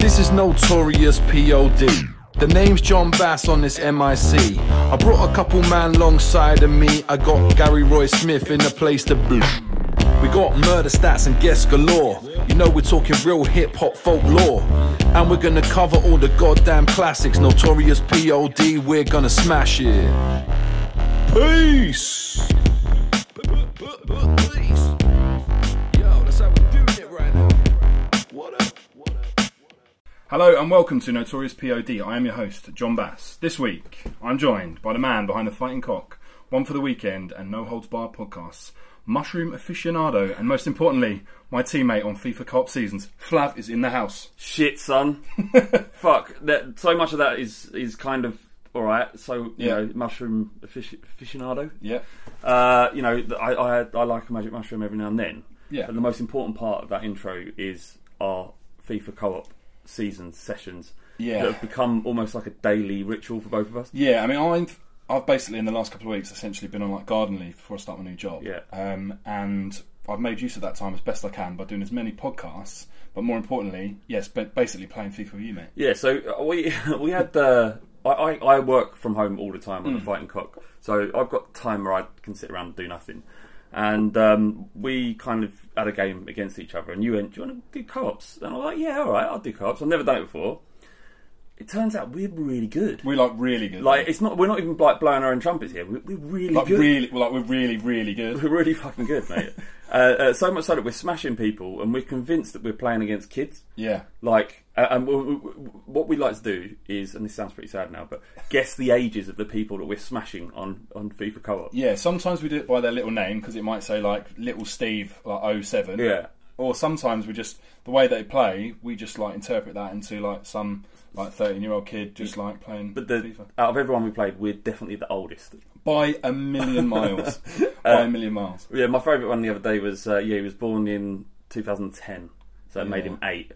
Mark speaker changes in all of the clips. Speaker 1: is Notorious POD. The name's John Bass on this MIC. I brought a couple man alongside of me. I got Gary Roy Smith in the place to be. We got murder stats and guests galore. You know we're talking real hip hop folklore. And we're gonna cover all the goddamn classics. Notorious POD, we're gonna smash it. Peace! Peace. Yo, that's how we're doing it right now. What up? What up?
Speaker 2: Hello and welcome to Notorious POD. I am your host, John Bass. This week, I'm joined by the man behind the Fighting Cock, One for the Weekend, and No Holds Barred podcasts, Mushroom Aficionado, and most importantly, my teammate on FIFA Cop Seasons, Flav, is in the house.
Speaker 3: shit, son. Fuck. That, so much of that is is kind of all right. So you
Speaker 2: Yeah.
Speaker 3: know, mushroom afici- aficionado.
Speaker 2: Yeah.
Speaker 3: Uh, you know, th- I, I I like a magic mushroom every now and then.
Speaker 2: Yeah.
Speaker 3: But the most important part of that intro is our FIFA co-op season sessions.
Speaker 2: Yeah.
Speaker 3: That have become almost like a daily ritual for both of us.
Speaker 2: Yeah, I mean, I've I've basically in the last couple of weeks essentially been on like garden leave before I start my new job.
Speaker 3: Yeah.
Speaker 2: Um, and I've made use of that time as best I can by doing as many podcasts, but more importantly, yes, but basically playing FIFA with you, mate.
Speaker 3: Yeah, so uh, we we had the. I, I, I work from home all the time on a fighting cock, so I've got time where I can sit around and do nothing. And um, we kind of had a game against each other, and you went, "Do you want to do co-ops?" And I was like, "Yeah, all right, I'll do co-ops. I've never done it before." It turns out we're really good.
Speaker 2: We're like really good.
Speaker 3: Like it's not we're not even like blowing our own trumpets here. We're, we're really
Speaker 2: like
Speaker 3: good.
Speaker 2: really, like we're really, really good.
Speaker 3: We're really fucking good, mate. uh, uh, so much so that we're smashing people, and we're convinced that we're playing against kids.
Speaker 2: Yeah.
Speaker 3: Like, uh, and w- w- w- what we like to do is, and this sounds pretty sad now, but guess the ages of the people that we're smashing on on FIFA co-op.
Speaker 2: Yeah, sometimes we do it by their little name because it might say like Little Steve like 07.
Speaker 3: Yeah.
Speaker 2: Or sometimes we just the way they play, we just like interpret that into like some like thirteen year old kid just like playing
Speaker 3: But the,
Speaker 2: FIFA
Speaker 3: out of everyone we played, we're definitely the oldest.
Speaker 2: by a million miles.
Speaker 3: Uh,
Speaker 2: by a million miles.
Speaker 3: Yeah, my favourite one the other day was uh, yeah, he was born in 2010, so it made him eight,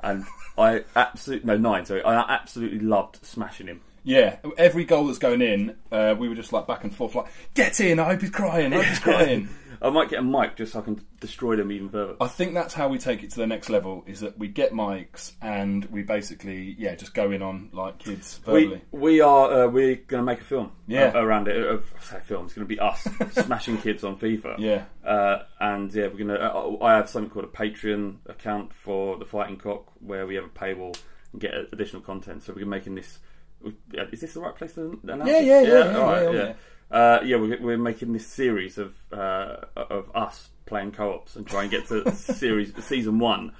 Speaker 3: and I absolutely no nine. Sorry, I absolutely loved smashing him.
Speaker 2: Yeah, every goal that's going in, uh, we were just like back and forth, like get in. I hope he's crying. I hope he's crying.
Speaker 3: I might get a mic just so I can destroy them even further.
Speaker 2: I think that's how we take it to the next level. Is that we get mics and we basically yeah just go in on like kids verbally.
Speaker 3: We, we are uh, we're going to make a film
Speaker 2: Yeah.
Speaker 3: a- around it. A, a- say film. It's going to be us smashing kids on FIFA.
Speaker 2: Yeah.
Speaker 3: Uh, and yeah, we're going to. Uh, I have something called a Patreon account for the Fighting Cock, where we have a paywall and get uh, additional content. So we're making this. uh, Is this the right place to announce?
Speaker 2: Yeah,
Speaker 3: it?
Speaker 2: yeah, yeah, yeah,
Speaker 3: all right,
Speaker 2: yeah,
Speaker 3: yeah. Uh, yeah, we're, we're making this series of uh, of us playing co-ops and try and get to series season one.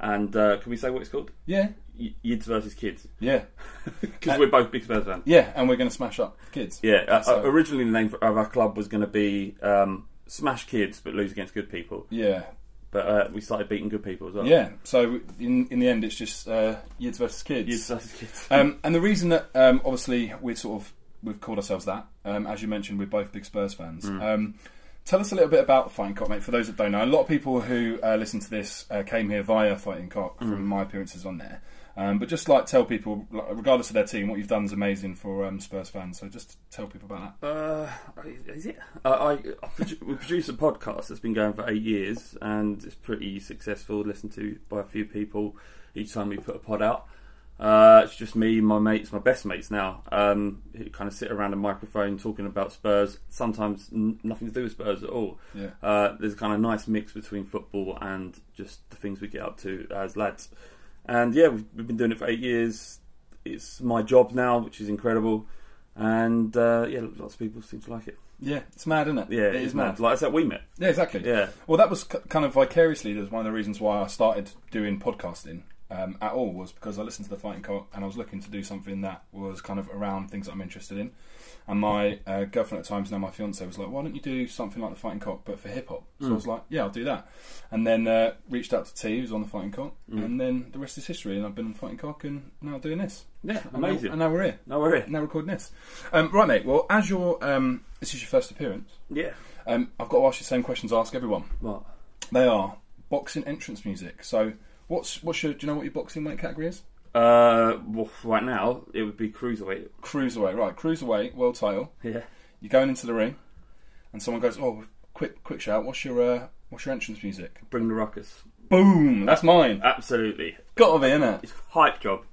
Speaker 3: And uh, can we say what it's called?
Speaker 2: Yeah,
Speaker 3: Y- Yids versus kids.
Speaker 2: yeah,
Speaker 3: Because we're both big Spurs fans.
Speaker 2: yeah, and we're going to smash up kids.
Speaker 3: Uh, Yeah, uh,
Speaker 2: So-
Speaker 3: uh, originally the name for- of our club was going to be um, Smash Kids but Lose Against Good People.
Speaker 2: Yeah,
Speaker 3: But uh, we started beating good people as well.
Speaker 2: yeah. So in in the end, it's just uh, Yids versus kids.
Speaker 3: Yids versus Kids.
Speaker 2: Um, and the reason that um, obviously we sort of we've called ourselves that, um, as you mentioned, we're both big Spurs fans. Um, tell us a little bit about Fighting Cock, mate. For those that don't know, a lot of people who uh, listen to this uh, came here via Fighting Cock from my appearances on there. Um, but just like tell people, like, regardless of their team, what you've done is amazing for um, Spurs fans. So just tell people about that.
Speaker 3: Uh, is it? Uh, I, I produ- we produce a podcast that's been going for eight years and it's pretty successful, listened to by a few people each time we put a pod out. Uh, it's just me, my mates, my best mates now, um, who kind of sit around a microphone talking about Spurs. Sometimes n- nothing to do with Spurs at all.
Speaker 2: Yeah.
Speaker 3: Uh, there's a kind of nice mix between football and just the things we get up to as lads. And yeah, we've, we've been doing it for eight years. It's my job now, which is incredible. And uh, yeah, lots of people seem to like it.
Speaker 2: Yeah, it's mad, isn't it?
Speaker 3: Yeah,
Speaker 2: it is mad.
Speaker 3: Like I said, we met.
Speaker 2: Yeah, exactly.
Speaker 3: Yeah.
Speaker 2: Well, that was k- kind of vicariously. That was one of the reasons why I started doing podcasting um, at all was because I listened to the Fighting Cock and I was looking to do something that was kind of around things that I'm interested in. And my uh, girlfriend at times, now my fiance, was like, "Why don't you do something like the Fighting Cock but for hip hop?" So I was like, "Yeah, I'll do that." And then uh, reached out to T, who's on the Fighting Cock, and then the rest is history. And I've been on Fighting Cock and now doing this.
Speaker 3: Yeah,
Speaker 2: And now-
Speaker 3: amazing.
Speaker 2: And now we're here.
Speaker 3: No worry.
Speaker 2: Now recording this. Um, right, mate. Well, as your um, this is your first appearance.
Speaker 3: Yeah.
Speaker 2: Um, I've got to ask you the same questions I ask everyone.
Speaker 3: Well,
Speaker 2: They are boxing entrance music. So, what's what's your? Do you know what your boxing weight category is?
Speaker 3: uh, well, right now it would be cruiserweight.
Speaker 2: Cruiserweight, right? Cruiserweight world title.
Speaker 3: Yeah.
Speaker 2: You're going into the ring, and someone goes, "Oh, quick, quick shout! What's your uh, what's your entrance music?"
Speaker 3: Bring the ruckus.
Speaker 2: Boom! That's mine.
Speaker 3: Absolutely.
Speaker 2: Got to be in it.
Speaker 3: It's hype job.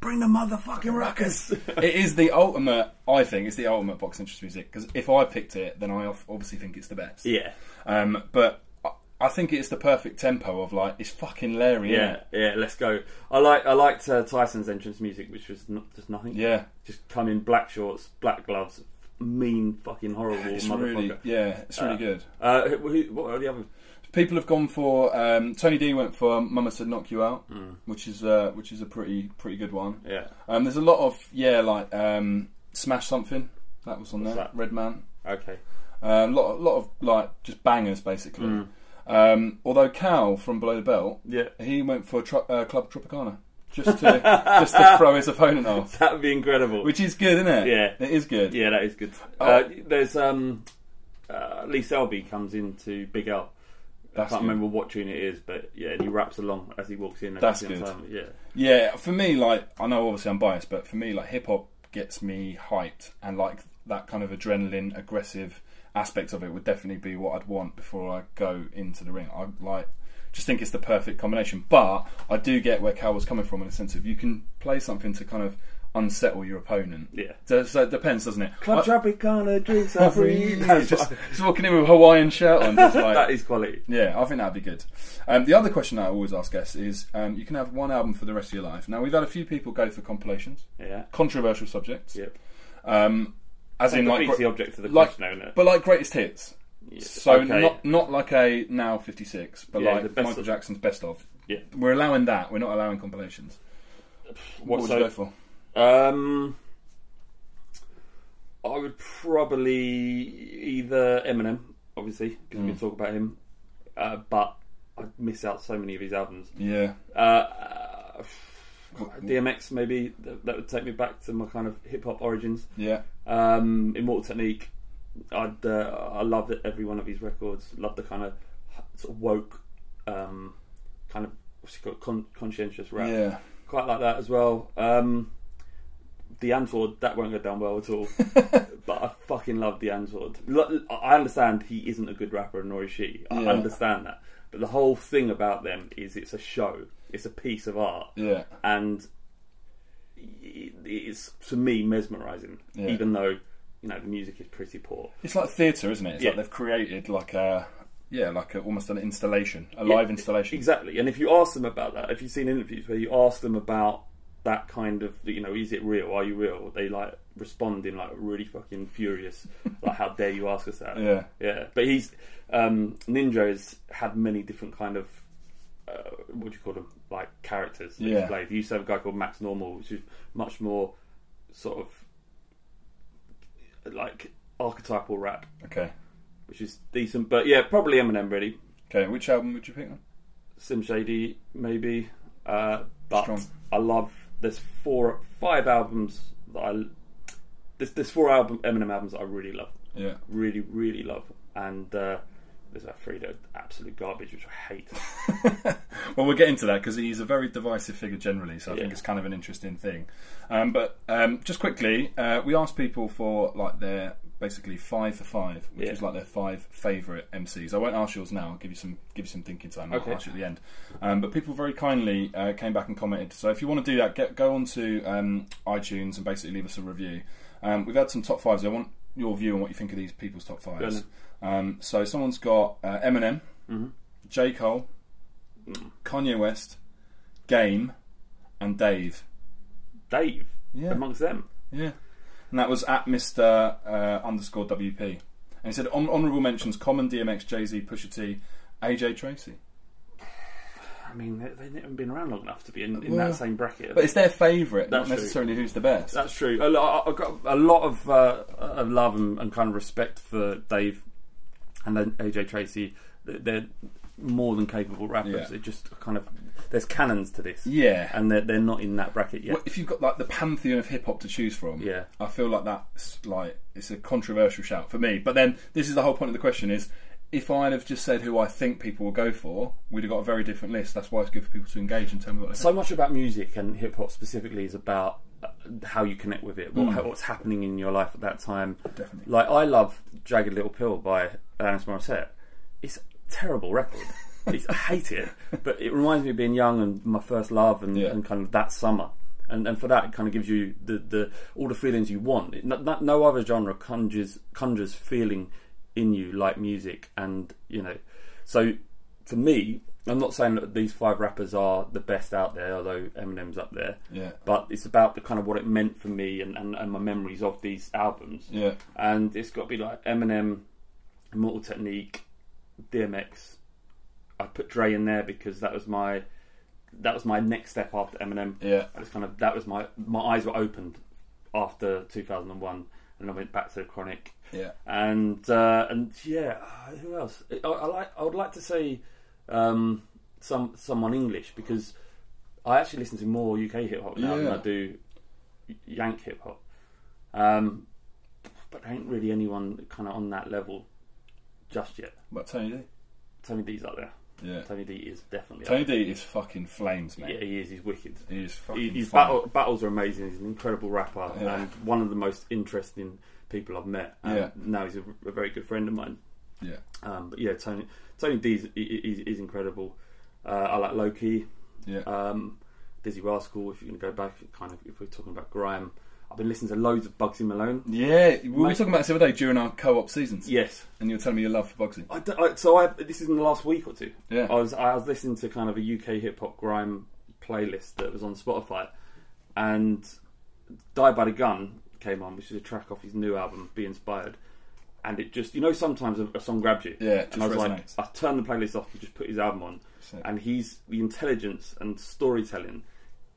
Speaker 2: Bring the motherfucking ruckus. it is the ultimate. I think it's the ultimate box interest music because if I picked it, then I ob- obviously think it's the best.
Speaker 3: Yeah.
Speaker 2: Um, but I- I think it's the perfect tempo of like it's fucking Larry.
Speaker 3: Yeah,
Speaker 2: Yeah.
Speaker 3: yeah, let's go. I like I liked uh, Tyson's entrance music, which was not, just nothing.
Speaker 2: Yeah.
Speaker 3: just come in black shorts, black gloves, mean fucking horrible
Speaker 2: It's
Speaker 3: motherfucker.
Speaker 2: really yeah. It's really
Speaker 3: Uh,
Speaker 2: good.
Speaker 3: Uh, who, who- what are the other?
Speaker 2: People have gone for um, Tony D went for Mama Said Knock You Out,
Speaker 3: Hmm.
Speaker 2: which is uh, which is a pretty pretty good one.
Speaker 3: Yeah,
Speaker 2: Um, there's a lot of yeah like um, Smash Something that was on
Speaker 3: What's
Speaker 2: there.
Speaker 3: that?
Speaker 2: Red Man.
Speaker 3: okay.
Speaker 2: A lot, lot of like just bangers basically.
Speaker 3: Hmm.
Speaker 2: Um, although Cal from Below the Belt,
Speaker 3: Yeah.
Speaker 2: he went for tro- uh, Club Tropicana just to just to throw his opponent off,
Speaker 3: That would be incredible.
Speaker 2: which is good, isn't it?
Speaker 3: Yeah.
Speaker 2: it is good.
Speaker 3: yeah, that is good.
Speaker 2: Oh.
Speaker 3: Uh, there's um, uh, Lee Selby comes into Big L. I
Speaker 2: That's
Speaker 3: can't
Speaker 2: good.
Speaker 3: remember what tune it is, but yeah, and he raps along as he walks in. at
Speaker 2: That's
Speaker 3: the same
Speaker 2: good.
Speaker 3: Time. Yeah,
Speaker 2: Yeah, for me, like I know obviously I'm biased, but for me, like hip hop gets me hyped, and like that kind of adrenaline, aggressive aspect of it would definitely be what I'd want before I go into the ring. I like just think it's the perfect combination, but I do get where Cal was coming from in the sense of you can play something to kind of unsettle your opponent.
Speaker 3: Yeah.
Speaker 2: so, so it depends, doesn't it?
Speaker 3: Club Tropicana drinks are free.
Speaker 2: I, just, just walking in with a Hawaiian shirt on, just like
Speaker 3: that is quality.
Speaker 2: yeah, I think that'd be good. Um, the other question that I always ask guests is um, you can have one album for the rest of your life. Now, we've had a few people go for compilations,
Speaker 3: Yeah.
Speaker 2: controversial subjects.
Speaker 3: Yep.
Speaker 2: Um, as in, like,
Speaker 3: Defeats
Speaker 2: gre-
Speaker 3: the object of the
Speaker 2: like-
Speaker 3: question, isn't it?
Speaker 2: but like greatest hits. So,
Speaker 3: okay.
Speaker 2: not, not like a now 56, but
Speaker 3: Yeah, the
Speaker 2: like
Speaker 3: best
Speaker 2: Michael
Speaker 3: of-
Speaker 2: Jackson's best of.
Speaker 3: Yeah.
Speaker 2: We're allowing that, we're not allowing compilations. What, would
Speaker 3: so-
Speaker 2: you go for?
Speaker 3: Um, I would probably either Eminem, obviously, because we can talk about him, uh, but I miss out so many of his albums.
Speaker 2: Yeah.
Speaker 3: Uh, uh, DMX, maybe that, that would take me back to my kind of hip hop origins.
Speaker 2: Yeah.
Speaker 3: Um, Immortal Technique, I'd uh, I loved every one of his records. Loved the kind of sort of woke, um, kind of what's it called, Con- conscientious rap
Speaker 2: Yeah.
Speaker 3: quite like that as well. Um, the Antwoord that won't go down well at all. but I fucking love the Antwoord. Lo- I understand he isn't a good rapper, nor is she. I
Speaker 2: Yeah.
Speaker 3: understand that. But the whole thing about them is it's a show. It's a piece of art,
Speaker 2: Yeah.
Speaker 3: and it- it's to me mesmerizing.
Speaker 2: Yeah.
Speaker 3: Even though you know the music is pretty poor.
Speaker 2: It's like theatre, isn't it? It's like
Speaker 3: Yeah.
Speaker 2: they've created like a. Yeah, like a, almost an installation, a live installation.
Speaker 3: Exactly. And if you ask them about that, if you've seen interviews where you ask them about that kind of, you know, is it real? Are you real? They like respond in like really fucking furious, like how dare you ask us that?
Speaker 2: Yeah.
Speaker 3: yeah. But he's um, Ninja has had many different kind of. Uh, what do you call them? Like characters. that he's
Speaker 2: Yeah.
Speaker 3: Played. He used to have a guy called Max Normal, which is much more sort of like archetypal rap,
Speaker 2: Okay.
Speaker 3: which is decent. But yeah, probably Eminem really.
Speaker 2: Okay, which album would you pick then?
Speaker 3: Sim Shady, maybe. Uh, but
Speaker 2: Strong.
Speaker 3: I love there's four, five albums that I there's, there's four album Eminem albums that I really love,
Speaker 2: Yeah.
Speaker 3: really, really love, and uh, there's about three that are absolute garbage, which I hate.
Speaker 2: Well, we'll get into that because he's a very divisive figure generally, so I
Speaker 3: Yeah.
Speaker 2: think it's kind of an interesting thing. Um, but um, just quickly, uh, we asked people for like their basically five for five, which
Speaker 3: Yeah.
Speaker 2: is like their five favourite MCs. I won't ask yours now. I'll give you some give you some thinking time. I'll
Speaker 3: Okay.
Speaker 2: ask you at the end. Um, but people very kindly uh, came back and commented. So if you want to do that, get go onto um, iTunes and basically leave us a review. Um, we've had some top fives. I want your view on what you think of these people's top
Speaker 3: Go
Speaker 2: fives. Um, so someone's got uh, Eminem,
Speaker 3: Mm-hmm.
Speaker 2: J Cole. Kanye West, Game, and Dave.
Speaker 3: Dave
Speaker 2: Yeah.
Speaker 3: amongst them.
Speaker 2: Yeah. And that was at Mr. Uh, underscore WP. And he said Hon- honourable mentions Common, DMX, Jay Z, Pusha T, AJ Tracy.
Speaker 3: I mean, they, they haven't been around long enough to be in, in
Speaker 2: Well,
Speaker 3: that same bracket.
Speaker 2: But it's their favourite, not
Speaker 3: That's true.
Speaker 2: necessarily who's the best.
Speaker 3: That's true. A lo- I- I've got a lot of, uh, of love and, and kind of respect for Dave and then AJ Tracy. They're- They're more than capable rappers.
Speaker 2: Yeah.
Speaker 3: They're just kind of there's canons to this,
Speaker 2: yeah.
Speaker 3: and they're they're not in that bracket yet.
Speaker 2: Well, if you've got like the pantheon of hip hop to choose from,
Speaker 3: Yeah.
Speaker 2: I feel like that's like it's a controversial shout for me. But then this is the whole point of the question: is if I'd have just said who I think people will go for, we'd have got a very different list. That's why it's good for people to engage and tell me what they
Speaker 3: so much about music and hip hop specifically is about uh, how you connect with it, what, how- what's happening in your life at that time.
Speaker 2: Definitely.
Speaker 3: Like I love "Jagged Little Pill" by Alanis Morissette. It's a terrible record, It's, I hate it, but it reminds me of being young and my first love and,
Speaker 2: Yeah.
Speaker 3: and kind of that summer. And, and for that, it kind of gives you the, the all the feelings you want. It, no, no- no other genre conjures conjures feeling in you like music, and you know. So for me, I'm not saying that these five rappers are the best out there, although Eminem's up there.
Speaker 2: Yeah.
Speaker 3: But it's about the kind of what it meant for me and, and, and my memories of these albums
Speaker 2: Yeah.
Speaker 3: and it's got to be like Eminem, Immortal Technique, DMX. I put Dre in there because that was my that was my next step after Eminem.
Speaker 2: Yeah.
Speaker 3: I was kind of that was my my eyes were opened after 2001, and I went back to the Chronic,
Speaker 2: Yeah.
Speaker 3: and uh, and yeah, who else? I, I like I would like to say um, some someone English because I actually listen to more UK hip hop now than
Speaker 2: Yeah.
Speaker 3: I do Yank hip hop. Um, but there ain't really anyone kind of on that level just yet.
Speaker 2: But Tony D.
Speaker 3: Tony D's up there.
Speaker 2: Yeah.
Speaker 3: Tony D is definitely
Speaker 2: Tony
Speaker 3: up
Speaker 2: D is fucking flames,
Speaker 3: there. Yeah,
Speaker 2: mate.
Speaker 3: he is. He's wicked.
Speaker 2: He is fucking
Speaker 3: He- His
Speaker 2: fire.
Speaker 3: battle, battles are amazing. He's an incredible rapper
Speaker 2: Yeah.
Speaker 3: and one of the most interesting people I've met. And
Speaker 2: Yeah.
Speaker 3: Now he's a, a very good friend of mine.
Speaker 2: Yeah.
Speaker 3: Um, but yeah, Tony Tony D is, is, is incredible. Uh, I like Loki,
Speaker 2: Yeah.
Speaker 3: um, Dizzy Rascal. If you're going to go back, kind of if we're talking about grime, I've been listening to loads of Bugsy Malone.
Speaker 2: yeah. We were
Speaker 3: Mate.
Speaker 2: talking about this the other day during our co-op seasons.
Speaker 3: Yes,
Speaker 2: And you were telling me your love for Bugsy.
Speaker 3: I, don't- I- so I this is in the last week or two.
Speaker 2: Yeah.
Speaker 3: I was I was listening to kind of a UK hip hop grime playlist that was on Spotify, and Die by the Gun came on, which is a track off his new album, Be Inspired. And it just, you know, sometimes a, a song grabs you.
Speaker 2: Yeah, it
Speaker 3: and I was
Speaker 2: just resonates.
Speaker 3: like, I turned the playlist off and just put his album on.
Speaker 2: Sick.
Speaker 3: And he's the intelligence and storytelling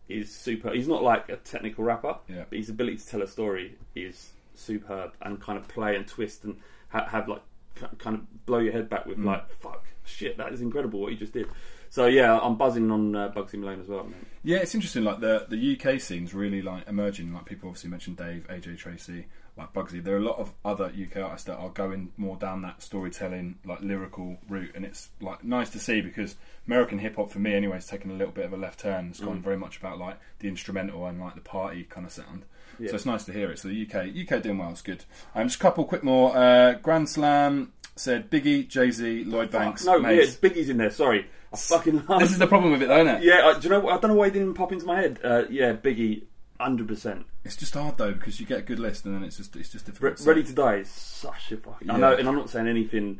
Speaker 3: is super. He's not like a technical rapper,
Speaker 2: Yeah.
Speaker 3: but his ability to tell a story is superb and kind of play and twist and ha- have like ki- kind of blow your head back
Speaker 2: Mm.
Speaker 3: with like fuck shit that is incredible what he just did. So yeah, I'm buzzing on uh, Bugsy Malone as well. Man.
Speaker 2: Yeah, it's interesting. Like the the UK scene's really like emerging. Like people obviously mentioned Dave, AJ Tracy, like Bugsy. There are a lot of other UK artists that are going more down that storytelling, like lyrical route, and it's like nice to see because American hip hop for me, anyway, is taking a little bit of a left turn. It's
Speaker 3: Mm.
Speaker 2: gone very much about like the instrumental and like the party kind of sound.
Speaker 3: Yeah.
Speaker 2: So it's nice to hear it. So the UK UK doing well. It's good. Um, just a couple quick more. Uh, Grand Slam said Biggie, Jay Z, Lloyd Banks,
Speaker 3: no, yeah,
Speaker 2: Mace.
Speaker 3: Biggie's in there. Sorry, I fucking love.
Speaker 2: This is the problem with it, though, isn't it?
Speaker 3: yeah, I, do you know? what? I don't know why it didn't pop into my head. Uh, yeah, Biggie, hundred percent.
Speaker 2: It's just hard though because you get a good list and then it's just it's just
Speaker 3: Re-
Speaker 2: difficult.
Speaker 3: Ready to Die is such a fucking. I
Speaker 2: Yeah.
Speaker 3: know, and I'm not saying anything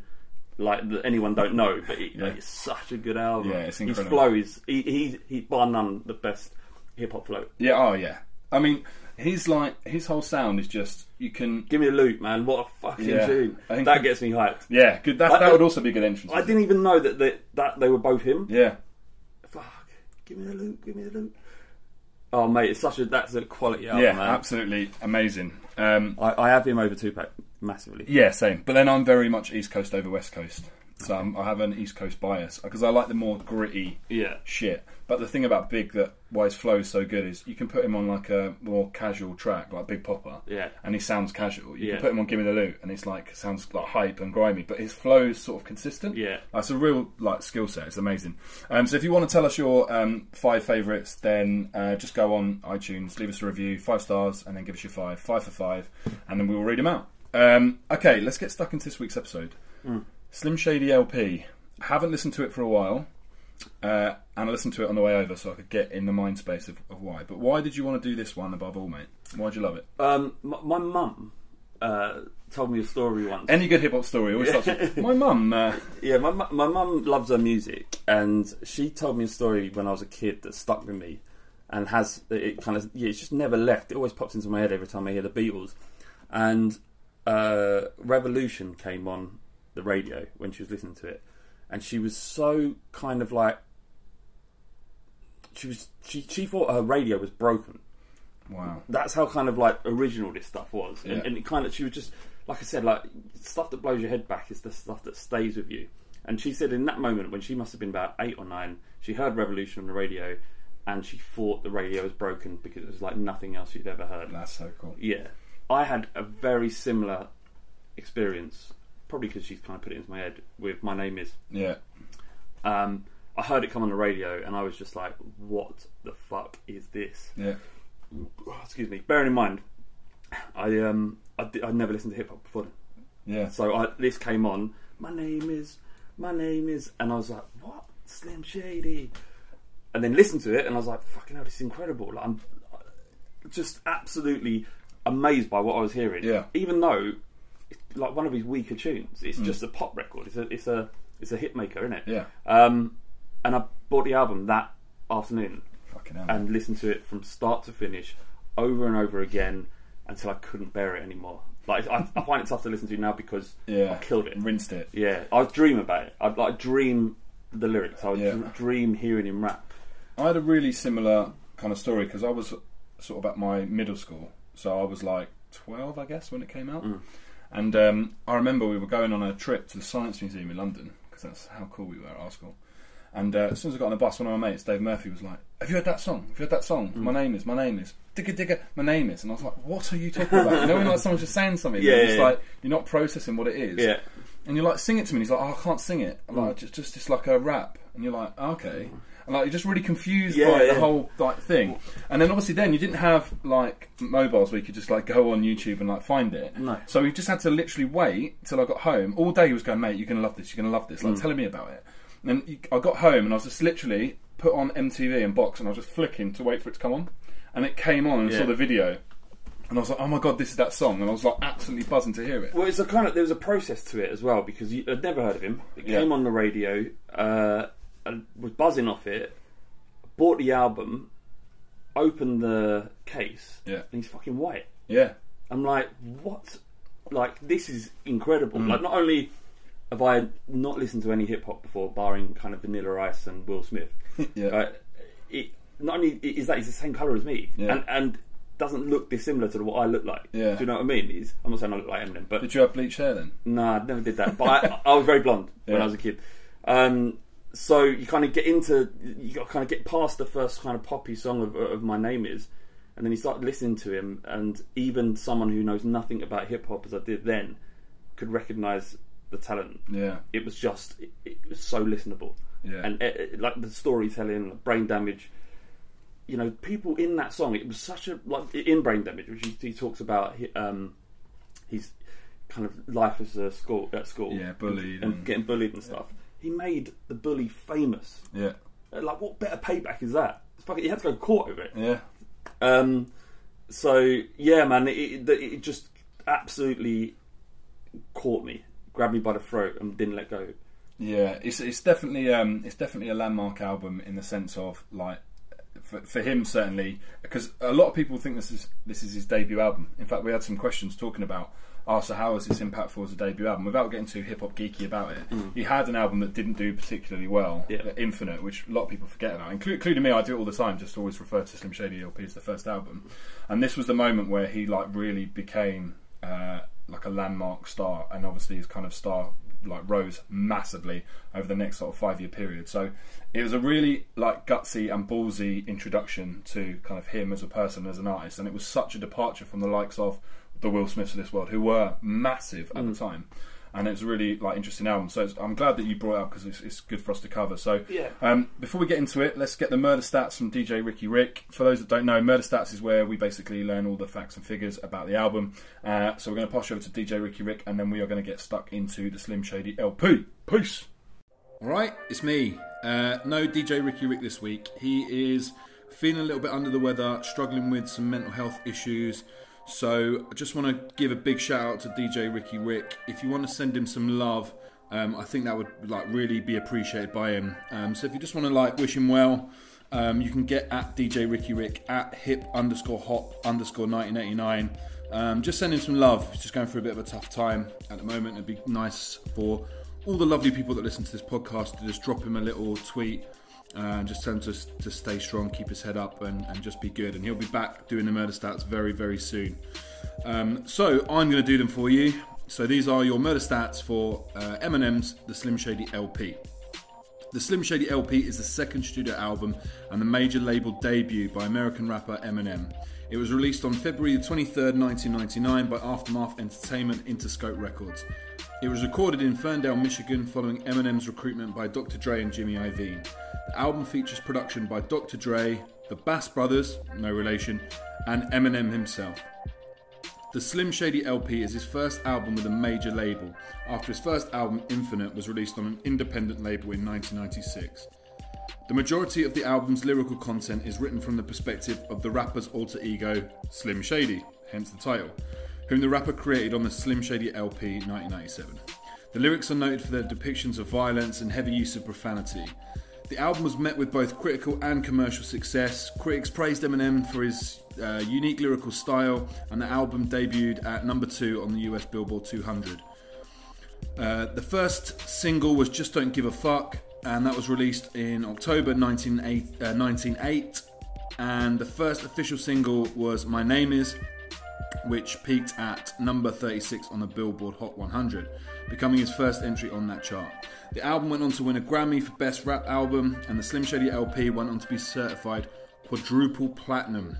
Speaker 3: like that anyone don't know, but it,
Speaker 2: Yeah.
Speaker 3: like, it's such a good album.
Speaker 2: Yeah, it's
Speaker 3: His
Speaker 2: incredible.
Speaker 3: flow is he, he, he bar none the best hip hop flow.
Speaker 2: yeah, oh yeah. I mean, his like his whole sound is just you can.
Speaker 3: Give me a loop, man! What a fucking
Speaker 2: Yeah,
Speaker 3: tune.
Speaker 2: I think-
Speaker 3: That gets me hyped.
Speaker 2: Yeah, good. That
Speaker 3: I-
Speaker 2: that would also be a good entrance.
Speaker 3: I didn't even know that they, that they were both him.
Speaker 2: Yeah,
Speaker 3: Fuck! Give me the loop. Give me the loop. Oh mate, it's such a that's a quality album,
Speaker 2: yeah,
Speaker 3: Oh, man.
Speaker 2: absolutely amazing. Um,
Speaker 3: I, I have him over Tupac massively.
Speaker 2: yeah, same. But then I'm very much East Coast over West Coast, so I'm, I have an East Coast bias because I like the more gritty
Speaker 3: Yeah.
Speaker 2: shit. But the thing about Big that why his flow is so good is you can put him on like a more casual track, like Big Popper.
Speaker 3: Yeah.
Speaker 2: And he sounds casual. You
Speaker 3: Yeah.
Speaker 2: can put him on Gimme the Loot and it's like sounds like hype and grimy, but his flow is sort of consistent.
Speaker 3: Yeah.
Speaker 2: That's a real like skill set. It's amazing. Um, so if you want to tell us your um, five favourites, then uh, just go on iTunes, leave us a review, five stars, and then give us your five, five for five, and then we will read them out. Um, okay, let's get stuck into this week's episode. Slim Shady LP. Haven't listened to it for a while, uh, and I listened to it on the way over so I could get in the mind space of, of why. But why did you want to do this one above all, mate? Why'd you love it?
Speaker 3: Um, my, my mum uh, told me a story once.
Speaker 2: Any good hip hop story always starts with my mum. Uh,
Speaker 3: Yeah, my mu- my mum loves her music, and she told me a story when I was a kid that stuck with me, and has it kind of yeah, it's just never left. It always pops into my head every time I hear the Beatles, and uh, Revolution came on the radio when she was listening to it, and she was so kind of like she was she she thought her radio was broken
Speaker 2: wow.
Speaker 3: that's how kind of like original this stuff was, and,
Speaker 2: Yeah.
Speaker 3: and it kind of she was just like I said, like stuff that blows your head back is the stuff that stays with you. And she said in that moment when she must have been about eight or nine, she heard Revolution on the radio, and she thought the radio was broken because it was like nothing else she'd ever heard.
Speaker 2: That's so cool.
Speaker 3: Yeah, I had a very similar experience, probably because she's kind of put it into my head with "My Name Is."
Speaker 2: Yeah.
Speaker 3: Um, I heard it come on the radio, and I was just like, "What the fuck is this?"
Speaker 2: Yeah.
Speaker 3: excuse me. Bearing in mind, I um I, di- I never listened to hip hop before, then.
Speaker 2: Yeah.
Speaker 3: so I, this came on. My name is my name is, and I was like, what? Slim Shady. And then listened to it, and I was like, fucking hell, this is incredible. Like, I'm uh, just absolutely amazed by what I was hearing.
Speaker 2: Yeah. Mm.
Speaker 3: Even though, it's like one of his weaker tunes, it's just a pop record. It's a it's a it's a hit maker, isn't it?
Speaker 2: Yeah.
Speaker 3: Um, and I bought the album that afternoon
Speaker 2: Fucking hell.
Speaker 3: and listened to it from start to finish over and over again until I couldn't bear it anymore. Like I, I find it tough to listen to now because
Speaker 2: yeah.
Speaker 3: I killed it.
Speaker 2: Rinsed it.
Speaker 3: Yeah, I would dream about it. I'd like dream the lyrics. I would
Speaker 2: Yeah.
Speaker 3: dr- dream hearing him rap.
Speaker 2: I had a really similar kind of story because I was sort of at my middle school, so I was like twelve, I guess, when it came out.
Speaker 3: Mm.
Speaker 2: And um, I remember we were going on a trip to the Science Museum in London because that's how cool we were at our school. And uh, as soon as I got on the bus, one of my mates, Dave Murphy, was like, "Have you heard that song? Have you heard that
Speaker 3: Mm.
Speaker 2: song? My name is, my name is, digga digga, my name is." And I was like, "What are you talking about?" you know, when like someone's just saying something,
Speaker 3: Yeah,
Speaker 2: yeah, it's
Speaker 3: yeah, yeah.
Speaker 2: like you're not processing what it is. And you're like, sing it to me. And he's like, oh, I can't sing it. I'm like,
Speaker 3: Mm.
Speaker 2: just, just, just like a rap. And you're like, "Oh, okay. And like, you're just really confused
Speaker 3: Yeah,
Speaker 2: by
Speaker 3: yeah.
Speaker 2: the whole like thing. And then obviously, then you didn't have like mobiles where you could just like go on YouTube and like find it.
Speaker 3: No.
Speaker 2: So we just had to literally wait till I got home. All day he was going, mate, you're gonna love this. You're gonna love this. Like,
Speaker 3: Mm.
Speaker 2: telling me about it. And then you- I got home and I was just literally put on MTV and Box and I was just flicking to wait for it to come on. And it came on and
Speaker 3: Yeah.
Speaker 2: saw the video. And I was like, oh my god, this is that song. And I was like, absolutely buzzing to hear it.
Speaker 3: Well, it's a kind of there was a process to it as well because you, I'd never heard of him. It
Speaker 2: Yeah.
Speaker 3: came on the radio. Uh, I was buzzing off it. Bought the album. Opened the case.
Speaker 2: Yeah.
Speaker 3: And he's fucking white.
Speaker 2: Yeah.
Speaker 3: I'm like, what? Like, this is incredible.
Speaker 2: Mm.
Speaker 3: Like, not only have I not listened to any hip hop before, barring kind of Vanilla Ice and Will Smith,
Speaker 2: Yeah.
Speaker 3: right, it not only is that he's the same color as me,
Speaker 2: Yeah.
Speaker 3: and and doesn't look dissimilar to what I look like.
Speaker 2: Yeah.
Speaker 3: Do you know what I mean? It's, I'm not saying I look like Eminem, but
Speaker 2: Did you have bleached hair then?
Speaker 3: no, I never did that. But I, I was very blonde when
Speaker 2: Yeah.
Speaker 3: I was a kid. Um, so you kind of get into, you got kind of get past the first kind of poppy song of, of My Name Is, and then you start listening to him, and even someone who knows nothing about hip hop as I did then could recognise the talent.
Speaker 2: Yeah.
Speaker 3: It was just, it, it was so listenable,
Speaker 2: Yeah.
Speaker 3: and eh, eh, like the storytelling, like brain damage. You know, people in that song, it was such a like in brain damage, which he, he talks about. he- Um, his kind of life as a school at school,
Speaker 2: Yeah, bullied
Speaker 3: and,
Speaker 2: and-
Speaker 3: getting bullied and stuff. He made the bully famous.
Speaker 2: Yeah.
Speaker 3: Uh, Like, what better payback is that? It's fucking, he had to go to court over it.
Speaker 2: Yeah.
Speaker 3: Um, so yeah, man, it, it, it just absolutely caught me, grabbed me by the throat, and didn't let go.
Speaker 2: Yeah. It's it's definitely um it's definitely a landmark album in the sense of like for, for him certainly because a lot of people think this is this is his debut album. In fact, we had some questions talking about oh, so how is this impactful as a debut album? Without getting too hip hop geeky about it, he had an album that didn't do particularly well,
Speaker 3: Yeah.
Speaker 2: Infinite, which a lot of people forget about, Inclu- including me. I do it all the time. Just always refer to Slim Shady LP as the first album, and this was the moment where he like really became uh, like a landmark star, and obviously his kind of star like rose massively over the next sort of five year period. So it was a really like gutsy and ballsy introduction to kind of him as a person, as an artist, and it was such a departure from the likes of the Will Smiths of this world, who were massive at the time. And it's a really like interesting album, so it's, I'm glad that you brought it up because it's, it's good for us to cover. So,
Speaker 3: Yeah.
Speaker 2: um, before we get into it, let's get the murder stats from DJ Ricky Rick. For those that don't know, murder stats is where we basically learn all the facts and figures about the album. Uh, so we're going to pass you over to DJ Ricky Rick, and then we are going to get stuck into the Slim Shady LP. Peace. All right, it's me. Uh, no DJ Ricky Rick this week. He is feeling a little bit under the weather, struggling with some mental health issues. So I just want to give a big shout out to DJ Ricky Rick. If you want to send him some love, um, I think that would like really be appreciated by him. Um, so if you just want to like wish him well, um, you can get at DJ Ricky Rick at hip underscore hop underscore 1989. Um, just send him some love. He's just going through a bit of a tough time at the moment. It'd be nice for all the lovely people that listen to this podcast to just drop him a little tweet and just tell him to, to stay strong, keep his head up, and, and just be good. And he'll be back doing the murder stats very, very soon. Um, so I'm going to do them for you. So these are your murder stats for uh, Eminem's The Slim Shady LP. The Slim Shady LP is the second studio album and the major label debut by American rapper Eminem. It was released on February 23, 1999 by Aftermath Entertainment Interscope Records. It was recorded in Ferndale, Michigan following Eminem's recruitment by Dr. Dre and Jimmy Iovine. The album features production by Dr. Dre, the Bass Brothers, no relation, and Eminem himself. The Slim Shady LP is his first album with a major label, after his first album, Infinite, was released on an independent label in 1996. The majority of the album's lyrical content is written from the perspective of the rapper's alter ego, Slim Shady, hence the title, whom the rapper created on the Slim Shady LP 1997. The lyrics are noted for their depictions of violence and heavy use of profanity. The album was met with both critical and commercial success. Critics praised Eminem for his uh, unique lyrical style, and the album debuted at number two on the US Billboard 200. Uh, the first single was Just Don't Give a Fuck, and that was released in October 1908, uh, 1908. And the first official single was My Name Is, which peaked at number 36 on the Billboard Hot 100, becoming his first entry on that chart. The album went on to win a Grammy for Best Rap Album, and the Slim Shady LP went on to be certified quadruple platinum.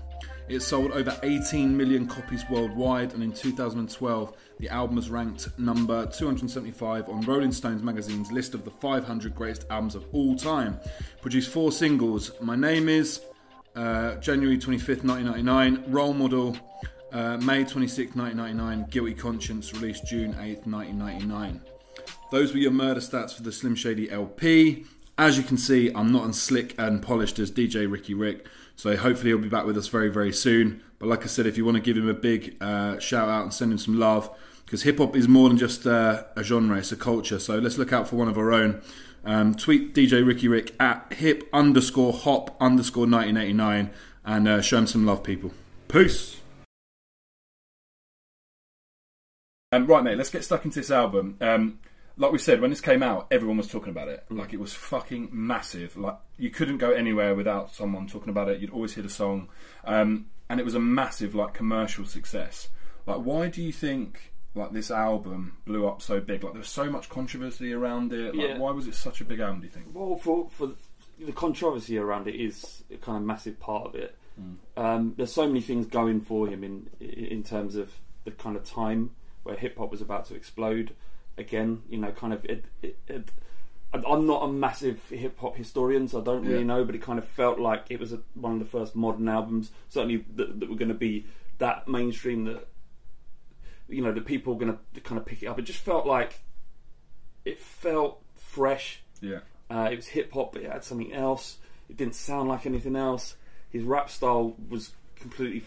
Speaker 2: It sold over 18 million copies worldwide, and in 2012, the album was ranked number 275 on Rolling Stones magazine's list of the 500 greatest albums of all time. Produced four singles My Name Is, uh, January 25th, 1999, Role Model, uh, May 26, 1999, Guilty Conscience, released June 8th, 1999. Those were your murder stats for the Slim Shady LP. As you can see, I'm not as slick and polished as DJ Ricky Rick, so hopefully he'll be back with us very, very soon. But like I said, if you want to give him a big uh, shout out and send him some love, because hip hop is more than just uh, a genre, it's a culture. So let's look out for one of our own. Um, tweet DJ Ricky Rick at hip underscore hop underscore 1989 and uh, show him some love, people. Peace! Um, right, mate, let's get stuck into this album. Um, like we said, when this came out, everyone was talking about it.
Speaker 3: Mm.
Speaker 2: Like it was fucking massive. Like you couldn't go anywhere without someone talking about it. You'd always hear the song, um, and it was a massive like commercial success. Like, why do you think like this album blew up so big? Like there was so much controversy around it. Like,
Speaker 3: Yeah.
Speaker 2: why was it such a big album? Do you think?
Speaker 3: Well, for for the controversy around it is a kind of massive part of it. Um, there's so many things going for him in in terms of the kind of time where hip hop was about to explode again. You know, kind of it. it, it I'm- I'm not a massive hip hop historian, so I don't really
Speaker 2: Yeah.
Speaker 3: know, but it kind of felt like it was a, one of the first modern albums, certainly that, that were going to be that mainstream that you know that people were going to kind of pick it up. It just felt like it felt fresh.
Speaker 2: Yeah,
Speaker 3: Uh, it was hip hop, but it had something else. It didn't sound like anything else. His rap style was completely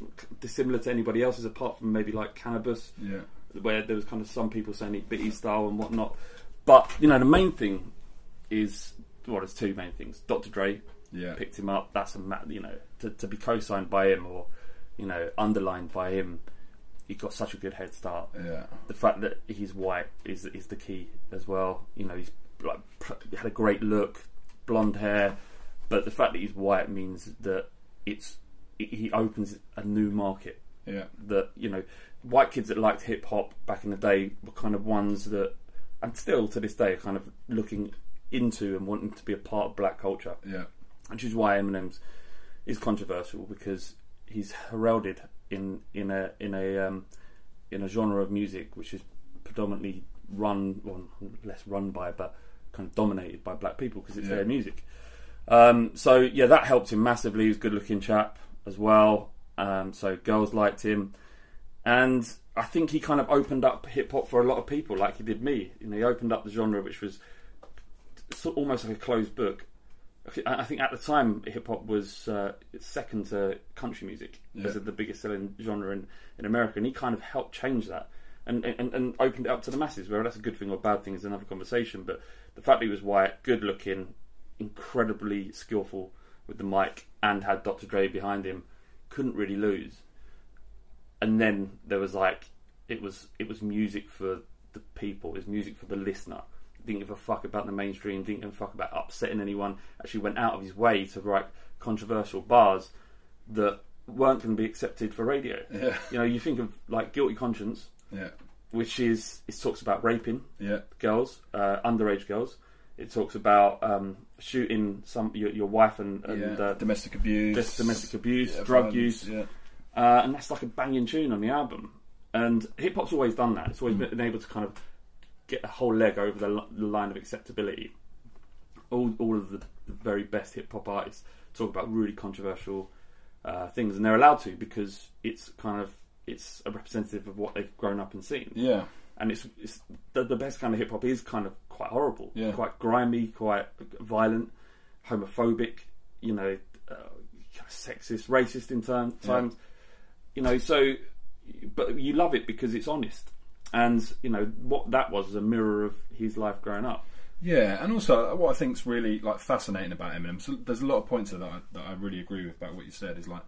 Speaker 3: f- dissimilar to anybody else's, apart from maybe like Cannabis,
Speaker 2: yeah,
Speaker 3: where there was kind of some people saying he bit his style and whatnot. But you know, the main thing is well, there's two main things. Dr. Dre
Speaker 2: yeah,
Speaker 3: picked him up. That's a ma- you know to, to be co-signed by him or you know underlined by him. He got such a good head start
Speaker 2: yeah,
Speaker 3: the fact that he's white is is the key as well. You know, he's like pl- had a great look, blonde hair, but the fact that he's white means that it's it, he opens a new market.
Speaker 2: yeah,
Speaker 3: That you know, white kids that liked hip hop back in the day were kind of ones that, and still to this day, are kind of looking into and wanting to be a part of black culture
Speaker 2: yeah,
Speaker 3: which is why Eminem's is controversial because he's heralded in in a in a um, in a genre of music which is predominantly run or less run by but kind of dominated by black people because it's
Speaker 2: Yeah.
Speaker 3: their music. Um, so yeah, that helped him massively. He was a good-looking chap as well, um, so girls liked him, and I think he kind of opened up hip hop for a lot of people, like he did me. You know, he opened up the genre, which was sort almost like a closed book. I I think at the time, hip hop was uh, second to country music as
Speaker 2: Yeah.
Speaker 3: the biggest selling genre in, in America, and he kind of helped change that and, and, and opened it up to the masses. Whether that's a good thing or a bad thing is another conversation, but the fact that he was white, good looking, incredibly skillful with the mic, and had Dr. Dre behind him, couldn't really lose. And then there was like, it was it was music for the people, it was music for the listener. Didn't give a fuck about the mainstream, didn't give a fuck about upsetting anyone. Actually, went out of his way to write controversial bars that weren't going to be accepted for radio.
Speaker 2: Yeah.
Speaker 3: You know, you think of like Guilty Conscience,
Speaker 2: yeah,
Speaker 3: which is it talks about raping
Speaker 2: yeah,
Speaker 3: girls, uh, underage girls. It talks about um, shooting some your, your wife and, and
Speaker 2: yeah.
Speaker 3: uh,
Speaker 2: Domestic abuse,
Speaker 3: just domestic abuse,
Speaker 2: yeah,
Speaker 3: drug
Speaker 2: violence,
Speaker 3: use,
Speaker 2: Yeah,
Speaker 3: uh, and that's like a banging tune on the album. And hip hop's always done that. It's always been able to kind of get a whole leg over the, li- the line of acceptability. All all of the, the very best hip hop artists talk about really controversial uh, things, and they're allowed to because it's kind of it's a representative of what they've grown up and seen.
Speaker 2: Yeah.
Speaker 3: And it's, it's the, the best kind of hip hop is kind of quite horrible,
Speaker 2: Yeah.
Speaker 3: quite grimy, quite violent, homophobic, you know, uh, sexist, racist in term, times, you know. So, but you love it because it's honest, and you know what that was, was a mirror of his life growing up.
Speaker 2: Yeah, and also uh, what I think's really like fascinating about Eminem. So there's a lot of points that I, that I really agree with about what you said. Is like,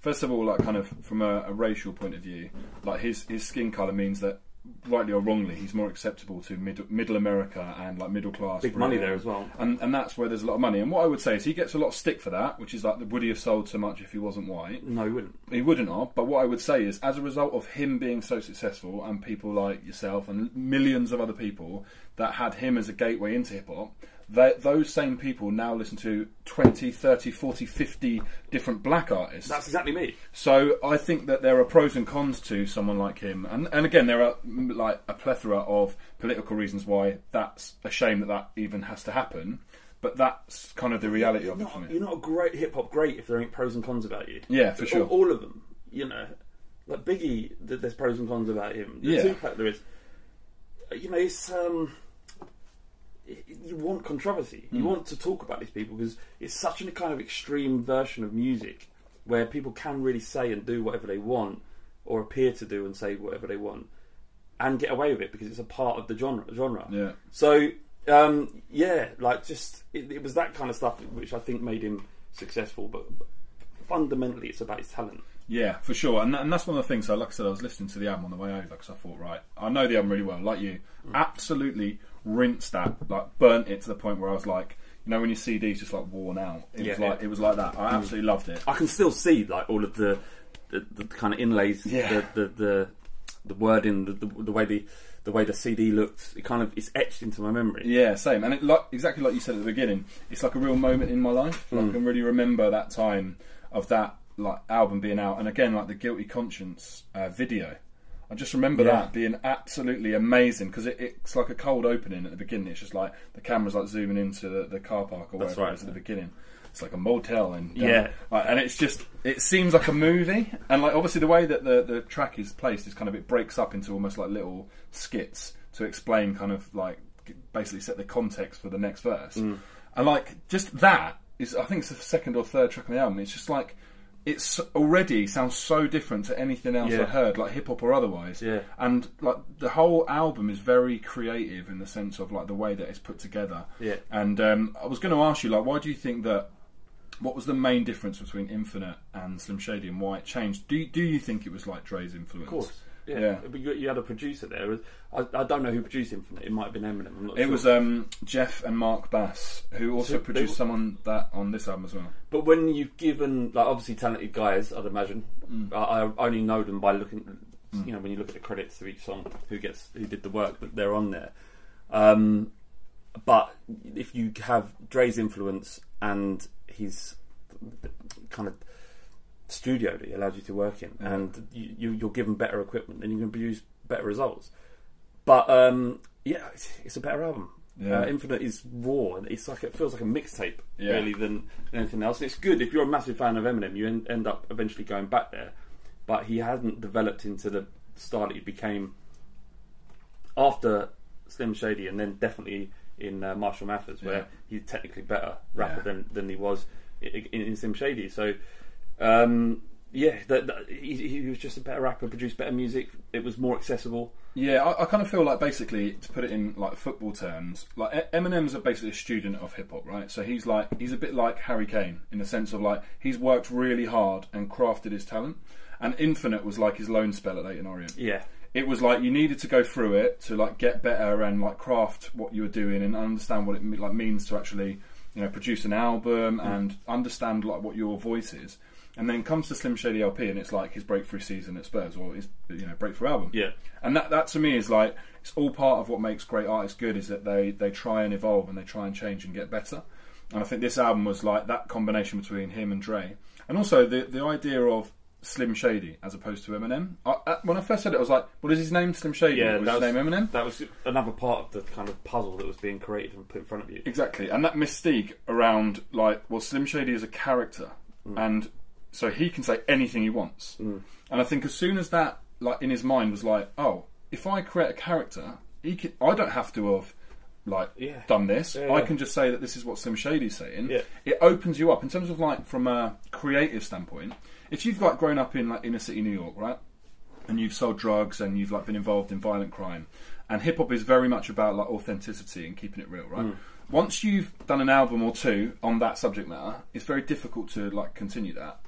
Speaker 2: first of all, like kind of from a, a racial point of view, like his his skin color means that, rightly or wrongly, he's more acceptable to middle middle America and like middle class.
Speaker 3: Big money there as well.
Speaker 2: and and that's where there's a lot of money. And what I would say is he gets a lot of stick for that, which is like, would he have sold so much if he wasn't white?
Speaker 3: No, he wouldn't.
Speaker 2: He wouldn't have, but what I would say is, as a result of him being so successful, and people like yourself and millions of other people that had him as a gateway into hip hop, that those same people now listen to 20, 30, 40, 50 different black artists.
Speaker 3: That's exactly me.
Speaker 2: So I think that there are pros and cons to someone like him, and and again there are mm, like a plethora of political reasons why that's a shame that that even has to happen, but that's kind of the reality of it for
Speaker 3: Not,
Speaker 2: me.
Speaker 3: you're not a great hip hop great if there ain't pros and cons about you.
Speaker 2: Yeah, for
Speaker 3: All-
Speaker 2: sure.
Speaker 3: All, of them, you know. Like Biggie, th- there's pros and cons about him. The
Speaker 2: Yeah.
Speaker 3: Tupac, there is. Uh, You know, it's um, y- you want controversy.
Speaker 2: Mm.
Speaker 3: You want to talk about these people because it's such a kind of extreme version of music where people can really say and do whatever they want, or appear to do and say whatever they want, and get away with it because it's a part of the genre. Genre.
Speaker 2: Yeah.
Speaker 3: So um, yeah, like just it, it was that kind of stuff which I think made him successful. But fundamentally, it's about his talent.
Speaker 2: Yeah, for sure, and, that, and that's one of the things. So, like I said, I was listening to the album on the way over because I thought, right, I know the album really well. Like you, absolutely rinsed that, like burnt it to the point where I was like, you know, when your CD's just like worn out. It was
Speaker 3: Yeah.
Speaker 2: like it was like that. I absolutely loved it.
Speaker 3: I can still see like all of the the, the kind of inlays,
Speaker 2: Yeah.
Speaker 3: the, the the the wording, the, the the way the the way the CD looked. It kind of it's etched into my memory.
Speaker 2: Yeah, same. And it, like, exactly like you said at the beginning, it's like a real moment in my life.
Speaker 3: Hmm.
Speaker 2: Like, I can really remember that time of that like album being out, and again, like the Guilty Conscience uh, video. I just remember
Speaker 3: Yeah.
Speaker 2: that being absolutely amazing because it, it's like a cold opening at the beginning. It's just like the camera's like zooming into the, the car park or whatever
Speaker 3: right,
Speaker 2: it is at the beginning. It's like a motel and um,
Speaker 3: Yeah.
Speaker 2: like, Uh, and it's just it seems like a movie. And like obviously the way that the, the track is placed is kind of it breaks up into almost like little skits to explain kind of like basically set the context for the next verse.
Speaker 3: Mm.
Speaker 2: And like just that is I think it's the second or third track on the album. It's just like it's already sounds so different to anything else
Speaker 3: Yeah.
Speaker 2: I heard, like hip hop or otherwise.
Speaker 3: Yeah.
Speaker 2: And like the whole album is very creative in the sense of like the way that it's put together.
Speaker 3: Yeah.
Speaker 2: And um, I was going to ask you, like, why do you think that? What was the main difference between Infinite and Slim Shady, and why it changed? Do do you think it was like Dre's influence?
Speaker 3: Of course. Yeah,
Speaker 2: Yeah.
Speaker 3: but you, you had a producer there. I, I don't know who produced him. From it. it might have been Eminem. I'm not
Speaker 2: It
Speaker 3: sure.
Speaker 2: was um, Jeff and Mark Bass who also
Speaker 3: So they
Speaker 2: produced
Speaker 3: were-
Speaker 2: someone that on this album as well.
Speaker 3: But when you've given, like, obviously talented guys, I'd imagine. I, I only know them by looking, you know, when you look at the credits of each song, who gets, who did the work that they're on there. Um, but if you have Dre's influence and his kind of studio that he allowed you to work in, and you, you, you're given better equipment, then you can produce better results. But um, yeah, it's, it's a better album.
Speaker 2: Yeah.
Speaker 3: Uh, Infinite is raw, and it's like it feels like a mixtape
Speaker 2: Yeah.
Speaker 3: really than than anything else. And it's good if you're a massive fan of Eminem, you en- end up eventually going back there. But he hasn't developed into the star that he became after Slim Shady, and then definitely in uh, Marshall Mathers, where
Speaker 2: Yeah.
Speaker 3: he's technically better rapper
Speaker 2: Yeah.
Speaker 3: than than he was in, in, in Slim Shady. So. Um, yeah, that, that, he, he was just a better rapper, produced better music. It was more accessible.
Speaker 2: Yeah, I, I kind of feel like basically to put it in like football terms, like E- Eminem's a basically a student of hip hop, right? So he's like he's a bit like Harry Kane in the sense of like he's worked really hard and crafted his talent. And Infinite was like his loan spell at Leighton Orient.
Speaker 3: Yeah,
Speaker 2: It was like you needed to go through it to like get better and like craft what you were doing and understand what it me- like means to actually you know produce an album and understand like what your voice is. And then comes to Slim Shady LP and it's like his breakthrough season at Spurs or his you know breakthrough album.
Speaker 3: yeah,
Speaker 2: And that, that to me is like it's all part of what makes great artists good is that they they try and evolve and they try and change and get better. And I think this album was like that combination between him and Dre, and also the the idea of Slim Shady as opposed to Eminem. I, I, when I first said it, I was like, "What is his name? Slim Shady?
Speaker 3: yeah.
Speaker 2: Or is his name Eminem?"
Speaker 3: That was another part of the kind of puzzle that was being created and put in front of you.
Speaker 2: Exactly, and that mystique around like, well, Slim Shady is a
Speaker 3: Mm.
Speaker 2: character, and so he can say anything he wants. And I think as soon as that like in his mind was like, oh, if I create a character, he can, I don't have to have like
Speaker 3: Yeah.
Speaker 2: done this.
Speaker 3: Yeah,
Speaker 2: I
Speaker 3: yeah.
Speaker 2: can just say that this is what Slim Shady's saying.
Speaker 3: Yeah.
Speaker 2: It opens you up in terms of like from a creative standpoint. If you've like grown up in like inner city New York, right? and you've sold drugs and you've like been involved in violent crime and hip hop is very much about like authenticity and keeping it real right once you've done an album or two on that subject matter it's very difficult to like continue that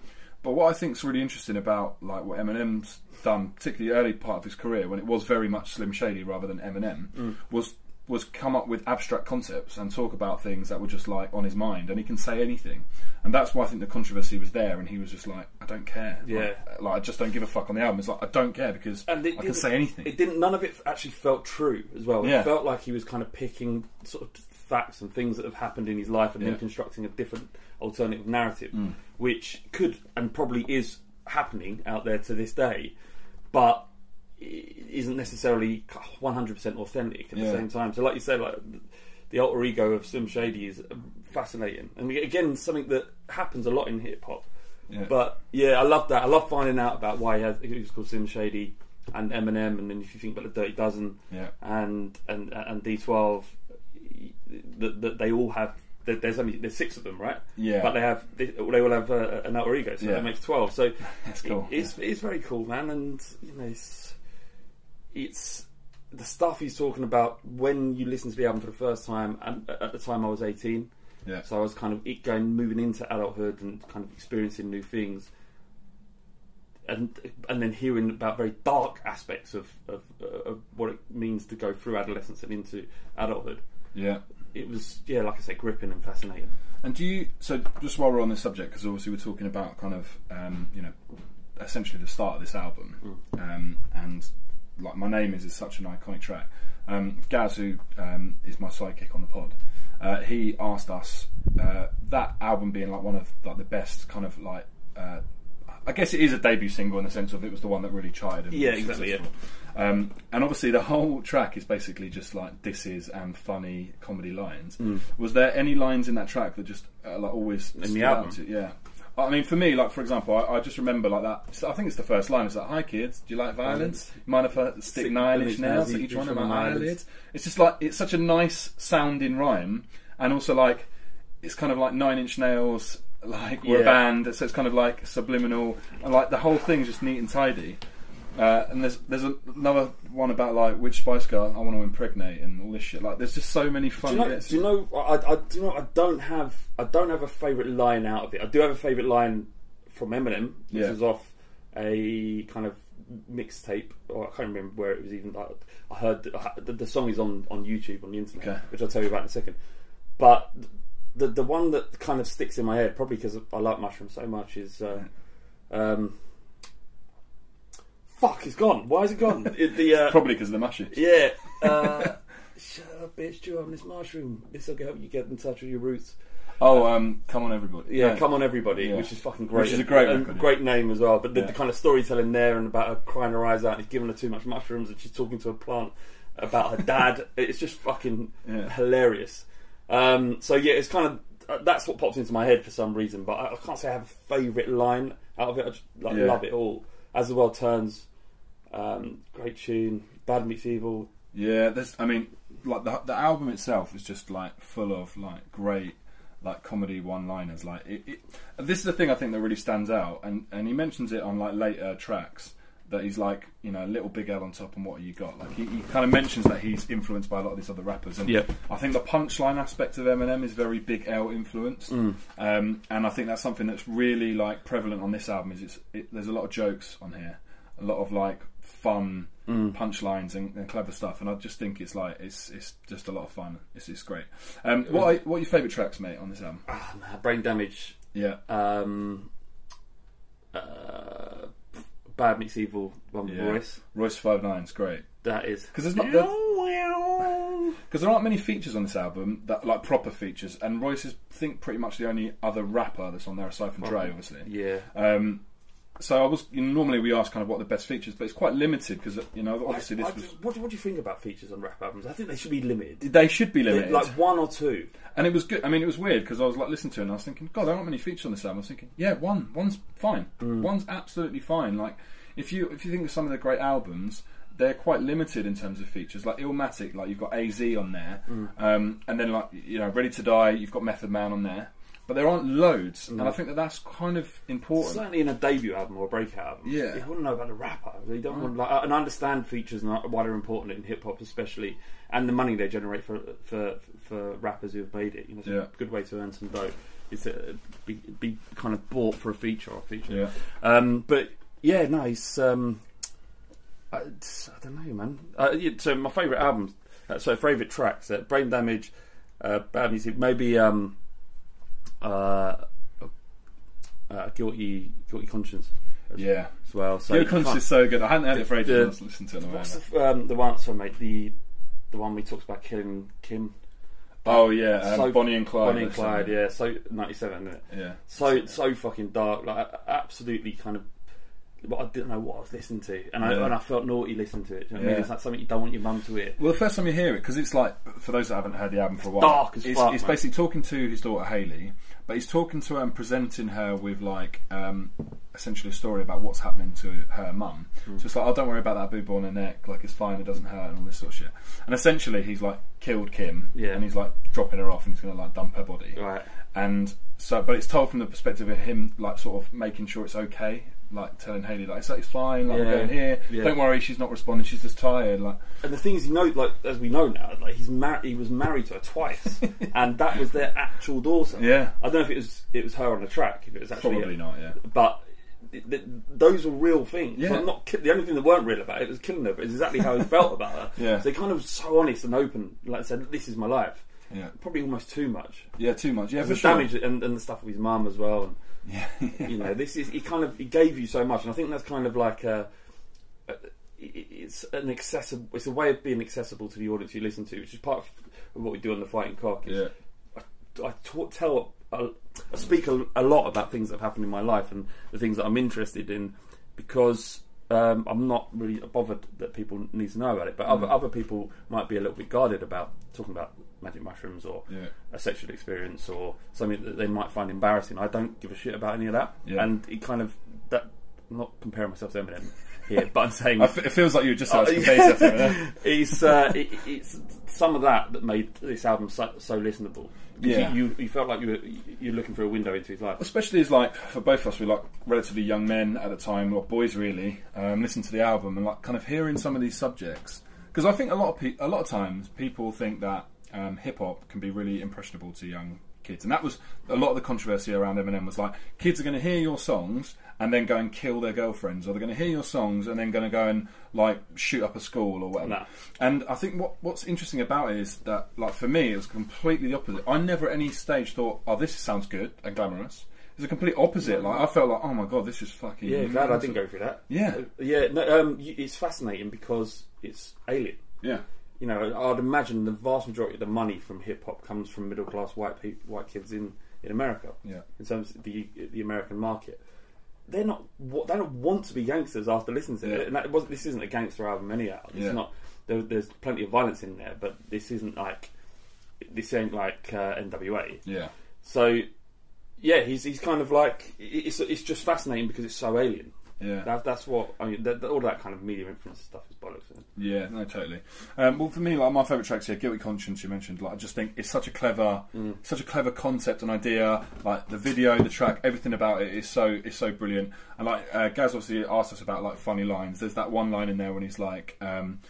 Speaker 2: but what i think's really interesting about like what eminem's done particularly early part of his career when it was very much slim shady rather than eminem was was come up with abstract concepts and talk about things that were just like on his mind and he can say anything and that's why i think the controversy was there and he was just like i don't care Like,
Speaker 4: Yeah.
Speaker 2: like I just don't give a fuck on the album. It's like I don't care because
Speaker 3: and
Speaker 2: I
Speaker 3: it
Speaker 2: can
Speaker 3: didn't-
Speaker 2: say anything.
Speaker 3: It didn't. None of it actually felt true as well.
Speaker 2: Yeah.
Speaker 3: It felt like he was kind of picking sort of facts and things that have happened in his life and
Speaker 2: Yeah. Mm.
Speaker 3: then constructing a different alternative narrative, which could and probably is happening out there to this day, but i- isn't necessarily 100% authentic at
Speaker 2: Yeah.
Speaker 3: the same time. So, like you said, like the alter ego of Slim Shady is fascinating, and again, something that happens a lot in hip hop.
Speaker 2: Yeah.
Speaker 3: But yeah, I love that. I love finding out about why he, has, he was called Slim Shady and Eminem, and then if you think about the Dirty Dozen
Speaker 2: Yeah.
Speaker 3: and and and D12, that that they all have. that There's only there's six of them, right?
Speaker 2: Yeah.
Speaker 3: But they have they, they all have uh, an alter ego, so
Speaker 2: Yeah.
Speaker 3: that makes twelve. So
Speaker 2: That's cool,
Speaker 3: it- it's it's very cool, man, and you know it's it's the stuff he's talking about when you listen to the album for the first time. And at the time, I was eighteen.
Speaker 2: yeah,
Speaker 3: So I was kind of it going moving into adulthood and kind of experiencing new things, and and then hearing about very dark aspects of of, uh, of what it means to go through adolescence and into adulthood.
Speaker 2: yeah.
Speaker 3: It was yeah, like I say, gripping and fascinating.
Speaker 2: And do you? So just while we're on this subject, because obviously we're talking about kind of um, you know essentially the start of this album,
Speaker 3: Mm.
Speaker 2: um, and like my name is is such an iconic track. Um, Gaz, who um, is my sidekick on the pod, uh, he asked us uh, that album being like one of like the best kind of like. Uh, I guess it is a debut single in the sense of it was the one that really charted. And
Speaker 3: Yeah,
Speaker 2: was
Speaker 3: exactly, yeah.
Speaker 2: successful. Um, and obviously, the whole track is basically just like disses and funny comedy lines. Was there any lines in that track that just uh, like always in
Speaker 4: album?
Speaker 2: Yeah. I mean, for me, like for example, I, I just remember like that. So I think it's the first line. It's like, "Hi kids, do you like violence? Mind if I stick,
Speaker 3: Stick
Speaker 2: nine-inch
Speaker 3: nine-inch
Speaker 2: nails
Speaker 3: nails
Speaker 2: at
Speaker 3: each
Speaker 2: each one of
Speaker 3: one
Speaker 2: my
Speaker 3: of my
Speaker 2: eyelids?"
Speaker 3: eyelids?
Speaker 2: It's just like it's such a nice sounding rhyme, and also like it's kind of like nine-inch nails. Like were a
Speaker 3: Yeah.
Speaker 2: band, so it's kind of like subliminal, and like the whole thing's just neat and tidy. Uh, and there's there's another one about like which Spice Girl I want to impregnate and all this shit. Like there's just so many
Speaker 3: Do
Speaker 2: fun
Speaker 3: you know?
Speaker 2: bits.
Speaker 3: Do you know? I, I- I do you know. I don't have. I don't have a favorite line out of it. I do have a favorite line from Eminem, which
Speaker 2: Yeah.
Speaker 3: was off a kind of mixtape, or I can't remember where it was. Even like, I heard I- the, the song is on on YouTube on the internet,
Speaker 2: Okay.
Speaker 3: which I'll tell you about in a second. But the the one that kind of sticks in my head, probably because I like mushroom so much, is. Uh, um, Fuck, it's gone. Why is it gone? It- the uh,
Speaker 2: Probably because of the mushy.
Speaker 3: yeah. Uh, Shut up, bitch! Chew on this mushroom. This will help you get in touch with your roots.
Speaker 2: Oh, um, come on everybody.
Speaker 3: Yeah, come on, everybody,
Speaker 2: Yeah.
Speaker 3: which is fucking great.
Speaker 2: Which is a great
Speaker 3: and
Speaker 2: record,
Speaker 3: great name as well. But the,
Speaker 2: Yeah.
Speaker 3: the kind of storytelling there and about her crying her eyes out and he's giving her too much mushrooms and she's talking to a plant about her dad. It's just fucking
Speaker 2: Yeah.
Speaker 3: hilarious. Um, so yeah, it's kind of uh, that's what pops into my head for some reason. But I, I can't say I have a favourite line out of it. I just like,
Speaker 2: Yeah.
Speaker 3: love it all. As the world turns, um, great tune. Bad meets evil.
Speaker 2: Yeah, there's. I mean, like the the album itself is just like full of like great like comedy one-liners. Like it, it, this is the thing I think that really stands out, and and he mentions it on like later tracks that he's like you know little big L on top and what have you got? Like he, he kind of mentions that he's influenced by a lot of these other rappers, and
Speaker 4: Yep.
Speaker 2: I think the punchline aspect of Eminem is very big L influenced, um, and I think that's something that's really like prevalent on this album. Is it's it, there's a lot of jokes on here, a lot of like fun
Speaker 3: Mm.
Speaker 2: punchlines and, and clever stuff, and I just think it's like it's it's just a lot of fun. It's it's great. Um, what are, what are your favourite tracks, mate, on this album?
Speaker 3: Ah, man, brain damage.
Speaker 2: Yeah,
Speaker 3: um, uh, Bad Meets Evil one with
Speaker 2: Yeah.
Speaker 3: Royce.
Speaker 2: Royce Five Nine's great
Speaker 3: That is.
Speaker 2: because there's not because there aren't many features on this album that like proper features, and Royce is I think pretty much the only other rapper that's on there aside from Dre, obviously.
Speaker 3: Yeah.
Speaker 2: Um, so I was you know, normally we ask kind of what the best features, but it's quite limited because you know obviously
Speaker 3: I-
Speaker 2: this
Speaker 3: I-
Speaker 2: was
Speaker 3: what, what do you think about features on rap albums? I think they should be limited.
Speaker 2: they should be limited,
Speaker 3: Like one or two.
Speaker 2: and it was good. I mean, it was weird because I was like listening to it and I was
Speaker 3: Mm.
Speaker 2: thinking, God, there aren't many features on this album. I was thinking, yeah, one, one's fine, one's absolutely fine. Like if you if you think of some of the great albums, they're quite limited in terms of features. Like Illmatic, like you've got AZ on there,
Speaker 3: Mm.
Speaker 2: um, and then like you know Ready to Die, you've got Method Man on there, but there aren't loads,
Speaker 3: Mm.
Speaker 2: and I think that that's kind of important.
Speaker 3: Certainly in a debut album or a breakout album.
Speaker 2: Yeah.
Speaker 3: You wouldn't know about the rapper. They don't want like, and I understand features and why they're important in hip hop especially and the money they generate for for for rappers who have made it. You know, it's
Speaker 2: Yeah.
Speaker 3: a good way to earn some dough is to be, be kind of bought for a feature or a feature.
Speaker 2: yeah,
Speaker 3: Um, but yeah, no, he's. Um, I, it's- I don't know, man. Uh, yeah, so my favourite albums, uh, so favourite tracks: uh, Brain Damage, uh, Bad Music, maybe um, uh, uh, Guilty, Guilty Conscience
Speaker 2: yeah.
Speaker 3: as well. So
Speaker 2: Your
Speaker 3: you can't-
Speaker 2: conscience is so good. I hadn't heard it for ages.
Speaker 3: The-
Speaker 2: I was listening to it. on the way
Speaker 3: What's
Speaker 2: now.
Speaker 3: the, um, the one? Sorry, mate. The the one we talked about killing Kim,
Speaker 2: Oh yeah, um,
Speaker 3: So-
Speaker 2: Bonnie and Clyde.
Speaker 3: Bonnie and
Speaker 2: or
Speaker 3: Clyde.
Speaker 2: something.
Speaker 3: Yeah, so ninety-seven. Isn't it?
Speaker 2: yeah.
Speaker 3: so so fucking dark, like absolutely kind of. But I didn't know what I was listening to, and I
Speaker 2: Yeah.
Speaker 3: and I felt naughty listening to it. Do you know what I
Speaker 2: Yeah.
Speaker 3: mean? It's like something you don't want your mum to hear.
Speaker 2: Well, the first time you hear it, because it's like for those that haven't heard the album for a while,
Speaker 3: dark as
Speaker 2: it's,
Speaker 3: fuck,
Speaker 2: it's
Speaker 3: mate.
Speaker 2: basically talking to his daughter Haley, but he's talking to her and presenting her with like um, essentially a story about what's happening to her mum.
Speaker 3: Hmm.
Speaker 2: So it's like, oh, don't worry about that boob on her neck, like it's fine, it doesn't hurt, and all this sort of shit. And essentially, he's like killed Kim,
Speaker 3: Yeah.
Speaker 2: and he's like dropping her off, and he's gonna like dump her body,
Speaker 3: Right.
Speaker 2: and so but it's told from the perspective of him like sort of making sure it's okay like telling Haley like it's, it's fine like
Speaker 3: Yeah.
Speaker 2: we're going here
Speaker 3: Yeah.
Speaker 2: don't worry she's not responding she's just tired like
Speaker 3: And the thing is, you know, like as we know now, like he's mar- he was married to her twice, and that was their actual daughter.
Speaker 2: yeah
Speaker 3: I don't know if it was it was her on the track, if it was actually,
Speaker 2: probably not yeah
Speaker 3: but. th- th- those were real things.
Speaker 2: Yeah.
Speaker 3: Like, not ki- the only thing that weren't real about it was killing her, but it's exactly how he felt about her.
Speaker 2: Yeah.
Speaker 3: So they're kind of so honest and open. Like I said, this is my life.
Speaker 2: yeah
Speaker 3: Probably almost too much.
Speaker 2: yeah too much yeah for
Speaker 3: the
Speaker 2: sure
Speaker 3: damage and, and the stuff with his mum as well.
Speaker 2: yeah
Speaker 3: And, you know, this is he kind of he gave you so much, and I think that's kind of like a, a- it's an accessible, it's a way of being accessible to the audience you listen to, which is part of what we do on the Fighting Cock. is
Speaker 2: yeah
Speaker 3: I talk, tell, I, I speak a, a lot about things that have happened in my life and the things that I'm interested in because um, I'm not really bothered that people need to know about it. But
Speaker 2: Mm.
Speaker 3: other, other people might be a little bit guarded about talking about magic mushrooms or
Speaker 2: Yeah.
Speaker 3: a sexual experience or something that they might find embarrassing. I don't give a shit about any of that.
Speaker 2: Yeah.
Speaker 3: And it kind of that. I'm not comparing myself to Eminem here, but I'm saying
Speaker 2: I f- it feels like you were just asking
Speaker 3: Oh, yeah.
Speaker 2: basically, yeah.
Speaker 3: it's uh, it, it's some of that that made this album so, so listenable. 'Cause
Speaker 2: Yeah.
Speaker 3: you, you you felt like you were you're looking for a window into his life.
Speaker 2: especially as like for both of us, we like relatively young men at the time, or boys really, um, listen to the album and like kind of hearing some of these subjects. Because I think a lot of pe- a lot of times people think that um, hip hop can be really impressionable to young kids, and that was a lot of the controversy around Eminem was like kids are going to hear your songs and then go and kill their girlfriends, or they're going to hear your songs and then going to go and like shoot up a school or whatever.
Speaker 3: Nah.
Speaker 2: And I think what what's interesting about it is that, like for me, it was completely the opposite. I never at any stage thought, "Oh, this sounds good and glamorous." It's the complete opposite. Like I felt like, "Oh my god, this is fucking."
Speaker 3: Yeah, glad I didn't go through that.
Speaker 2: Yeah.
Speaker 3: Uh, yeah. No, um, you, it's fascinating because it's alien.
Speaker 2: Yeah,
Speaker 3: You know, I'd imagine the vast majority of the money from hip hop comes from middle class white pe- white kids in, in America.
Speaker 2: yeah,
Speaker 3: in terms of the the American market. They're not wa- they don't want to be gangsters after listening to
Speaker 2: Yeah.
Speaker 3: it. And that was, this isn't a gangster album anyhow. It's
Speaker 2: Yeah.
Speaker 3: not. There, there's plenty of violence in there, but this isn't like this ain't like uh, NWA.
Speaker 2: yeah,
Speaker 3: So yeah, he's he's kind of like i- it's it's just fascinating because it's so alien.
Speaker 2: yeah.
Speaker 3: That, that's what I mean. That, that- all that kind of media influence stuff is bollocks. Isn't it?
Speaker 2: Yeah, no, totally. Um, well, for me, like my favourite tracks here, "Guilty Conscience," you mentioned. Like, I just think it's such a clever,
Speaker 3: Mm.
Speaker 2: such a clever concept and idea. Like the video, the track, everything about it is so is so brilliant. And like uh, Gaz obviously asked us about like funny lines. There's that one line in there when he's like, um,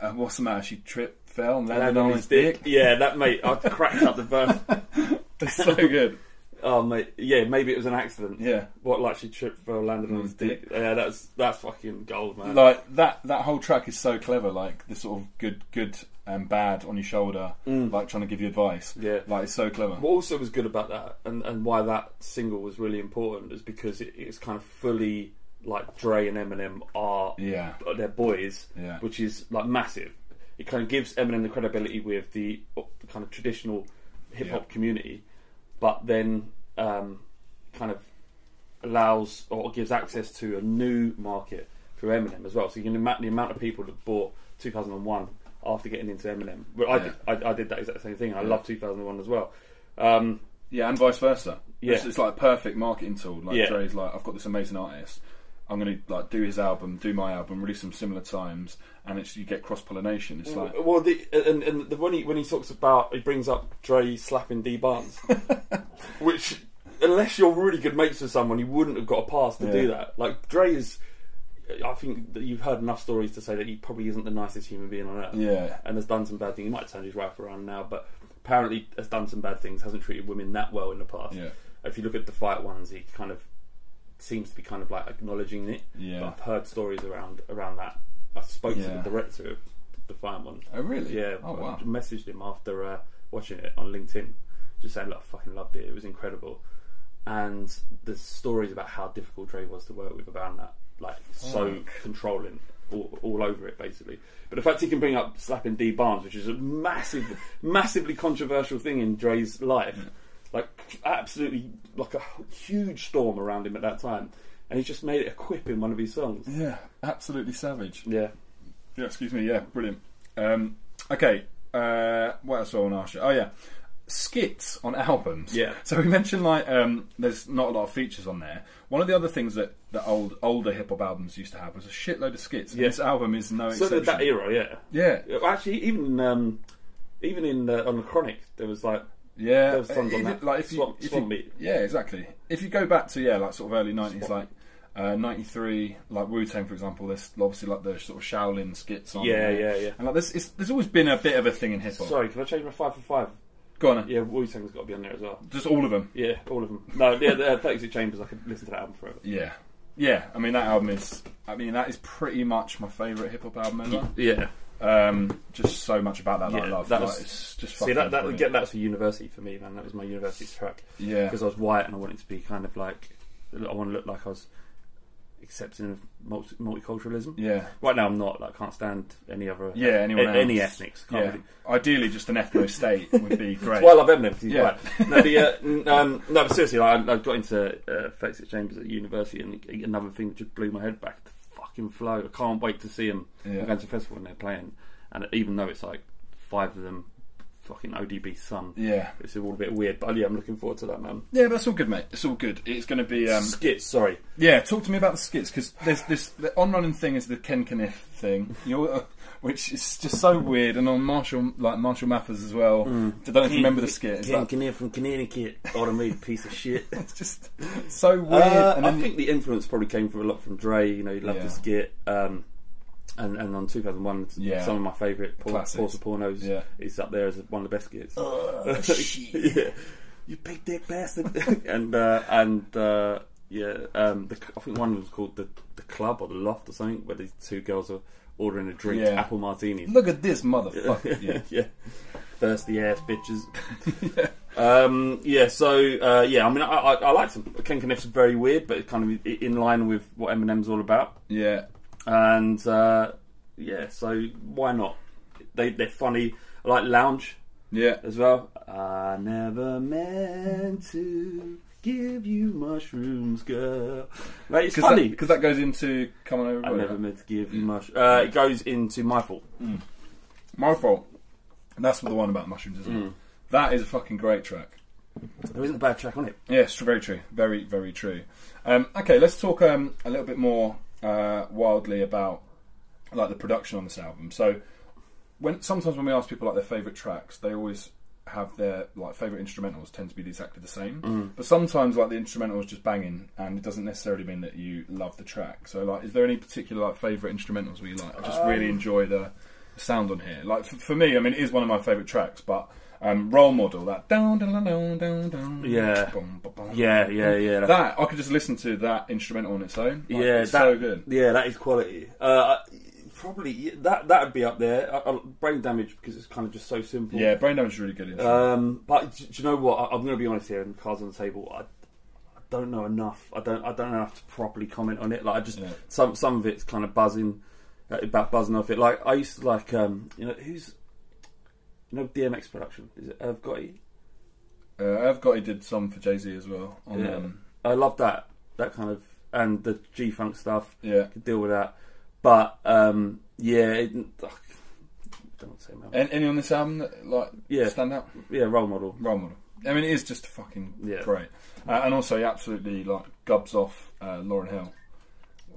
Speaker 2: uh, "What's the matter? She tripped, fell, and landed on his dick."
Speaker 3: Yeah, that mate. I cracked up the verse.
Speaker 2: It's so good.
Speaker 3: Oh mate, yeah, maybe it was an accident.
Speaker 2: Yeah.
Speaker 3: What like she tripped for landed on his dick? Yeah, that's that's fucking gold, man.
Speaker 2: like that that whole track is so clever like the sort of good good and bad on your shoulder like trying to give you advice
Speaker 3: Mm. Yeah.
Speaker 2: like it's so clever
Speaker 3: what also was good about that, and, and why that single was really important, is because it, it's kind of fully like Dre and Eminem are
Speaker 2: yeah
Speaker 3: are uh, their boys,
Speaker 2: Yeah.
Speaker 3: which is like massive. It kind of gives Eminem the credibility with the uh, kind of traditional hip hop
Speaker 2: Yeah.
Speaker 3: community, but then um, kind of allows or gives access to a new market through Eminem as well. So you can imagine the amount of people that bought 2001 after getting into Eminem. Well, I,
Speaker 2: Yeah.
Speaker 3: did, I, I did that exact same thing. and I love 2001 as well. Um,
Speaker 2: yeah and vice versa
Speaker 3: Yeah.
Speaker 2: it's, it's like a perfect marketing tool like
Speaker 3: Yeah.
Speaker 2: Dre's like I've got this amazing artist I'm going to like do his album, do my album, release them similar times, and it's you get cross pollination. It's like
Speaker 3: Well, the, and, and the, when he when he talks about he brings up Dre slapping D Barnes, which unless you're really good mates with someone, you wouldn't have got a pass to
Speaker 2: Yeah.
Speaker 3: do that. Like Dre is, I think that you've heard enough stories to say that he probably isn't the nicest human being on earth,
Speaker 2: yeah,
Speaker 3: and has done some bad things. He might turn his wife around now, but apparently has done some bad things. Hasn't treated women that well in the past.
Speaker 2: yeah,
Speaker 3: If you look at the fight ones, he kind of seems to be kind of like acknowledging it. But
Speaker 2: yeah.
Speaker 3: I've heard stories around around that. I spoke to
Speaker 2: Yeah.
Speaker 3: the director of the Defiant Ones.
Speaker 2: Oh really?
Speaker 3: Yeah,
Speaker 2: Oh
Speaker 3: I
Speaker 2: wow.
Speaker 3: messaged him after uh, watching it on LinkedIn, just saying, "Look, I fucking loved it. It was incredible." And the stories about how difficult Dre was to work with about that, like so controlling, all, all over it basically. But the fact he can bring up slapping D Barnes, which is a massive, massively controversial thing in Dre's life, like absolutely like a huge storm around him at that time, and he just made it a quip in one of his songs.
Speaker 2: Yeah, absolutely savage.
Speaker 3: Yeah,
Speaker 2: Yeah, excuse me. Yeah, brilliant. Um, okay, uh, what else do I want to ask you? Oh yeah, skits on albums.
Speaker 3: Yeah.
Speaker 2: So we mentioned like um, there's not a lot of features on there. One of the other things that the old older hip hop albums used to have was a shitload of skits. And
Speaker 3: Yeah.
Speaker 2: This album is no
Speaker 3: so
Speaker 2: exception.
Speaker 3: that era, yeah.
Speaker 2: yeah,
Speaker 3: Yeah, well, Actually, even um, even in the, on the chronic, there was like
Speaker 2: yeah.
Speaker 3: there was tons on
Speaker 2: Even-
Speaker 3: that.
Speaker 2: Like if you,
Speaker 3: swamp,
Speaker 2: if
Speaker 3: swamp
Speaker 2: you-
Speaker 3: meet.
Speaker 2: yeah, exactly. If you go back to yeah, like sort of early nineties, like.
Speaker 3: Swamp.
Speaker 2: Uh, 93, like Wu Tang, for example, there's obviously like the sort of Shaolin skits on
Speaker 3: Yeah,
Speaker 2: there.
Speaker 3: yeah, yeah.
Speaker 2: And like, there's, it's, there's always been a bit of a thing in hip hop.
Speaker 3: Sorry, can I change my five for five?
Speaker 2: Go on,
Speaker 3: Yeah, Wu Tang's got to be on there as well.
Speaker 2: just all of them.
Speaker 3: Yeah, all of them. No, yeah, the uh, Thirty Six Chambers. I could listen to that album forever.
Speaker 2: Yeah, yeah. I mean that album is. I mean that is pretty much my favourite hip hop album ever.
Speaker 3: Yeah,
Speaker 2: Um, just so much about that that I
Speaker 3: Yeah,
Speaker 2: love.
Speaker 3: that
Speaker 2: Like,
Speaker 3: was-
Speaker 2: it's just
Speaker 3: see
Speaker 2: fucking
Speaker 3: that that
Speaker 2: brilliant.
Speaker 3: again, that's for university for me, man. That was my university track
Speaker 2: yeah,
Speaker 3: because I was white and I wanted to be kind of like I want to look like I was accepting of multi- multiculturalism.
Speaker 2: yeah,
Speaker 3: Right now, I'm not. Like, I can't stand any other.
Speaker 2: yeah. Anyone else?
Speaker 3: any ethnics. Can't
Speaker 2: Yeah.
Speaker 3: really-
Speaker 2: Ideally, just an ethno state would be great.
Speaker 3: That's why I love Eminem. 'cause he's
Speaker 2: Yeah.
Speaker 3: white. No, the, uh, n- um, no, but seriously, like, I, I got into uh, Fexit Chambers at university, and another thing that just blew my head back. The fucking flow. I can't wait to see them.
Speaker 2: Yeah.
Speaker 3: I'm going to a festival and they're playing, and even though it's like five of them, fucking ODB son,
Speaker 2: yeah,
Speaker 3: it's all a bit weird. But yeah, I'm looking forward to that, man.
Speaker 2: yeah. But it's all good, mate. It's all good. It's going to be. Um,
Speaker 3: Skits, sorry.
Speaker 2: yeah, talk to me about the skits because there's this the on running thing is the Ken Kniff thing, you know, which is just so weird. And on Marshall, like Marshall Mathers as well.
Speaker 3: Mm.
Speaker 2: I don't know if you remember the skit. It's, like,
Speaker 3: Kinnear from Connecticut, automated piece of shit.
Speaker 2: it's just so weird.
Speaker 3: Uh,
Speaker 2: and
Speaker 3: I
Speaker 2: then-
Speaker 3: think the influence probably came from a lot from Dre. You know, he loved
Speaker 2: Yeah.
Speaker 3: his skit. Um, and, and on 2001,
Speaker 2: Yeah.
Speaker 3: some of my favourite Paul,
Speaker 2: Classics.
Speaker 3: Paul Sapornos
Speaker 2: Yeah. Oh,
Speaker 3: is up there as one of the best skits.
Speaker 2: shit.
Speaker 3: yeah. You big dick bastard. and uh, and uh, yeah, um, the, I think one was called the the club or the loft or something, where these two girls are ordering a drink,
Speaker 2: Yeah.
Speaker 3: apple martinis.
Speaker 2: Look at this motherfucker. yeah.
Speaker 3: yeah. Thirsty ass bitches. Um, yeah, so uh, yeah, I mean, I, I, I liked him. Ken Kniff's very weird, but it's kind of i- in line with what Eminem's all about.
Speaker 2: Yeah.
Speaker 3: And uh, yeah, so why not? They they're funny. I like Lounge
Speaker 2: Yeah.
Speaker 3: as well. I never meant to give you mushrooms, girl. Mate, it's funny.
Speaker 2: Because that, Oh, goes into Come On Over.
Speaker 3: I never
Speaker 2: Brother.
Speaker 3: meant to give you mushrooms. Uh, it goes into my fault.
Speaker 2: My fault. And that's the one about mushrooms, isn't
Speaker 3: Mm.
Speaker 2: it? That is a fucking great track.
Speaker 3: There isn't a bad track on it.
Speaker 2: Yeah, it's very true. Very, very true. Um, okay, let's talk um, a little bit more uh, wildly about like the production on this album. So, when sometimes when we ask people like their favorite tracks, they always have their like favorite instrumentals tend to be exactly the same. But sometimes like the instrumental is just banging, and it doesn't necessarily mean that you love the track. So, like, is there any particular like favorite instrumentals where you like? I just really enjoy the sound on here. Like for, for me, I mean, it is one of my favorite tracks, but. Um, role model that down down down down down
Speaker 3: Yeah.
Speaker 2: Bum, bum, bum.
Speaker 3: Yeah, yeah, yeah. That's
Speaker 2: That I could just listen to that instrumental on its own. Like,
Speaker 3: yeah,
Speaker 2: it's
Speaker 3: that,
Speaker 2: so good.
Speaker 3: Yeah, that is quality. Uh, I- probably yeah, that that would be up there. I, I, brain damage because it's kind of just so simple.
Speaker 2: Yeah, Brain Damage is really good. Intro.
Speaker 3: Um, but do, do you know what? I, I'm going to be honest here, and cards on the table. I, I don't know enough. I don't. I don't know enough to properly comment on it. Like I just
Speaker 2: Yeah.
Speaker 3: some some of it's kind of buzzing uh, about buzzing off it. Like I used to like um, you know who's you know DMX production is it Irv Gotti?
Speaker 2: uh, I've got he did some for Jay Z as well. On,
Speaker 3: Yeah.
Speaker 2: um,
Speaker 3: I love that that kind of and the G Funk stuff.
Speaker 2: yeah.
Speaker 3: could deal with that. But um, yeah, it, ugh, don't want to say man.
Speaker 2: An- Any on this album that like
Speaker 3: Yeah.
Speaker 2: stand out?
Speaker 3: Yeah, role model.
Speaker 2: Role model. I mean, it is just fucking
Speaker 3: Yeah.
Speaker 2: great. Uh, and also, he absolutely like gubs off uh, Lauren Hill.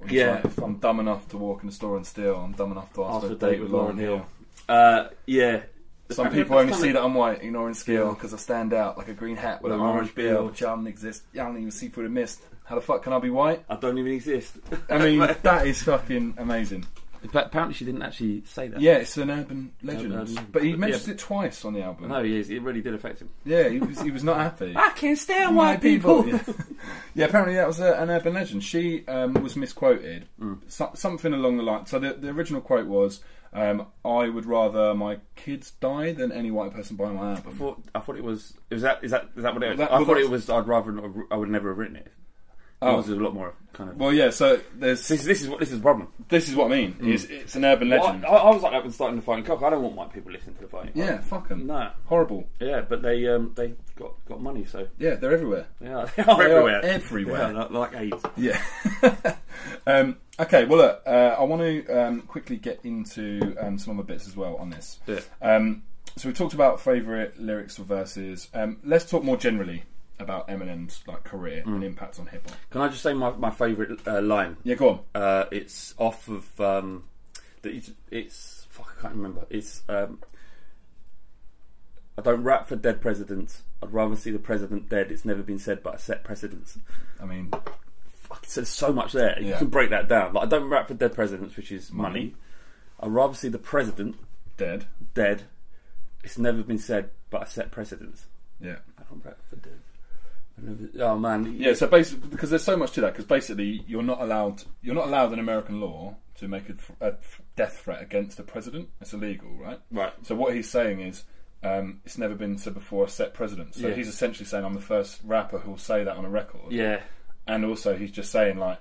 Speaker 2: It's
Speaker 3: Yeah.
Speaker 2: like, if I'm dumb enough to walk in the store and steal, I'm dumb enough to ask, for a date with Lauren Hill.
Speaker 3: Uh, yeah.
Speaker 2: Some people only see that I'm white, ignoring skill, because I stand out like a green hat with an
Speaker 3: Orange
Speaker 2: orange beard,
Speaker 3: beard.
Speaker 2: which I don't exist. I don't even see through the mist. How the fuck can I be white?
Speaker 3: I don't even exist.
Speaker 2: I mean, that is fucking amazing.
Speaker 3: But apparently, she didn't actually say that.
Speaker 2: Yeah, it's an urban legend.
Speaker 3: Urban-
Speaker 2: but he
Speaker 3: but-
Speaker 2: mentions it twice on the album.
Speaker 3: No, he is. It really did affect him.
Speaker 2: Yeah, he was, he was not happy.
Speaker 3: I can't stand
Speaker 2: Yeah. Yeah, apparently that was a, an urban legend. She um, was misquoted.
Speaker 3: Hmm.
Speaker 2: So, something along the line. So the, the original quote was, um, "I would rather my kids die than any white person buy my album."
Speaker 3: I thought, I thought it was. Is that is that is that what it? Was?
Speaker 2: That-
Speaker 3: I
Speaker 2: well,
Speaker 3: thought it
Speaker 2: that's-
Speaker 3: was. I'd rather. Not, I would never have written it. It
Speaker 2: Oh.
Speaker 3: was a lot more kind of.
Speaker 2: Well, yeah. So there's
Speaker 3: this, this is what this is the problem.
Speaker 2: this is what I mean. It's, it's an urban
Speaker 3: I,
Speaker 2: legend.
Speaker 3: I, I was like that when starting the fighting cock. I don't want white people listening to the fighting. Cock.
Speaker 2: yeah, fuck 'em.
Speaker 3: No.
Speaker 2: Horrible.
Speaker 3: Yeah, but they um they got got money, so
Speaker 2: Yeah, they're everywhere.
Speaker 3: they are, they are
Speaker 2: They are
Speaker 3: everywhere.
Speaker 2: everywhere.
Speaker 3: Yeah, like, like AIDS.
Speaker 2: Yeah. um, okay. Well, look. Uh, I want to um, quickly get into um, some other bits as well on this.
Speaker 3: Yeah.
Speaker 2: Um, so we talked about favourite lyrics or verses. Um, let's talk more generally about Eminem's like career and impact on hip hop.
Speaker 3: Can I just say my my favourite uh, line?
Speaker 2: Yeah, go on.
Speaker 3: Uh, it's off of um, the, it's, it's fuck I can't remember. It's um, I don't rap for dead presidents. I'd rather see the president dead. It's never been said, but I set precedents.
Speaker 2: I mean,
Speaker 3: Fuck, it says so much there. You
Speaker 2: Yeah.
Speaker 3: can break that down. Like I don't rap for dead presidents, which is money. I'd rather see the president
Speaker 2: dead.
Speaker 3: dead. It's never been said, but I set precedents.
Speaker 2: Yeah.
Speaker 3: I don't rap for dead. I never- Oh man,
Speaker 2: Yeah. So basically, because there's so much to that, because basically you're not allowed you're not allowed in American law to make a, th- a th- death threat against the president. It's illegal, right?
Speaker 3: Right.
Speaker 2: So what he's saying is. Um, it's never been said before a set president. So
Speaker 3: Yeah.
Speaker 2: he's essentially saying I'm the first rapper who'll say that on a record.
Speaker 3: Yeah.
Speaker 2: And also he's just saying like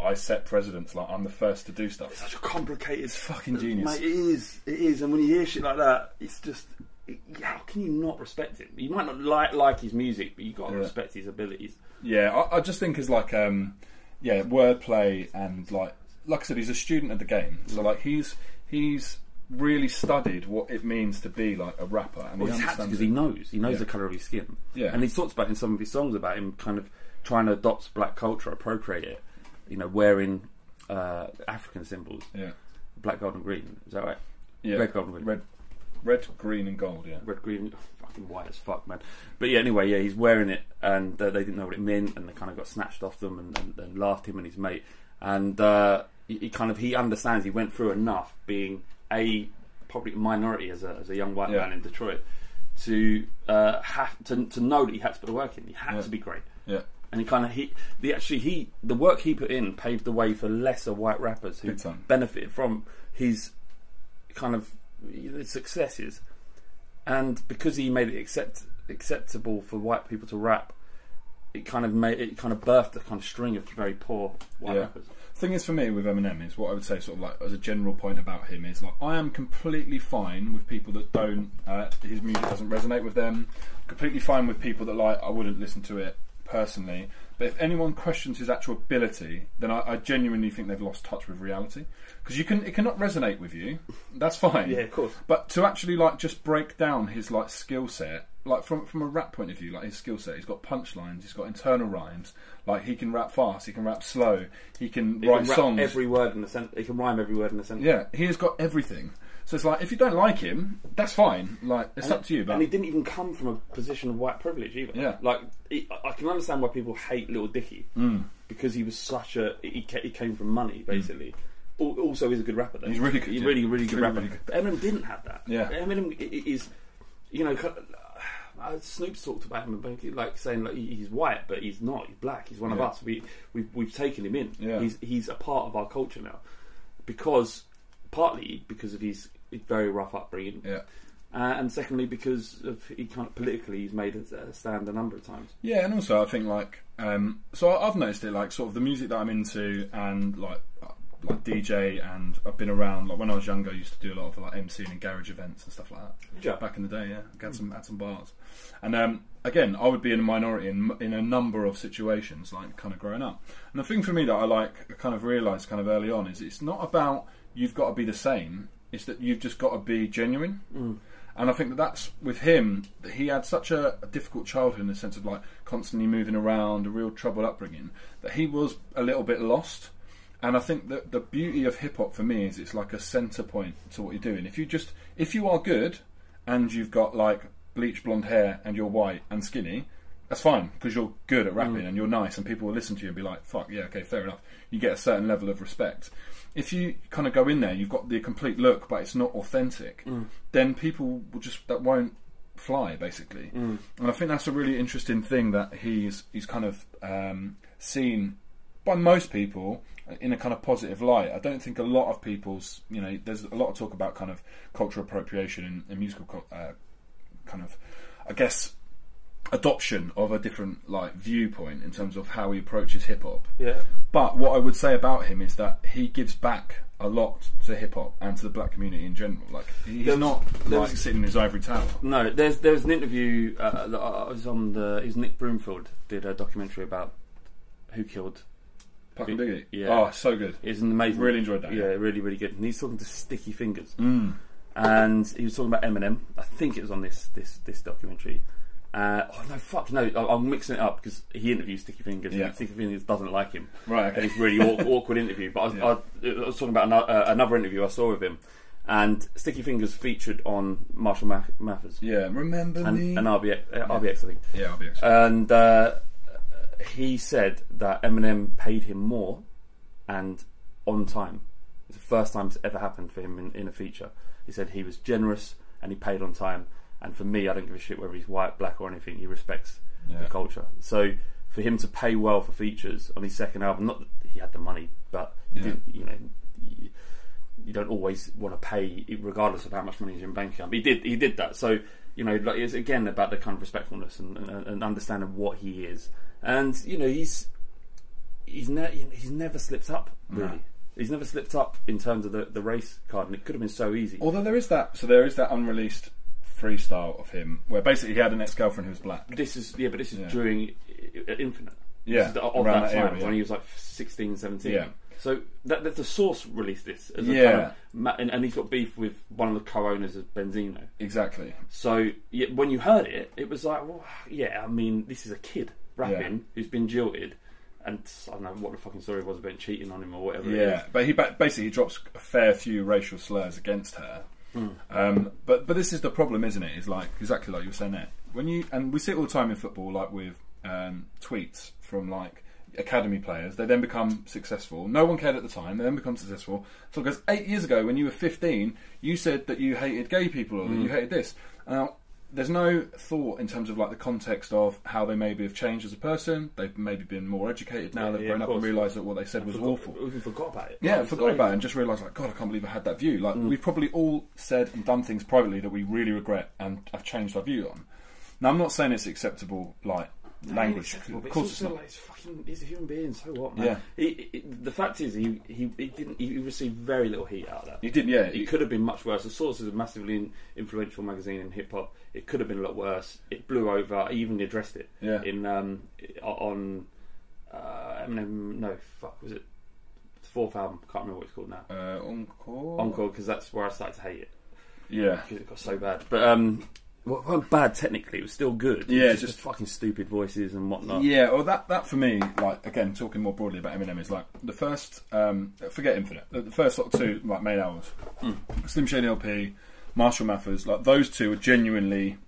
Speaker 2: I set presidents, like I'm the first to do stuff.
Speaker 3: Such a complicated
Speaker 2: fucking genius.
Speaker 3: Mate, it is. It is. And when you hear shit like that, it's just. it- How can you not respect him? You might not like like his music, but you got to
Speaker 2: Yeah.
Speaker 3: respect his abilities.
Speaker 2: Yeah, I, I just think is like um, yeah, wordplay and like like I said, he's a student of the game. So like he's he's really studied what it means to be like a rapper, and
Speaker 3: Well,
Speaker 2: he
Speaker 3: he's happy
Speaker 2: understands
Speaker 3: because
Speaker 2: it.
Speaker 3: he knows. He knows
Speaker 2: Yeah.
Speaker 3: the colour of his skin.
Speaker 2: Yeah.
Speaker 3: And he talks about in some of his songs about him kind of trying to adopt black culture, appropriate it. You know, wearing uh, African symbols,
Speaker 2: Yeah,
Speaker 3: black, gold, and green. Is that right?
Speaker 2: yeah,
Speaker 3: Red, gold, and green.
Speaker 2: red, red, green, and gold. Yeah,
Speaker 3: red green fucking white as fuck man but yeah anyway yeah he's wearing it and uh, they didn't know what it meant and they kind of got snatched off them and, and, and laughed him and his mate and uh, he, he kind of he understands he went through enough being a probably minority as a, as a young white
Speaker 2: Yeah.
Speaker 3: man in Detroit to uh, have to, to know that he had to put the work in he had
Speaker 2: Yeah.
Speaker 3: to be great
Speaker 2: yeah,
Speaker 3: and he kind of he the actually he the work he put in paved the way for lesser white rappers who
Speaker 2: Big time.
Speaker 3: benefited from his kind of you know, successes, and because he made it accept acceptable for white people to rap, it kind of made it kind of birthed a kind of string of very poor white
Speaker 2: yeah.
Speaker 3: rappers.
Speaker 2: Thing is, for me with Eminem is what I would say, sort of like as a general point about him is like I am completely fine with people that don't uh, his music doesn't resonate with them. Completely fine with people that like I wouldn't listen to it personally. But if anyone questions his actual ability, then I, I genuinely think they've lost touch with reality because you can it cannot resonate with you. That's fine.
Speaker 3: Yeah, of course.
Speaker 2: But to actually like just break down his like skill set, like from from a rap point of view, like his skill set, he's got punchlines, he's got internal rhymes. Like he can rap fast, he can rap slow, he can
Speaker 3: He
Speaker 2: write
Speaker 3: can rap
Speaker 2: songs.
Speaker 3: every word in the sentence. He can rhyme every word in the sentence.
Speaker 2: yeah, he has got everything. So it's like if you don't like him, that's fine. Like it's up to you. But
Speaker 3: and he didn't even come from a position of white privilege either.
Speaker 2: Yeah.
Speaker 3: like he, I- I can understand why people hate Little Dicky mm. because he was such a he, ca- he came from money basically. Al- Also, he's a good rapper. Though.
Speaker 2: Mm. He's really good,
Speaker 3: He's
Speaker 2: yeah.
Speaker 3: really, really good
Speaker 2: Really,
Speaker 3: rapper.
Speaker 2: really good.
Speaker 3: But Eminem didn't have that.
Speaker 2: Yeah.
Speaker 3: Eminem i- i- is, you know, kind of- uh, Snoop's talked about him, but he- like saying like he- he's white, but he's not. He's black. He's one of
Speaker 2: Yeah.
Speaker 3: us. We we've, we've taken him in.
Speaker 2: Yeah.
Speaker 3: He's he's a part of our culture now, because partly because of his very rough upbringing,
Speaker 2: yeah,
Speaker 3: uh, and secondly because of he kind of politically he's made a, a stand a number of times.
Speaker 2: yeah, and also I think like um, so I- I've noticed it like sort of the music that I'm into and like uh, like DJ and I've been around like when I was younger I used to do a lot of like MCing and garage events and stuff like that.
Speaker 3: Yeah.
Speaker 2: back in the day. Yeah, had some had some bars, and um, again, I would be in a minority in in a number of situations, like kind of growing up. And the thing for me that I like, I kind of realised kind of early on is it's not about you've got to be the same. It's that you've just got to be genuine. And I think that that's with him. That he had such a, a difficult childhood in the sense of like constantly moving around, a real troubled upbringing. That he was a little bit lost. And I think that the beauty of hip hop for me is it's like a center point to what you're doing. If you just if you are good and you've got like bleach blonde hair and you're white and skinny, that's fine because you're good at rapping and you're nice and people will listen to you and be like, "Fuck yeah, okay, fair enough." You get a certain level of respect. If you kind of go in there, you've got the complete look, but it's not authentic. Then people will just that won't fly basically. And I think that's a really interesting thing that he's he's kind of um, seen by most people in a kind of positive light. I don't think a lot of people's, you know, there's a lot of talk about kind of cultural appropriation and, and musical co- uh, kind of, I guess, adoption of a different like viewpoint in terms of how he approaches hip hop.
Speaker 3: Yeah.
Speaker 2: But what I would say about him is that he gives back a lot to hip hop and to the black community in general. Like he's
Speaker 3: There's-
Speaker 2: not like
Speaker 3: there's-
Speaker 2: sitting in his ivory tower.
Speaker 3: No, there's there was an interview uh, that I was on the. It was Nick Broomfield did a documentary about who killed.
Speaker 2: Puck and Biggie.
Speaker 3: Yeah.
Speaker 2: Oh, so good.
Speaker 3: It was an amazing.
Speaker 2: Really enjoyed that.
Speaker 3: yeah,
Speaker 2: Yeah.
Speaker 3: really, really good. And he's talking to Sticky Fingers,
Speaker 2: Mm.
Speaker 3: and he was talking about Eminem. I think it was on this this this documentary. Uh, oh no, fuck no! I, I'm mixing it up because he interviews Sticky Fingers.
Speaker 2: Yeah.
Speaker 3: and Sticky Fingers doesn't like him.
Speaker 2: Right.
Speaker 3: and
Speaker 2: Okay.
Speaker 3: it's really awkward, awkward interview. But I was, I, I was talking about another, uh, another interview I saw of him, and Sticky Fingers featured on Marshall Ma- Mathers
Speaker 2: Yeah. Remember me.
Speaker 3: and, and RBX, uh, RBX, I think.
Speaker 2: yeah, I'll be. honest.
Speaker 3: And uh, he said that Eminem paid him more and on time. It's the first time it's ever happened for him in, in a feature. He said he was generous and he paid on time. And for me, I don't give a shit whether he's white, black, or anything. He respects
Speaker 2: Yeah.
Speaker 3: the culture. So for him to pay well for features on his second album, not that he had the money, but he
Speaker 2: Yeah.
Speaker 3: didn't, you know, you, you don't always want to pay, regardless of how much money is in your bank account. But he did, he did that. So you know, like it's again about the kind of respectfulness and, and, and understanding what he is. And you know, he's he's ne- he's never slipped up really. He's never slipped up in terms of the, the race card, and it could have been so easy.
Speaker 2: Although there is that, so there is that unreleased freestyle of him where basically he had an ex-girlfriend who was black.
Speaker 3: This is yeah, but this is
Speaker 2: Yeah.
Speaker 3: during I- I- Infinite.
Speaker 2: Yeah,
Speaker 3: this is the, of
Speaker 2: around
Speaker 3: that,
Speaker 2: that
Speaker 3: time
Speaker 2: era, yeah.
Speaker 3: when he was like 16, 17.
Speaker 2: Yeah.
Speaker 3: So that, that the Source released this as a
Speaker 2: Yeah.
Speaker 3: kind of, ma- and, and he's got beef with one of the co-owners of Benzino.
Speaker 2: Exactly.
Speaker 3: So yeah, when you heard it, it was like, well, yeah, I mean, this is a kid rapping
Speaker 2: Yeah.
Speaker 3: who's been jilted, and I don't know what the fucking story was about cheating on him or whatever. it is.
Speaker 2: Yeah, but he ba- basically he drops a fair few racial slurs against her.
Speaker 3: Hmm.
Speaker 2: Um, but but this is the problem, isn't it? Is like exactly like you were saying there. When you and we see it all the time in football, like with um, tweets from like academy players, they then become successful. No one cared at the time. They then become successful. So because eight years ago, when you were fifteen, you said that you hated gay people or that
Speaker 3: Hmm.
Speaker 2: you hated this. Now there's no thought in terms of like the context of how they maybe have changed as a person. They've maybe been more educated now.
Speaker 3: Yeah,
Speaker 2: they've
Speaker 3: yeah,
Speaker 2: grown
Speaker 3: of
Speaker 2: up and
Speaker 3: course.
Speaker 2: realised that what they said was
Speaker 3: Forgot-
Speaker 2: awful.
Speaker 3: Even forgot about it.
Speaker 2: Yeah,
Speaker 3: Like,
Speaker 2: I forgot about it and just realised, like, God, I can't believe I had that view. Like,
Speaker 3: Mm.
Speaker 2: we've probably all said and done things privately that we really regret and have changed our view on. Now, I'm not saying it's acceptable, like, language.
Speaker 3: Acceptable, but
Speaker 2: of course
Speaker 3: it's
Speaker 2: it's
Speaker 3: also
Speaker 2: not.
Speaker 3: like it's fucking he's a human being, so what, man?
Speaker 2: Yeah.
Speaker 3: He, he- the fact is, he, he, he didn't. He received very little heat out of that.
Speaker 2: You didn't, yeah.
Speaker 3: It
Speaker 2: you-
Speaker 3: could have been much worse. The Source is a massively in- influential magazine in hip hop. It could have been a lot worse. It blew over. I even addressed it
Speaker 2: Yeah.
Speaker 3: in um, on uh, Eminem. No, fuck, was it the fourth album? Can't remember what it's called now.
Speaker 2: uh, encore?
Speaker 3: Encore, because that's where I started to hate it
Speaker 2: Yeah.
Speaker 3: because it got so bad. But um, well, it wasn't bad technically. It was still good. It was
Speaker 2: Yeah,
Speaker 3: just,
Speaker 2: just-
Speaker 3: the fucking stupid voices and whatnot.
Speaker 2: Yeah, well, that, that for me, like, again, talking more broadly about Eminem, is like the first, um, forget Infinite, the, the first sort of two, like, main albums
Speaker 3: Mm.
Speaker 2: Slim Shady LP, Marshall Mathers, like, those two are genuinely.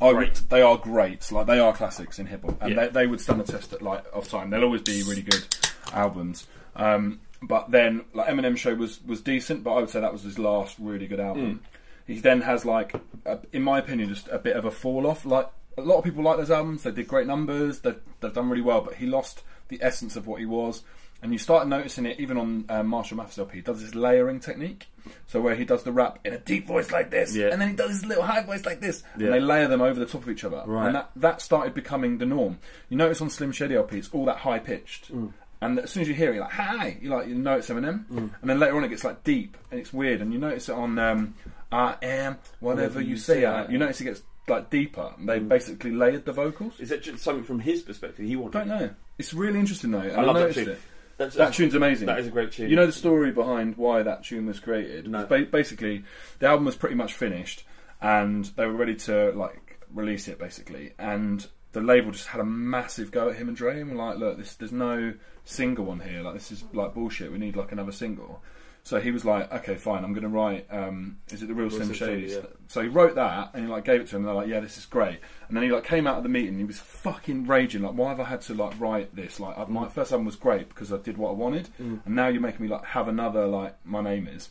Speaker 2: I would,
Speaker 3: Great.
Speaker 2: they are great, like they are classics in hip hop, and
Speaker 3: Yeah.
Speaker 2: they, they would stand the test at, like of time. They'll always be really good albums. Um, but then, like Eminem Show was was decent, but I would say that was his last really good album.
Speaker 3: Hmm.
Speaker 2: He then has like, a, in my opinion, just a bit of a fall off. Like a lot of people like those albums; they did great numbers, they've, they've done really well, but he lost the essence of what he was. And you start noticing it even on uh, Marshall Mathers LP. He does this layering technique, so where he does the rap in a deep voice like this,
Speaker 3: Yeah.
Speaker 2: and then he does this little high voice like this,
Speaker 3: Yeah.
Speaker 2: and they layer them over the top of each other.
Speaker 3: Right.
Speaker 2: And that, that started becoming the norm. You notice on Slim Shady LP, it's all that high pitched.
Speaker 3: Mm.
Speaker 2: And as soon as you hear it, you're like, hi! You like, you know it's Eminem. And then later on, it gets like deep and it's weird. And you notice it on um, I Am Whatever You Say I Am. You notice it gets like deeper. And
Speaker 3: Mm.
Speaker 2: they basically layered the vocals.
Speaker 3: Is that just something from his perspective? He wanted.
Speaker 2: don't know. It's really interesting though. and I,
Speaker 3: love that
Speaker 2: noticed
Speaker 3: tune.
Speaker 2: it.
Speaker 3: That's,
Speaker 2: That tune's amazing.
Speaker 3: That is a great tune.
Speaker 2: You know the story behind why that tune was created.
Speaker 3: No.
Speaker 2: Ba- basically, the album was pretty much finished, and they were ready to like release it. Basically, and the the label just had a massive go at him and Dre, and were like, look, this there's no single on here. Like this is like bullshit. We need like another single. So he was like, okay, fine, I'm going to write. Um, is it the real Slim
Speaker 3: Slim Shady,
Speaker 2: Shady?
Speaker 3: yeah.
Speaker 2: So he wrote that and he like gave it to him. And they're like, yeah, this is great. And then he like came out of the meeting. and He was fucking raging. Like, why have I had to like write this? Like, I, my first album was great because I did what I wanted, and now you're making me like have another like my name is.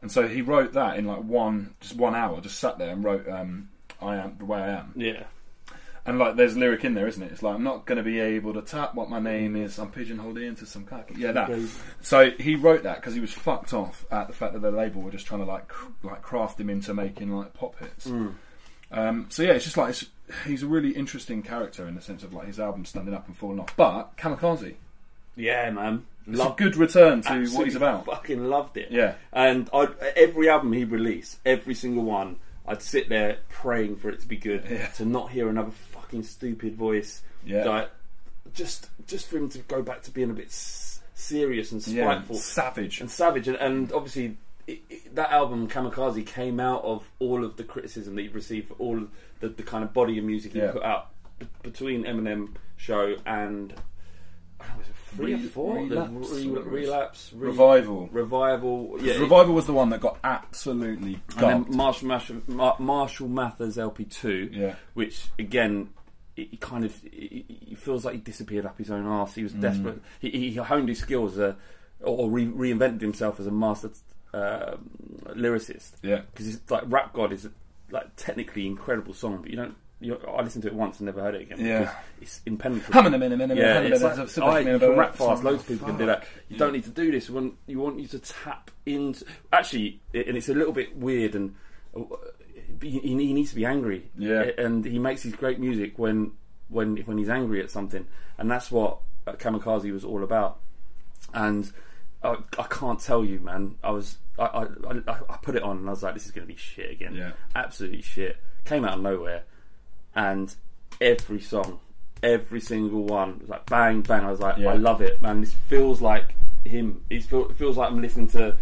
Speaker 2: And so he wrote that in like one just one hour. Just sat there and wrote um, I am the way I am.
Speaker 3: Yeah.
Speaker 2: And like, there's lyric in there, isn't it? It's like, I'm not going to be able to tap what my name is. I'm pigeonholed into some kind. Of, yeah, that. So he wrote that because he was fucked off at the fact that the label were just trying to like, cr- like craft him into making like pop hits.
Speaker 3: Mm.
Speaker 2: Um, so yeah, it's just like it's, he's a really interesting character in the sense of like his album standing up and falling off. But Kamikaze,
Speaker 3: Yeah, man.
Speaker 2: it's
Speaker 3: Love-
Speaker 2: a good return to what he's
Speaker 3: absolutely
Speaker 2: about.
Speaker 3: Fucking loved it.
Speaker 2: Yeah.
Speaker 3: And I every album he released, every single one, I'd sit there praying for it to be good,
Speaker 2: Yeah.
Speaker 3: to not hear another fucking stupid voice.
Speaker 2: Yeah.
Speaker 3: Like, just just for him to go back to being a bit s- serious and
Speaker 2: Yeah,
Speaker 3: spiteful
Speaker 2: savage.
Speaker 3: and savage, and, and obviously. It, it, that album Kamikaze came out of all of the criticism that he received for all of the, the kind of body of music he
Speaker 2: Yeah.
Speaker 3: put out b- between Eminem show and I don't know, was it three
Speaker 2: Re-
Speaker 3: or four The
Speaker 2: Relapse,
Speaker 3: re-
Speaker 2: whatever it is.
Speaker 3: relapse re-
Speaker 2: Revival.
Speaker 3: revival yeah
Speaker 2: Revival was the one that got absolutely
Speaker 3: and
Speaker 2: dumped.
Speaker 3: then Marshall, Marshall, Mar- Marshall Mathers LP2
Speaker 2: Yeah.
Speaker 3: which again he he kind of he he feels like he disappeared up his own arse
Speaker 2: Mm.
Speaker 3: he was desperate he, he honed his skills uh, or re- reinvented himself as a master uh, lyricist
Speaker 2: Yeah.
Speaker 3: because it's like Rap God is like technically incredible song but you don't you, I listened to it once and never heard it again
Speaker 2: Yeah.
Speaker 3: because it's impenetrable
Speaker 2: Hammer them in a minute,
Speaker 3: yeah,
Speaker 2: hammer
Speaker 3: it's
Speaker 2: them in a
Speaker 3: like,
Speaker 2: minute,
Speaker 3: I
Speaker 2: hammer them in a
Speaker 3: you
Speaker 2: minute.
Speaker 3: can rap fast. Loads of people can do
Speaker 2: Fuck.
Speaker 3: that. You don't need to do this. You want you want you to tap into actually, it- and it's a little bit weird. And uh, he, he needs to be angry.
Speaker 2: Yeah.
Speaker 3: and he makes his great music when when when he's angry at something, and that's what uh, Kamikaze was all about. And I, I can't tell you, man. I was I, I I I put it on and I was like, this is going to be shit again.
Speaker 2: Yeah.
Speaker 3: absolutely shit. Came out of nowhere and every song, every single one was like bang, bang. I was like,
Speaker 2: Yeah.
Speaker 3: I love it, man. This feels like him. It's feel, it feels like I'm listening to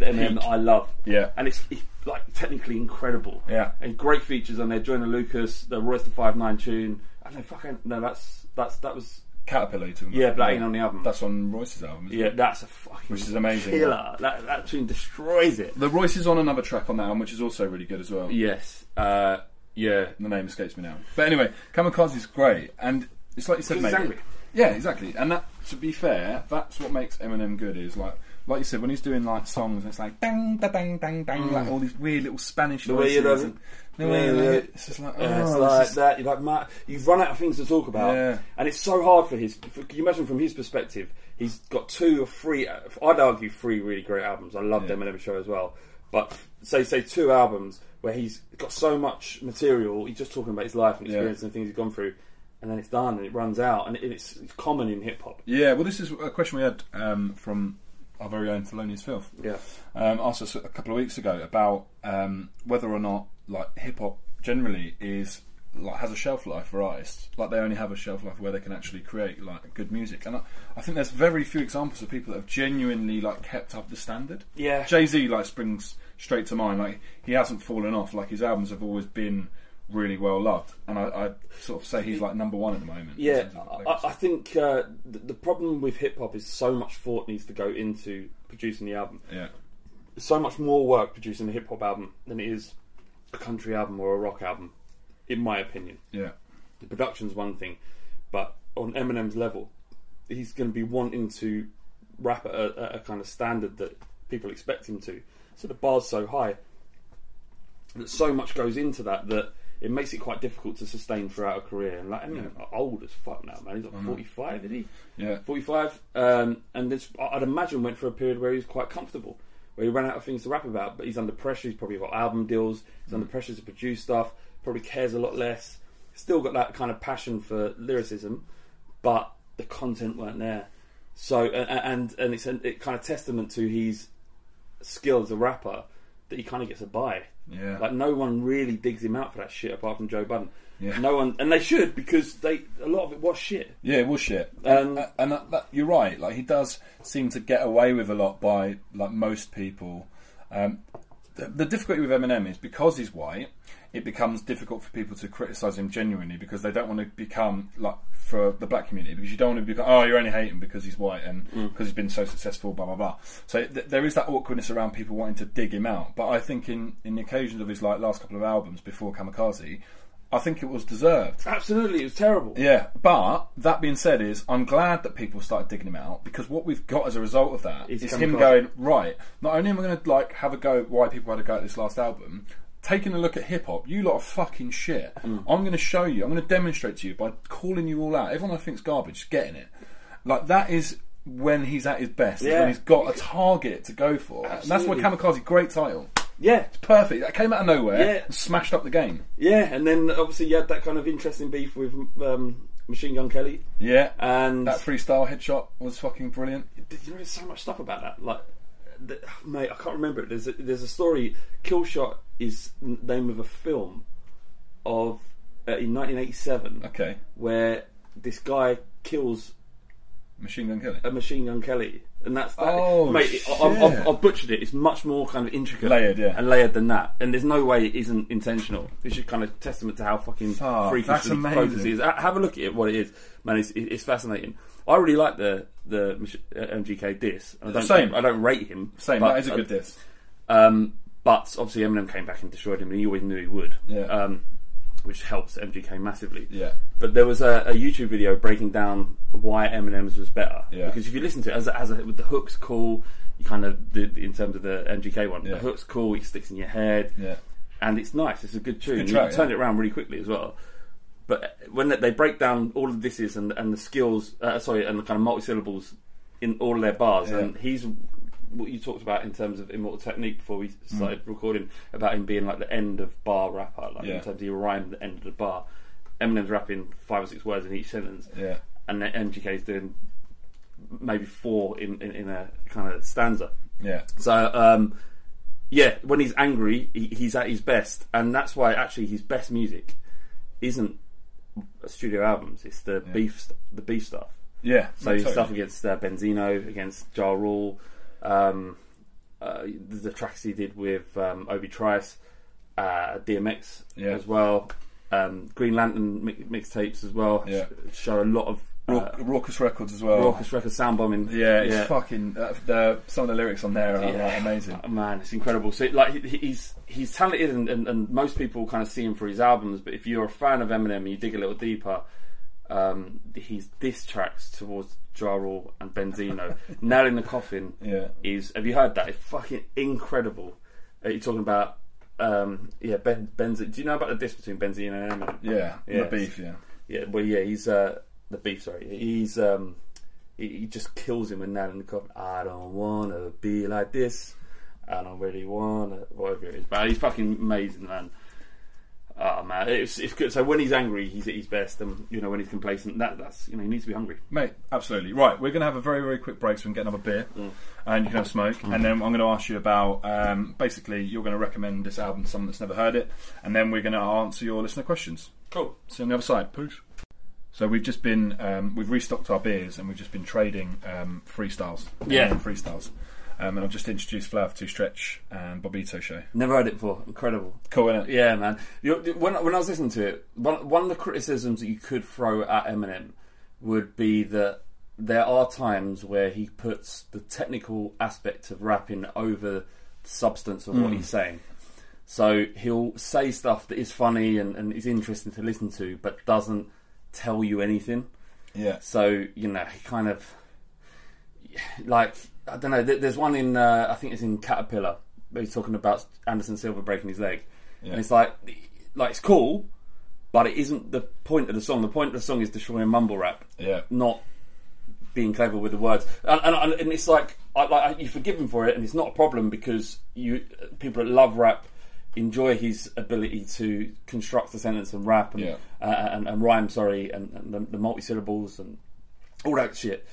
Speaker 3: the Eminem that I love.
Speaker 2: Yeah.
Speaker 3: and it's, it's like technically incredible.
Speaker 2: Yeah.
Speaker 3: and great features on there. Joyner Lucas, the Royce the Five Nine tune. I don't know, fucking no. That's that's that was
Speaker 2: Caterpillar. to
Speaker 3: yeah, but that ain't on the album.
Speaker 2: That's on Royce's album. Isn't
Speaker 3: yeah,
Speaker 2: It?
Speaker 3: that's a fucking
Speaker 2: Which is amazing.
Speaker 3: killer. That that tune destroys it.
Speaker 2: The Royce is on another track on that album, which is also really good as well.
Speaker 3: Yes, uh, yeah.
Speaker 2: The name escapes me now. But anyway, Kamikaze's great, and it's like you said,
Speaker 3: Because
Speaker 2: mate.
Speaker 3: he's angry.
Speaker 2: Yeah, exactly. And that, to be fair, that's what makes Eminem good. Is like, like you said, when he's doing like songs, it's like dang, da, dang, dang, dang, like all these weird little Spanish
Speaker 3: Mm. The way
Speaker 2: voices.
Speaker 3: you love
Speaker 2: and
Speaker 3: it.
Speaker 2: the way
Speaker 3: Yeah,
Speaker 2: you love
Speaker 3: yeah.
Speaker 2: it. It's just like, oh,
Speaker 3: Yeah, it's
Speaker 2: this
Speaker 3: like
Speaker 2: is-
Speaker 3: that. You're like, Matt, you've run out of things to talk about,
Speaker 2: Yeah.
Speaker 3: and it's so hard for his. For, can you imagine from his perspective? He's got two or three. uh, I'd argue three really great albums. I loved
Speaker 2: Yeah.
Speaker 3: Eminem Show as well, but say say two albums where he's got so much material. He's just talking about his life and
Speaker 2: Yeah.
Speaker 3: experience and things he's gone through, and then it's done and it runs out, and it, it's, it's common in hip hop.
Speaker 2: Yeah, well, this is a question we had um, from our very own Thelonious Filth.
Speaker 3: Yeah.
Speaker 2: um, asked us a couple of weeks ago about um, whether or not like hip hop generally is like has a shelf life for artists. Like they only have a shelf life where they can actually create like good music. And I, I think there's very few examples of people that have genuinely like kept up the standard.
Speaker 3: Yeah.
Speaker 2: Jay Z like springs straight to mind. Like he hasn't fallen off. Like his albums have always been really well loved. And I, I sort of say he's like number one at the moment. in
Speaker 3: Yeah,
Speaker 2: terms of, like,
Speaker 3: I, I think uh, the, the problem with hip hop is so much thought needs to go into producing the album.
Speaker 2: yeah.
Speaker 3: so much more work producing a hip hop album than it is a country album or a rock album, in my opinion.
Speaker 2: Yeah.
Speaker 3: The production's one thing, but on Eminem's level, he's going to be wanting to rap at a, at a kind of standard that people expect him to. So the bar's so high that so much goes into that that it makes it quite difficult to sustain throughout a career. And like Eminem, old as fuck now, man. He's like forty five, isn't he?
Speaker 2: Yeah.
Speaker 3: 45, um, and this I- I'd imagine went for a period where he was quite comfortable, where he ran out of things to rap about. But he's under pressure. He's probably got album deals. He's
Speaker 2: Mm.
Speaker 3: under pressure to produce stuff. Probably cares a lot less. Still got that kind of passion for lyricism, but the content weren't there. So a- a- and and it's an, it kind of testament to his skill as a rapper that he kind of gets a buy.
Speaker 2: Yeah.
Speaker 3: Like no one really digs him out for that shit apart from Joe Budden.
Speaker 2: Yeah.
Speaker 3: No one, and they should because they a lot of it was shit.
Speaker 2: Yeah, it was shit.
Speaker 3: Um,
Speaker 2: And, and that, that, you're right. Like he does seem to get away with a lot by like most people. Um, the, the difficulty with Eminem is because he's white, it becomes difficult for people to criticize him genuinely because they don't want to become like for the black community because you don't want to become oh you're only hating because he's white and because he's been so successful blah blah blah. So th- there is that awkwardness around people wanting to dig him out. But I think in in the occasions of his like last couple of albums before Kamikaze, I think it was deserved.
Speaker 3: Absolutely, it was terrible.
Speaker 2: Yeah, but that being said, is I'm glad that people started digging him out because what we've got as a result of that
Speaker 3: He's
Speaker 2: is
Speaker 3: come
Speaker 2: him
Speaker 3: across-
Speaker 2: going right. Not only am I going to like have a go at why people had a go at this last album, taking a look at hip hop, you lot are fucking shit.
Speaker 3: Mm.
Speaker 2: I'm going to show you. I'm going to demonstrate to you by calling you all out. Everyone I think's garbage, just getting it. Like that is when he's at his best. is
Speaker 3: Yeah.
Speaker 2: when he's got a target to go for. And that's why Kamikaze, great title,
Speaker 3: Yeah,
Speaker 2: perfect. That came out of nowhere
Speaker 3: Yeah.
Speaker 2: and smashed up the game.
Speaker 3: yeah. And then obviously you had that kind of interesting beef with um, Machine Gun Kelly,
Speaker 2: Yeah.
Speaker 3: and
Speaker 2: that freestyle headshot was fucking brilliant.
Speaker 3: Did you know there's so much stuff about that? Like, the, mate, I can't remember it. There's a, there's a story. Kill Shot is n- name of a film of uh, in 1987
Speaker 2: Okay.
Speaker 3: where this guy kills
Speaker 2: Machine Gun Kelly. Uh,
Speaker 3: a machine gun Kelly, and that's that.
Speaker 2: Oh,
Speaker 3: mate, I, I,
Speaker 2: shit.
Speaker 3: I, I butchered it. It's much more kind of intricate,
Speaker 2: Layered, yeah.
Speaker 3: and layered than that. And there's no way it isn't intentional. It's just kind of testament to how fucking
Speaker 2: Oh, that's
Speaker 3: freakishly
Speaker 2: amazing.
Speaker 3: focused it is. Ha- Have a look at it, what it is, man. It's, it- it's fascinating. I really like the the mach- uh, MGK diss. I don't,
Speaker 2: Same.
Speaker 3: I don't rate him.
Speaker 2: Same.
Speaker 3: but- uh,
Speaker 2: that is a good diss.
Speaker 3: Um, but obviously Eminem came back and destroyed him, and he always knew he would.
Speaker 2: Yeah.
Speaker 3: Um, which helps MGK massively.
Speaker 2: Yeah.
Speaker 3: But there was a, a YouTube video breaking down why Eminem's was better.
Speaker 2: Yeah.
Speaker 3: Because if you listen to it, as a, as a, with the hooks cool, you kind of the, in terms of the MGK one,
Speaker 2: Yeah.
Speaker 3: the hooks cool, it sticks in your head,
Speaker 2: Yeah.
Speaker 3: and it's nice. It's a good tune.
Speaker 2: Good track,
Speaker 3: you can turn it around really quickly as well. But when they- they break down all of this is and and the skills, uh, sorry, and the kind of multi syllables in all of their bars,
Speaker 2: Yeah.
Speaker 3: and he's what you talked about in terms of immortal technique before
Speaker 2: Mm.
Speaker 3: we started recording about him being like the end of bar rapper, like
Speaker 2: Yeah.
Speaker 3: in terms of he rhymed the end of the bar. Eminem's rapping five or six words in each sentence,
Speaker 2: Yeah.
Speaker 3: and then MGK's doing maybe four in, in, in a kind of stanza.
Speaker 2: Yeah.
Speaker 3: So um, yeah, when he's angry, he, he's at his best, and that's why actually his best music isn't studio albums. It's the beef, st- the beef stuff.
Speaker 2: Yeah.
Speaker 3: So his stuff against uh, Benzino, against Ja Rule, um, uh, the, the tracks he did with um, Obi Trice, uh, DMX
Speaker 2: Yeah.
Speaker 3: as well, um, Green Lantern mi- mixtapes as well.
Speaker 2: Yeah.
Speaker 3: sh- show a lot of
Speaker 2: Rauc-
Speaker 3: uh,
Speaker 2: Raucous Records as well.
Speaker 3: raucous record sound bombing.
Speaker 2: Yeah, it's fucking. Uh, the, some of the lyrics on there are like, amazing.
Speaker 3: Oh, man, it's incredible. So like he- he's he's talented, and, and, and most people kind of see him for his albums. But if you're a fan of Eminem and you dig a little deeper, um, his diss tracks towards Ja Rule and Benzino, Nail in the Coffin
Speaker 2: Yeah.
Speaker 3: is. Have you heard that? It's fucking incredible. Uh, you're talking about. Um, yeah, Ben Benz. Do you know about the diss between Benzino and Eminem?
Speaker 2: Yeah.
Speaker 3: Yes.
Speaker 2: The beef. Yeah.
Speaker 3: Yeah, well, yeah, he's uh, the beef. Sorry, he's um, he, he just kills him with that in the coffin. I don't wanna be like this. I don't really wanna whatever it is. But he's fucking amazing, man. Oh man, it's it's good. So when he's angry, he's at his best, and you know when he's complacent, that that's you know he needs to be hungry.
Speaker 2: Mate, absolutely. Right, we're going to have a very, very quick break so we can get another beer
Speaker 3: Mm.
Speaker 2: and you can have a smoke. And then I'm going to ask you about um, basically, you're going to recommend this album to someone that's never heard it. And then we're going to answer your listener questions.
Speaker 3: Cool.
Speaker 2: See you on the other side. Peace. So we've just been um, we've restocked our beers and we've just been trading um, freestyles.
Speaker 3: Yeah.
Speaker 2: Um, freestyles. Um, and I've just introduced Flav to Stretch and Bobito Show.
Speaker 3: Never heard it before. Incredible.
Speaker 2: Cool, innit?
Speaker 3: Yeah, man. You know, when when I was listening to it, one one of the criticisms that you could throw at Eminem would be that there are times where he puts the technical aspect of rapping over the substance of what he's saying. So he'll say stuff that is funny and, and is interesting to listen to, but doesn't tell you anything.
Speaker 2: Yeah.
Speaker 3: So you know, he kind of like I don't know. There- There's one in uh, I think it's in Caterpillar. Where he's talking about Anderson Silva breaking his leg, and it's like like it's cool, but it isn't the point of the song. The point of the song is destroying mumble rap,
Speaker 2: Yeah.
Speaker 3: not being clever with the words. And and, and- and it's like I, like I- you forgive him for it, and it's not a problem because you people that love rap enjoy his ability to construct a sentence and rap and
Speaker 2: Yeah.
Speaker 3: uh, and, and rhyme, sorry, and, and the, the multi syllables and all that shit.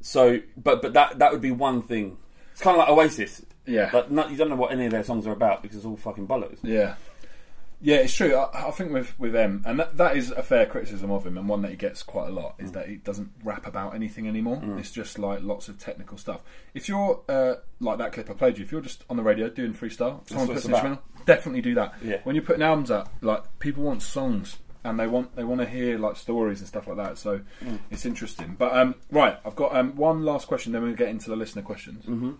Speaker 3: So, but but that that would be one thing. It's kind of like Oasis.
Speaker 2: Yeah.
Speaker 3: But not, you don't know what any of their songs are about because it's all fucking bollocks.
Speaker 2: Yeah. Yeah, it's true. I, I think with with M, and that, that is a fair criticism of him, and one that he gets quite a lot
Speaker 3: Mm.
Speaker 2: is that he doesn't rap about anything anymore. It's just like lots of technical stuff. If you're uh, like that clip I played you, if you're just on the radio doing freestyle, someone
Speaker 3: what
Speaker 2: puts
Speaker 3: it's
Speaker 2: an
Speaker 3: about.
Speaker 2: instrumental, definitely do that.
Speaker 3: Yeah.
Speaker 2: When you're putting albums out, like people want songs and they want they want to hear like stories and stuff like that. So
Speaker 3: Mm.
Speaker 2: it's interesting. But um, right, I've got um, one last question. Then we'll get into the listener questions. Mm-hmm.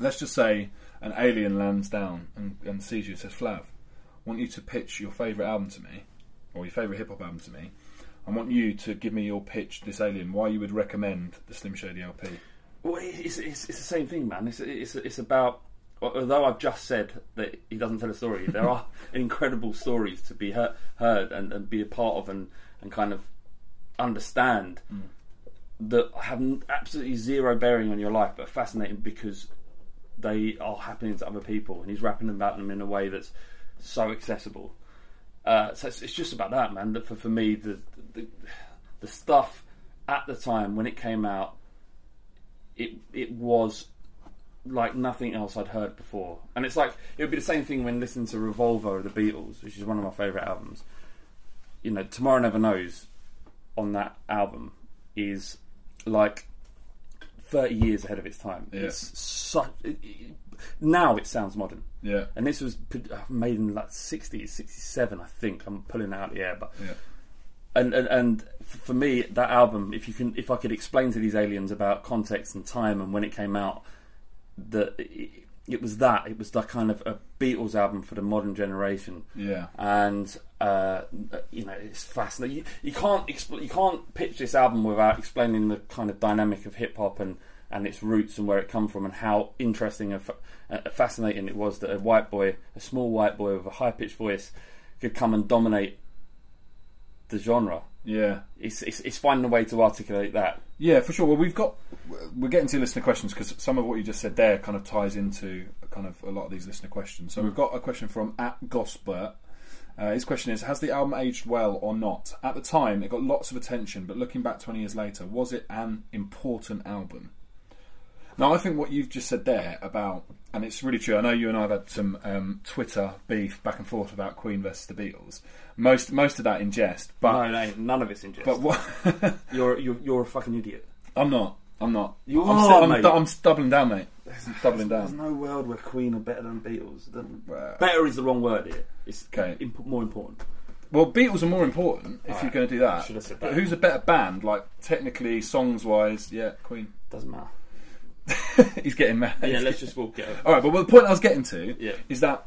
Speaker 2: Let's just say an alien lands down and, and sees you and says, "Flav, I want you to pitch your favourite album to me, or your favourite hip hop album to me. I want you to give me your pitch, this alien, why you would recommend the Slim Shady LP.
Speaker 3: Well, it's, it's, it's the same thing, man. It's, it's, it's about. Although I've just said that he doesn't tell a story, there are incredible stories to be heard, heard and, and be a part of and, and kind of understand that have n- absolutely zero bearing on your life, but fascinating because they are happening to other people, and he's rapping about them in a way that's so accessible. Uh, so it's, it's just about that, man. That for, for me, the, the the stuff at the time when it came out, it it was like nothing else I'd heard before, and it's like it would be the same thing when listening to Revolver of the Beatles, which is one of my favorite albums. You know, Tomorrow Never Knows on that album is like thirty years ahead of its time.
Speaker 2: Yeah.
Speaker 3: It's such it, it, now it sounds modern.
Speaker 2: Yeah.
Speaker 3: And this was p- uh, made in like 60s, 67, I think. I'm pulling it out of the air, but
Speaker 2: Yeah.
Speaker 3: and, and and f- for me, that album, if you can, if I could explain to these aliens about context and time and when it came out, that it, it was that it was that kind of a Beatles album for the modern generation
Speaker 2: Yeah.
Speaker 3: and uh, you know it's fascinating. You, you can't expl- you can't pitch this album without explaining the kind of dynamic of hip hop and and its roots and where it come from and how interesting and fa- uh, fascinating it was that a white boy, a small white boy with a high pitched voice, could come and dominate the genre.
Speaker 2: Yeah.
Speaker 3: It's, it's it's finding a way to articulate that.
Speaker 2: Yeah, for sure. Well, we've got we're getting to listener questions because some of what you just said there kind of ties into kind of a lot of these listener questions. So we've got a question from at Gosbert. Uh, his question is: Has the album aged well or not? At the time, it got lots of attention, but looking back twenty years later, was it an important album? Now, I think what you've just said there about, and it's really true. I know you and I have had some um, Twitter beef back and forth about Queen versus the Beatles. Most most of that in jest, but
Speaker 3: No, no, none of it's in jest.
Speaker 2: but what?
Speaker 3: you're, you're you're a fucking idiot.
Speaker 2: I'm not. I'm not.
Speaker 3: You
Speaker 2: I'm,
Speaker 3: are,
Speaker 2: st- I'm,
Speaker 3: mate.
Speaker 2: du- I'm s- doubling down, mate. I'm doubling
Speaker 3: There's
Speaker 2: down.
Speaker 3: no world where Queen are better than Beatles.
Speaker 2: Well-
Speaker 3: Better is the wrong word here. It's
Speaker 2: Okay.
Speaker 3: imp- more important.
Speaker 2: Well, Beatles are more important if you're going to do that.
Speaker 3: Should have said
Speaker 2: But
Speaker 3: that.
Speaker 2: who's a better band? Like technically, songs wise, yeah, Queen.
Speaker 3: Doesn't matter.
Speaker 2: He's getting mad.
Speaker 3: Yeah, let's just walk it over.
Speaker 2: All right, but well, the point I was getting to
Speaker 3: Yeah.
Speaker 2: is that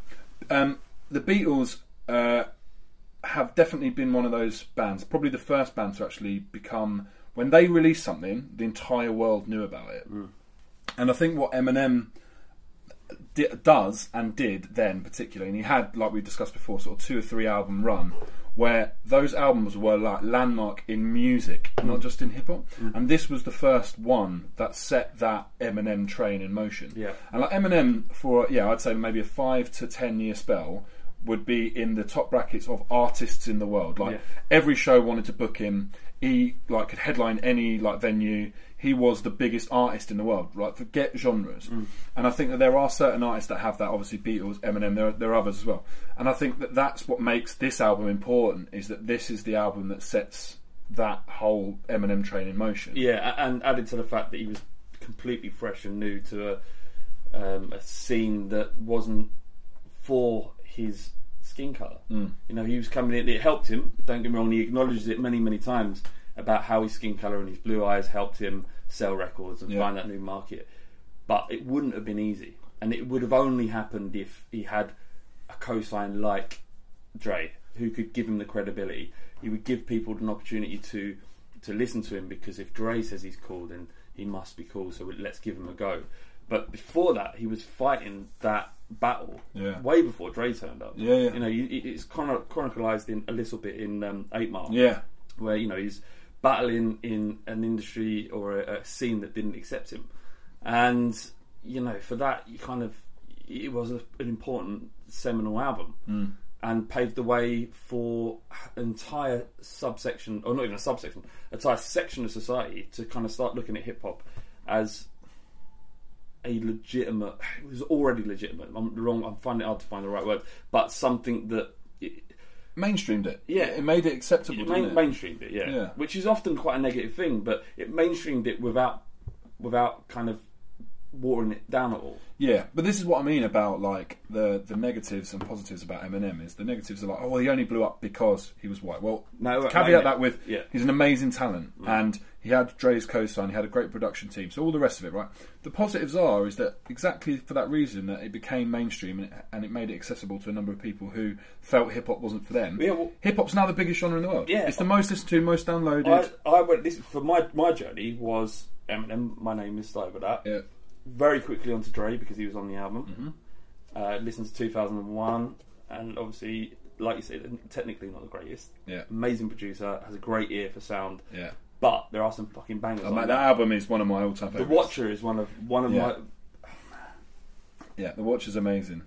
Speaker 2: um, the Beatles uh, have definitely been one of those bands, probably the first band to actually become. When they released something, the entire world knew about it.
Speaker 3: Mm.
Speaker 2: And I think what Eminem di- does and did then, particularly, and he had, like we discussed before, sort of two or three album run where those albums were like landmark in music,
Speaker 3: Mm.
Speaker 2: not just in hip hop. And this was the first one that set that Eminem train in motion.
Speaker 3: Yeah.
Speaker 2: And like Eminem, for yeah, I'd say maybe a five to ten year spell, would be in the top brackets of artists in the world. Like
Speaker 3: Yeah.
Speaker 2: every show wanted to book him. He like could headline any like venue. He was the biggest artist in the world. Right, forget genres.
Speaker 3: Mm.
Speaker 2: And I think that there are certain artists that have that. Obviously, Beatles, Eminem. There, are- there are others as well. And I think that that's what makes this album important. Is that this is the album that sets that whole Eminem train in motion.
Speaker 3: Yeah, a- and added to the fact that he was completely fresh and new to a, um, a scene that wasn't for his skin colour. Mm. You know, he was coming in, it helped him, don't get me wrong, he acknowledges it many, many times about how his skin colour and his blue eyes helped him sell records and
Speaker 2: Yeah.
Speaker 3: find that new market. But it wouldn't have been easy. And it would have only happened if he had a cosign like Dre, who could give him the credibility. He would give people an opportunity to to listen to him because if Dre says he's cool, then he must be cool. So let's give him a go. But before that, he was fighting that battle
Speaker 2: Yeah.
Speaker 3: way before Dre turned up.
Speaker 2: Yeah, yeah.
Speaker 3: You know, you- it- it's chron- chronicalized in a little bit in um, Eight Mile
Speaker 2: Yeah.
Speaker 3: where you know he's battling in an industry or a, a scene that didn't accept him, and you know for that you kind of it was a, an important seminal album and paved the way for an entire subsection or not even a subsection, an entire section of society to kind of start looking at hip hop as a legitimate. It was already legitimate. I'm wrong. I'm finding it hard to find the right word, but something that it,
Speaker 2: mainstreamed it.
Speaker 3: Yeah.
Speaker 2: it made it acceptable.
Speaker 3: It
Speaker 2: didn't
Speaker 3: main,
Speaker 2: it?
Speaker 3: mainstreamed it, yeah.
Speaker 2: Yeah.
Speaker 3: Which is often quite a negative thing, but it mainstreamed it without without kind of watering it down at all.
Speaker 2: Yeah, but this is what I mean about like the the negatives and positives about Eminem is the negatives are like, oh, well, he only blew up because he was white. Well,
Speaker 3: No,
Speaker 2: caveat
Speaker 3: no, no.
Speaker 2: that with
Speaker 3: Yeah. Mm.
Speaker 2: he's an amazing talent and he had Dre's co-sign, he had a great production team, so all the rest of it, right? The positives are is that exactly for that reason that it became mainstream and it, and it made it accessible to a number of people who felt hip hop wasn't for them.
Speaker 3: Yeah, well-
Speaker 2: hip hop's now the biggest genre in the world.
Speaker 3: Yeah.
Speaker 2: it's the most listened to, most downloaded.
Speaker 3: I, I went this for my my journey was Eminem. My name is over that.
Speaker 2: yeah,
Speaker 3: Very quickly onto Dre because he was on the album.
Speaker 2: Mm-hmm.
Speaker 3: Uh, listened to 2001, and obviously, like you said, technically not the greatest.
Speaker 2: yeah,
Speaker 3: Amazing producer, has a great ear for sound,
Speaker 2: yeah.
Speaker 3: but there are some fucking bangers.
Speaker 2: And
Speaker 3: on
Speaker 2: that,
Speaker 3: there.
Speaker 2: that album is one of my all-time
Speaker 3: The
Speaker 2: favorites.
Speaker 3: Watcher is one of one of
Speaker 2: Yeah.
Speaker 3: my.
Speaker 2: yeah, the Watch is amazing.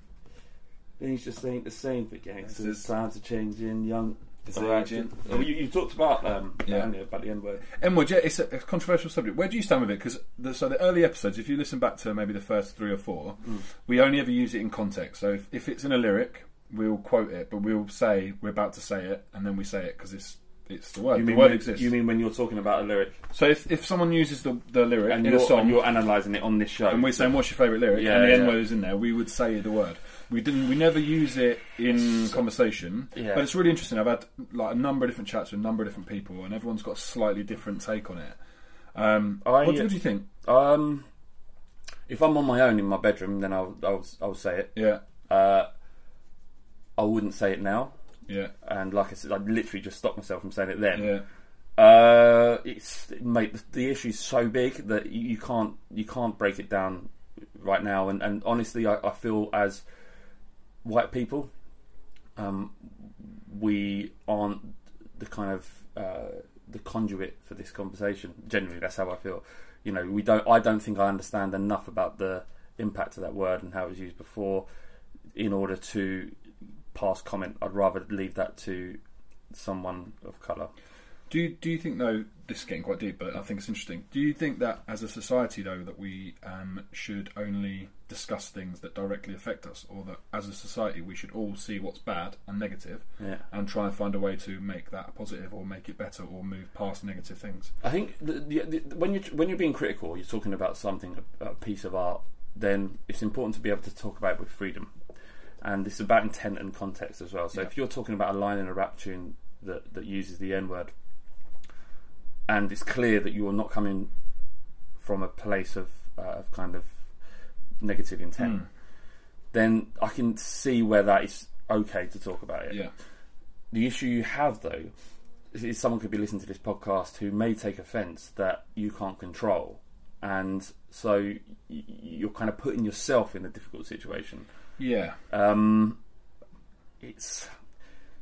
Speaker 3: Things just ain't the same for gangsters.
Speaker 2: This is-
Speaker 3: Times are changing, young.
Speaker 2: It's
Speaker 3: Alright,
Speaker 2: aging.
Speaker 3: so- oh, you, you talked about um,
Speaker 2: Yeah.
Speaker 3: Andy, about the N word.
Speaker 2: Edward, yeah, it's a, a controversial subject. Where do you stand with it? Because the, so the early episodes, if you listen back to maybe the first three or four,
Speaker 3: Mm.
Speaker 2: we only ever use it in context. So if, if it's in a lyric, we'll quote it, but we'll say we're about to say it, and then we say it because it's it's the word.
Speaker 3: You
Speaker 2: the
Speaker 3: mean
Speaker 2: word
Speaker 3: when,
Speaker 2: exists.
Speaker 3: You mean when you're talking about a lyric
Speaker 2: so if, if someone uses the, the lyric
Speaker 3: and
Speaker 2: in
Speaker 3: you're,
Speaker 2: a song,
Speaker 3: and you're analysing it on this show?
Speaker 2: and we're saying what's your favourite lyric,
Speaker 3: Yeah,
Speaker 2: and the
Speaker 3: yeah.
Speaker 2: N word is in there, we would say the word. We didn't. We never use it in conversation,
Speaker 3: Yeah.
Speaker 2: but it's really interesting. I've had like a number of different chats with a number of different people, and everyone's got a slightly different take on it. Um,
Speaker 3: I- uh,
Speaker 2: what, do- what do you think?
Speaker 3: Um, if I'm on my own in my bedroom, then I'll I'll, I'll say it.
Speaker 2: Yeah,
Speaker 3: Uh, I wouldn't say it now,
Speaker 2: yeah,
Speaker 3: and like I said, I literally just stopped myself from saying it then.
Speaker 2: yeah,
Speaker 3: Uh, it's mate, the, the issue's so big that you, you can't you can't break it down right now. And, and honestly, I, I feel as white people, um, we aren't the kind of uh, the conduit for this conversation. Generally, that's how I feel. You know, we don't. I don't think I understand enough about the impact of that word and how it was used before. In order to pass comment, I'd rather leave that to someone of color.
Speaker 2: Do you, do you think though this is getting quite deep, but I think it's interesting. Do you think that as a society though that we um, should only discuss things that directly affect us, or that as a society we should all see what's bad and negative,
Speaker 3: Yeah.
Speaker 2: and try and find a way to make that a positive or make it better or move past negative things?
Speaker 3: I think the, the, the, when you when you're being critical, you're talking about something, a, a piece of art. Then it's important to be able to talk about it with freedom, and it's about intent and context as well. So if you're talking about a line in a rap tune that that uses the N word, and it's clear that you are not coming from a place of uh, of kind of negative intent, then I can see where that is okay to talk about it.
Speaker 2: Yeah,
Speaker 3: The issue you have though is someone could be listening to this podcast who may take offence that you can't control, and so y- y- you're kind of putting yourself in a difficult situation.
Speaker 2: yeah.
Speaker 3: Um, it's.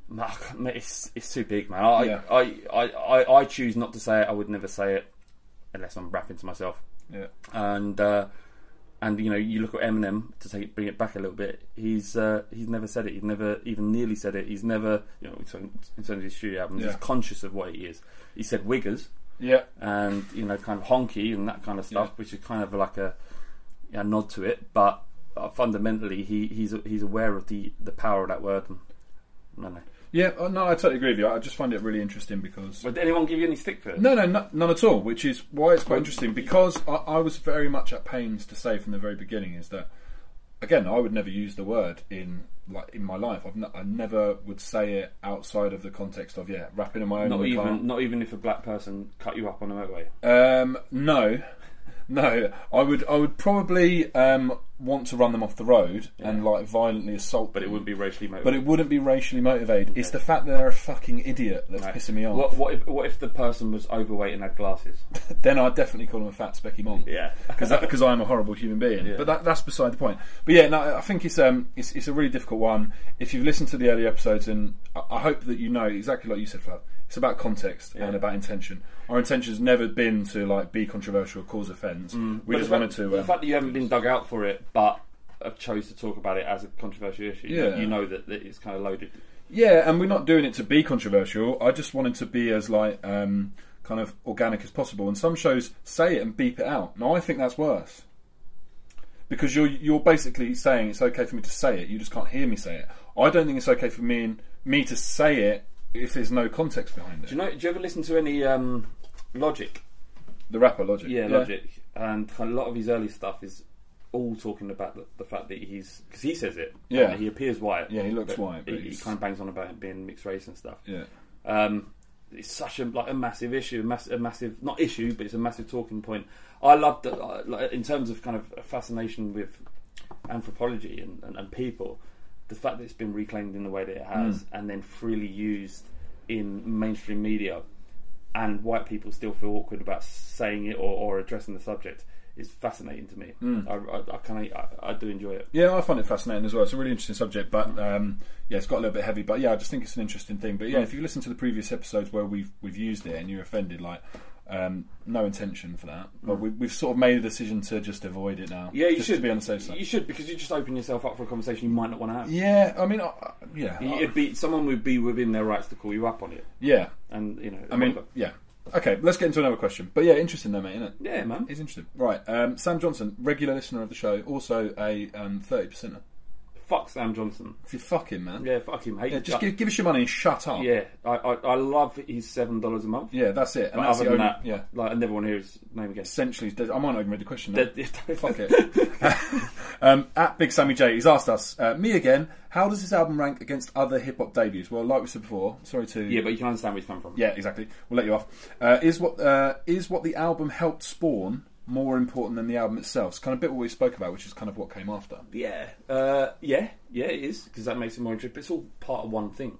Speaker 3: ma- mate, It's, it's too big, man. I,
Speaker 2: Yeah.
Speaker 3: I, I, I, I choose not to say it. I would never say it unless I'm rapping to myself
Speaker 2: Yeah,
Speaker 3: and uh, and you know you look at Eminem to take it, bring it back a little bit. He's uh, he's never said it. He's never even nearly said it. He's never you know in terms in terms of his studio albums,
Speaker 2: Yeah.
Speaker 3: he's conscious of what he is. He said wiggers
Speaker 2: yeah,
Speaker 3: and you know kind of honky and that kind of stuff,
Speaker 2: Yeah.
Speaker 3: which is kind of like a, a nod to it. But uh, fundamentally, he he's he's aware of the the power of that word. And, no, no.
Speaker 2: yeah. oh, No, I totally agree with you. I just find it really interesting because
Speaker 3: Would anyone give you any stick for it?
Speaker 2: No, no, no, none at all. Which is why it's quite interesting because I, I was very much at pains to say from the very beginning is that again I would never use the word in like in my life. I've n- I never would say it outside of the context of yeah rapping in my own
Speaker 3: Not
Speaker 2: car.
Speaker 3: even not even if a black person cut you up on the motorway.
Speaker 2: Um, no, no. I would I would probably um, want to run them off the road and like violently assault.
Speaker 3: But it
Speaker 2: them.
Speaker 3: wouldn't be racially motivated.
Speaker 2: But it wouldn't be racially motivated. It's the fact that they're a fucking idiot that's
Speaker 3: Right.
Speaker 2: pissing me off.
Speaker 3: What, what, if, what if the person was overweight and had glasses?
Speaker 2: Then I'd definitely call them a fat specky mong.
Speaker 3: Yeah.
Speaker 2: because I'm a horrible human being.
Speaker 3: Yeah.
Speaker 2: But that, that's beside the point. But yeah, no, I think it's um it's, it's a really difficult one. If you've listened to the early episodes, and I, I hope that you know exactly like you said, Flav, it's about context and about intention. Our intention's never been to like be controversial, or cause offence. we just wanted to.
Speaker 3: Mm. the
Speaker 2: Um,
Speaker 3: fact that you haven't been dug out for it, but have chose to talk about it as a controversial issue. you-
Speaker 2: Yeah.
Speaker 3: You know that, that it's kind of loaded.
Speaker 2: yeah, and we're not doing it to be controversial. I just wanted to be as like um kind of organic as possible. And some shows say it and beep it out. Now I think that's worse. because you're you're basically saying it's okay for me to say it. You just can't hear me say it. I don't think it's okay for me and me to say it if there's no context behind it.
Speaker 3: Do you know? Do you ever listen to any um, Logic?
Speaker 2: the rapper Logic.
Speaker 3: Yeah, Logic, and a lot of his early stuff is all talking about the, the fact that he's because he says it.
Speaker 2: Yeah.
Speaker 3: And he appears white.
Speaker 2: Yeah, he looks
Speaker 3: but
Speaker 2: white, but
Speaker 3: he, he
Speaker 2: he's-
Speaker 3: kind of bangs on about it being mixed race and stuff.
Speaker 2: Yeah.
Speaker 3: Um, it's such a like a massive issue, a, mass, a massive not issue, but it's a massive talking point. I love that uh, like, in terms of kind of a fascination with anthropology and, and, and people, the fact that it's been reclaimed in the way that it has and then freely used in mainstream media, and white people still feel awkward about saying it or, or addressing the subject is fascinating to me. I, I, I kind of I, I do enjoy it.
Speaker 2: Yeah, I find it fascinating as well. It's a really interesting subject, but um, yeah, it's got a little bit heavy. But yeah, I just think it's an interesting thing. But yeah, if you listen to the previous episodes where we've we've used it and you're offended, like um, no intention for that, but we, we've sort of made a decision to just avoid it now.
Speaker 3: Mm. Yeah, you
Speaker 2: just
Speaker 3: should
Speaker 2: to be on the safe side.
Speaker 3: You should because you just open yourself up for a conversation you might not want to have.
Speaker 2: yeah, I mean, I, I- yeah, I-
Speaker 3: It'd be someone would be within their rights to call you up on it,
Speaker 2: yeah.
Speaker 3: and you know.
Speaker 2: I mean,
Speaker 3: whatever.
Speaker 2: yeah. Okay, let's get into another question. But yeah, interesting though, mate, isn't it?
Speaker 3: yeah, man.
Speaker 2: It's interesting. Right, um, Sam Johnson, regular listener of the show, also a um, 30%er.
Speaker 3: Fuck Sam Johnson.
Speaker 2: If you fuck him, man.
Speaker 3: Yeah, fuck him. Hate.
Speaker 2: Yeah, just
Speaker 3: that.
Speaker 2: give, give us your money and shut up.
Speaker 3: Yeah, I, I I love his seven dollars a month.
Speaker 2: Yeah, that's it. And
Speaker 3: But
Speaker 2: that's
Speaker 3: other
Speaker 2: the
Speaker 3: than
Speaker 2: only-
Speaker 3: that,
Speaker 2: yeah.
Speaker 3: like I never want to hear his name again.
Speaker 2: Essentially, I might not even read the question. now.
Speaker 3: That- that-
Speaker 2: Fuck it. um, at Big Sammy J, he's asked us, uh, me again, how does this album rank against other hip hop debuts? Well, like we said before, sorry to.
Speaker 3: yeah, but you can understand where he's come from.
Speaker 2: Yeah, exactly. We'll let you off. Uh, is what uh, is what the album helped spawn more important than the album itself? It's kind of a bit what we spoke about, which is kind of what came after.
Speaker 3: yeah, uh, yeah, yeah. It is because that makes it more interesting. But it's all part of one thing.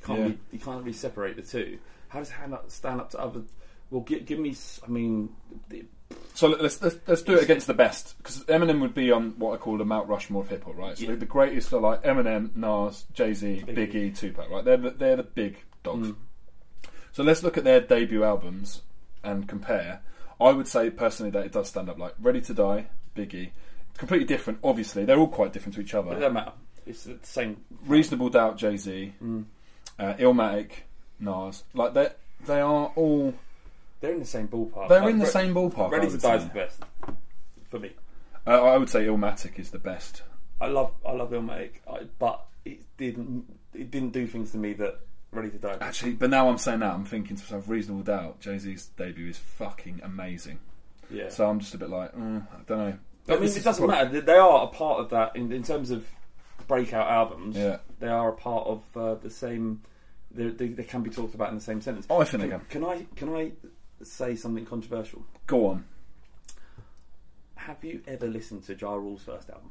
Speaker 3: You can't
Speaker 2: Yeah.
Speaker 3: really, you can't really separate the two. How does Hannah stand up to other? Well, give, give me. s- I mean, the-
Speaker 2: So let- let's let's, let's do it against the best because Eminem would be on what I call the Mount Rushmore of hip hop, right? So
Speaker 3: Yeah.
Speaker 2: the greatest are like Eminem, Nas, Jay Z,
Speaker 3: Biggie. Mm.
Speaker 2: Biggie, Tupac, right? They're the, they're the big dogs. So let's look at their debut albums and compare. I would say personally that it does stand up. Like Ready to Die, Biggie, completely different. Obviously, they're all quite different to each
Speaker 3: it
Speaker 2: other.
Speaker 3: doesn't matter. It's the same.
Speaker 2: Reasonable Doubt, Jay Z,
Speaker 3: Mm.
Speaker 2: uh, Illmatic, Nas, like they they are all
Speaker 3: They're in the same ballpark.
Speaker 2: they're
Speaker 3: Like,
Speaker 2: in the
Speaker 3: Re-
Speaker 2: same ballpark. I
Speaker 3: Ready to
Speaker 2: would
Speaker 3: Die is
Speaker 2: say.
Speaker 3: the best for me.
Speaker 2: Uh, I would say Illmatic is the best.
Speaker 3: I love I love Illmatic, I, but it didn't it didn't do things to me that Ready to Die.
Speaker 2: Actually, but now I'm saying that, I'm thinking to myself, reasonable doubt, Jay Z's debut is fucking amazing.
Speaker 3: Yeah,
Speaker 2: So I'm just a bit like, mm, I don't know.
Speaker 3: I mean it doesn't matter. They- They are a part of that in, in terms of breakout albums.
Speaker 2: Yeah.
Speaker 3: they are a part of uh, the same. They, they, they can be talked about in the same sentence.
Speaker 2: Oh, I think they
Speaker 3: Can,
Speaker 2: can.
Speaker 3: can I can I say something controversial?
Speaker 2: Go on.
Speaker 3: Have you ever listened to Ja Rule's first album?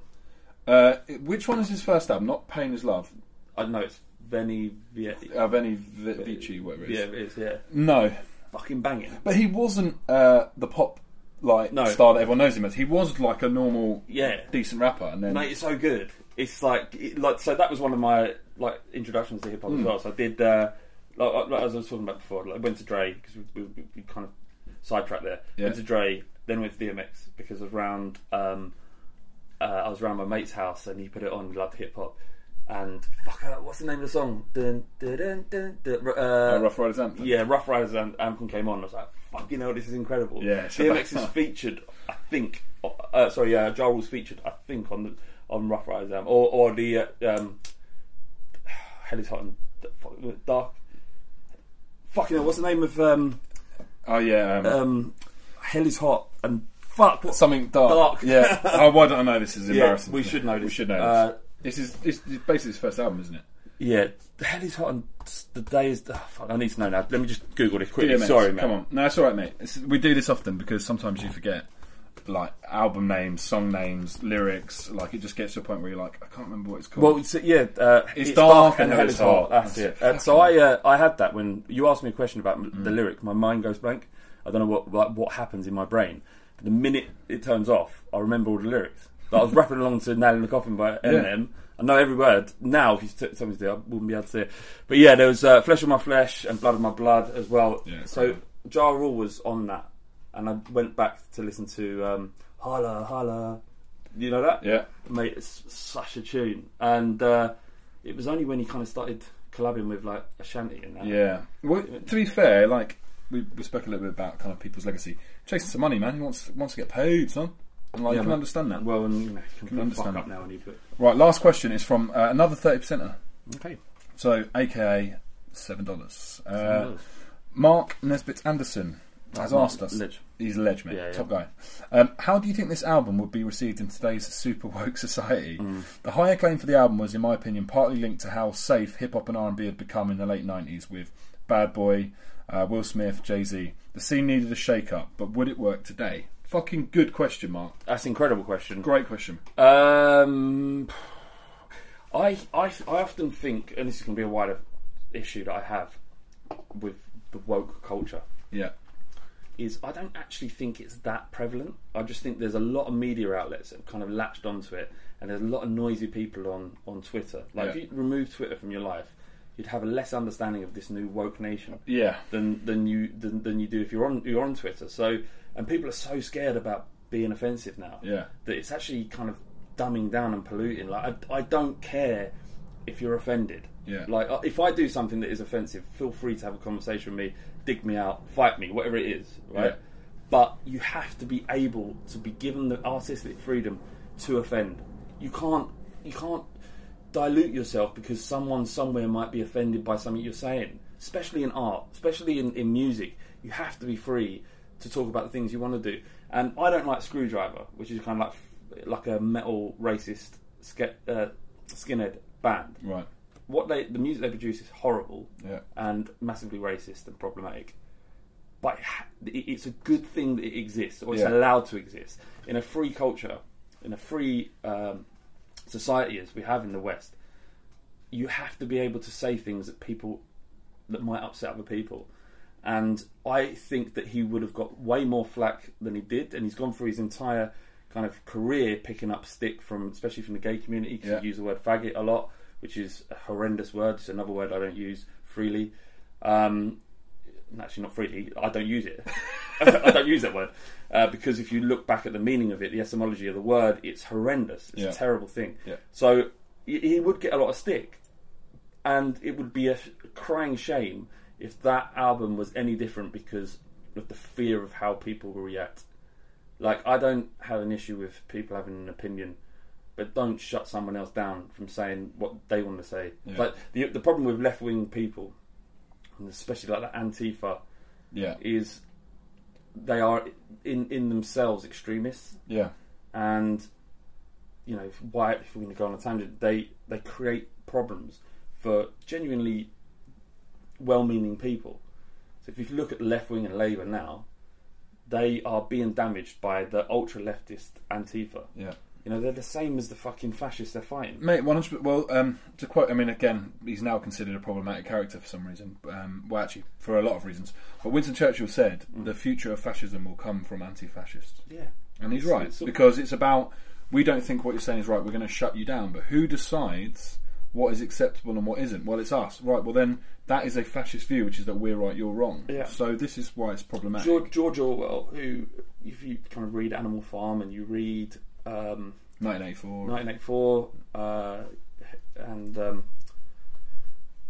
Speaker 2: Uh, which one is his first album? Not Pain is Love.
Speaker 3: I know it's Veni Vietti.
Speaker 2: Aveni V- Vici, whatever it is.
Speaker 3: Yeah, it is. Yeah,
Speaker 2: No.
Speaker 3: fucking banging.
Speaker 2: But he wasn't uh, the pop like
Speaker 3: No.
Speaker 2: star that everyone knows him as. He was like a normal,
Speaker 3: Yeah.
Speaker 2: decent rapper. And then
Speaker 3: Mate, it's so good. It's like, it, like so that was one of my like introductions to hip hop
Speaker 2: Hmm.
Speaker 3: as well. So I did, uh, like, like, as I was talking about before, like, I went to Dre because we, we, we kind of sidetracked there.
Speaker 2: Yeah.
Speaker 3: Went to Dre, then went to DMX because I was round, um, uh, I was round my mate's house and he put it on. He liked hip hop. And fuck, uh, what's the name of the song? Dun, dun, dun, dun, dun, uh,
Speaker 2: uh, Rough Riders Anthem.
Speaker 3: yeah, Rough Riders an- anthem came on. I was like, fucking hell, this is incredible.
Speaker 2: Yeah, it's
Speaker 3: DMX is
Speaker 2: about-
Speaker 3: featured, I think. Uh, sorry, uh, Ja Rule's featured, I think, on the on Rough Riders anthem or or the uh, um, Hell is Hot and D- fuck- Dark. Fucking hell, what's the name of um,
Speaker 2: Oh, yeah. Um,
Speaker 3: um, Hell is Hot and fuck? What,
Speaker 2: something dark.
Speaker 3: Dark.
Speaker 2: Yeah. oh, why don't I know this? This is
Speaker 3: Yeah,
Speaker 2: embarrassing.
Speaker 3: we
Speaker 2: to me.
Speaker 3: should know this.
Speaker 2: We should know
Speaker 3: Uh,
Speaker 2: this. This is this is basically his first album, isn't it?
Speaker 3: yeah, Hell is Hot and the day is. Oh, fuck, I need to know now. Let me just Google this quickly.
Speaker 2: DMX,
Speaker 3: Sorry, man.
Speaker 2: Come on, no, it's all right, mate. It's, we do this often because sometimes you forget like album names, song names, lyrics. Like it just gets to a point where you're like, I can't remember what it's called.
Speaker 3: Well, it's, yeah, uh,
Speaker 2: It's dark and
Speaker 3: hell
Speaker 2: it's
Speaker 3: is
Speaker 2: hot.
Speaker 3: That's,
Speaker 2: That's
Speaker 3: it. Uh, so I, uh, I had that when you asked me a question about m
Speaker 2: Mm.
Speaker 3: the lyric. My mind goes blank. I don't know what what, what happens in my brain. But the minute it turns off, I remember all the lyrics. Like, I was rapping along to "Nail in the Coffin" by Eminem. I know every word now. If you took something to do, I wouldn't be able to say it. But yeah, there was uh, "Flesh of My Flesh" and "Blood of My Blood" as well.
Speaker 2: Yeah,
Speaker 3: so Ja Rule was on that, and I went back to listen to um, "Holla Holla." You know that?
Speaker 2: yeah,
Speaker 3: mate, it's such a tune. And uh, it was only when he kind of started collabing with like Ashanti and that.
Speaker 2: yeah. Well, to be fair, like we, we spoke a little bit about kind of people's legacy, chasing some money, man. He wants wants to get paid, son. And, like, you can
Speaker 3: man.
Speaker 2: understand that.
Speaker 3: Well, and you know, you can,
Speaker 2: Can
Speaker 3: fuck
Speaker 2: understand
Speaker 3: up now when you put.
Speaker 2: Right, last question is from uh, another thirty percenter.
Speaker 3: Okay.
Speaker 2: So, AKA seven dollars. Uh, Mark Nesbitt Anderson has asked us.
Speaker 3: Ledge.
Speaker 2: He's a ledge mate,
Speaker 3: Yeah, yeah.
Speaker 2: top guy. Um, how do you think this album would be received in today's super woke society?
Speaker 3: Mm.
Speaker 2: The high acclaim for the album was, in my opinion, partly linked to how safe hip hop and R and B had become in the late '90s with Bad Boy, uh, Will Smith, Jay Z. The scene needed a shake up, but would it work today? Fucking good question, Mark.
Speaker 3: That's an incredible question.
Speaker 2: Great question.
Speaker 3: Um, I, I, I often think, and this is going to be a wider issue that I have with the woke culture,
Speaker 2: Yeah,
Speaker 3: is I don't actually think it's that prevalent. I just think there's a lot of media outlets that have kind of latched onto it, and there's a lot of noisy people on, on Twitter. Like,
Speaker 2: Yeah.
Speaker 3: if you remove Twitter from your life, you'd have a less understanding of this new woke nation
Speaker 2: yeah,
Speaker 3: than than you than, than you do if you're on you're on Twitter. So and people are so scared about being offensive now
Speaker 2: yeah,
Speaker 3: that it's actually kind of dumbing down and polluting. Like I, I don't care if you're offended.
Speaker 2: Yeah.
Speaker 3: Like uh, if I do something that is offensive, feel free to have a conversation with me, dig me out, fight me, whatever it is, right?
Speaker 2: Yeah.
Speaker 3: But you have to be able to be given the artistic freedom to offend. You can't you can't dilute yourself because someone somewhere might be offended by something you're saying, especially in art, especially in, in music. You have to be free to talk about the things you want to do. And I don't like Screwdriver, which is kind of like like a metal racist ske- uh, skinhead band.
Speaker 2: right,
Speaker 3: What they the music they produce is horrible
Speaker 2: yeah,
Speaker 3: and massively racist and problematic. But it ha- it- it's a good thing that it exists, or it's
Speaker 2: Yeah.
Speaker 3: allowed to exist in a free culture, in a free um, society as we have in the West. You have to be able to say things that people that might upset other people. And I think that he would have got way more flack than he did, and he's gone through his entire kind of career picking up stick from, especially from the gay community, because
Speaker 2: Yeah.
Speaker 3: you use the word faggot a lot, which is a horrendous word. It's another word I don't use freely. Um, actually, not freely. I don't use it. I don't use that word uh, because if you look back at the meaning of it, the etymology of the word, it's horrendous. It's
Speaker 2: Yeah.
Speaker 3: a terrible thing.
Speaker 2: Yeah.
Speaker 3: So he- he would get a lot of stick, and it would be a sh- crying shame if that album was any different because of the fear of how people will react. Like I don't have an issue with people having an opinion, but don't shut someone else down from saying what they want to say.
Speaker 2: Yeah.
Speaker 3: Like the the problem with left wing people, and especially like the Antifa,
Speaker 2: yeah,
Speaker 3: is they are in in themselves extremists
Speaker 2: yeah,
Speaker 3: and you know if- why if we're going to go on a tangent they they create problems for genuinely well-meaning people so if you look at the left wing and labour now they are being damaged by the ultra leftist antifa
Speaker 2: yeah.
Speaker 3: you know they're the same as the fucking fascists they're fighting
Speaker 2: Mate, one hundred. Well, um, to quote, I mean, again, he's now considered a problematic character for some reason. Um, well, actually, for a lot of reasons. But Winston Churchill said,
Speaker 3: Mm.
Speaker 2: "The future of fascism will come from anti-fascists,"
Speaker 3: yeah
Speaker 2: and he's
Speaker 3: It's-
Speaker 2: right
Speaker 3: it's-
Speaker 2: because it's about we don't think what you're saying is right. We're going to shut you down. But who decides what is acceptable and what isn't? Well, it's us, right? Well, then that is a fascist view, which is that we're right, you're wrong.
Speaker 3: Yeah.
Speaker 2: So this is why it's problematic.
Speaker 3: George, George Orwell, who, if you kind of read Animal Farm and you read um,
Speaker 2: 1984.
Speaker 3: 1984 uh, and um,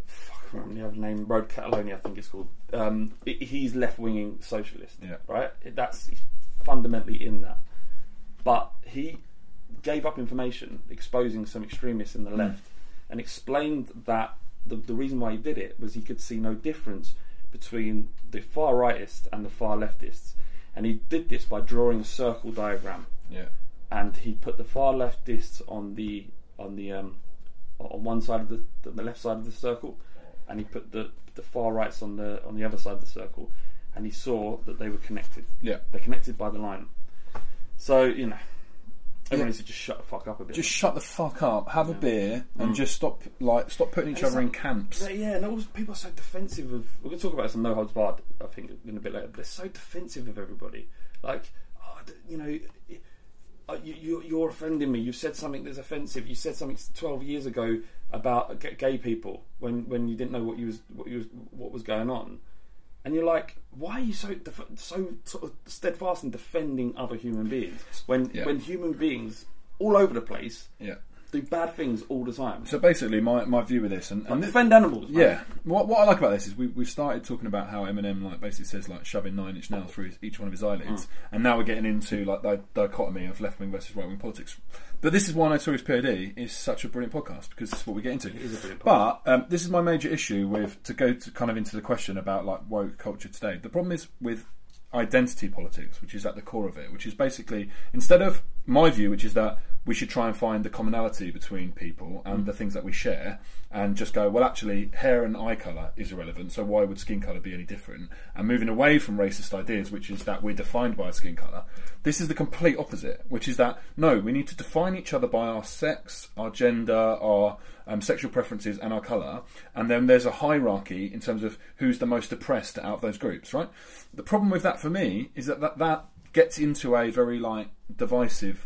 Speaker 3: fuck, I can't remember the other name, Road Catalonia, I think it's called. Um, he- he's left-winging socialist,
Speaker 2: Yeah.
Speaker 3: right? That's he's fundamentally in that. But he gave up information exposing some extremists in the left, and explained that the, the reason why he did it was he could see no difference between the far rightists and the far leftists, and he did this by drawing a circle diagram
Speaker 2: Yeah.
Speaker 3: and he put the far leftists on the on the um, on one side of the the left side of the circle, and he put the the far rights on the on the other side of the circle, and he saw that they were connected.
Speaker 2: Yeah.
Speaker 3: They're connected by the line. So you know, everyone needs to just shut the fuck up a bit.
Speaker 2: Just shut the fuck up. Have a beer and just stop, like, stop putting each
Speaker 3: Mm. It's
Speaker 2: other in
Speaker 3: like-
Speaker 2: camps.
Speaker 3: But yeah, and also people are so defensive of. We're going to talk about some no holds barred, I think, in a bit later. But they're so defensive of everybody. Like, oh, d- you know, it- uh, you, you're, you're offending me. You've said something that's offensive. You said something 12 years ago about g- gay people when, when you didn't know what you was what you was what was going on, and you're like, why are you so def- so sort of steadfast in defending other human beings when
Speaker 2: Yeah.
Speaker 3: when human beings all over the place
Speaker 2: Yeah.
Speaker 3: do bad things all the time.
Speaker 2: So basically, my, my view of this, and,
Speaker 3: Like,
Speaker 2: and this,
Speaker 3: defend animals. man.
Speaker 2: yeah, what, what I like about this is we we've started talking about how Eminem like basically says like shoving nine inch nails through his, each one of his eyelids, and now we're getting into like the dichotomy of left wing versus right wing politics. But this is why Notorious P.O.D. is such a brilliant podcast because this is what we get into. but um, this is my major issue with to go to kind of into the question about like woke culture today. The problem is with identity politics, which is at the core of it, which is basically instead of my view, which is that we should try and find the commonality between people and the things that we share, and just go, well, actually, hair and eye colour is irrelevant, so why would skin colour be any different? And moving away from racist ideas, which is that we're defined by our skin colour, this is the complete opposite, which is that no, we need to define each other by our sex, our gender, our um, sexual preferences and our colour, and then there's a hierarchy in terms of who's the most oppressed out of those groups, right? The problem with that for me is that that, that gets into a very like divisive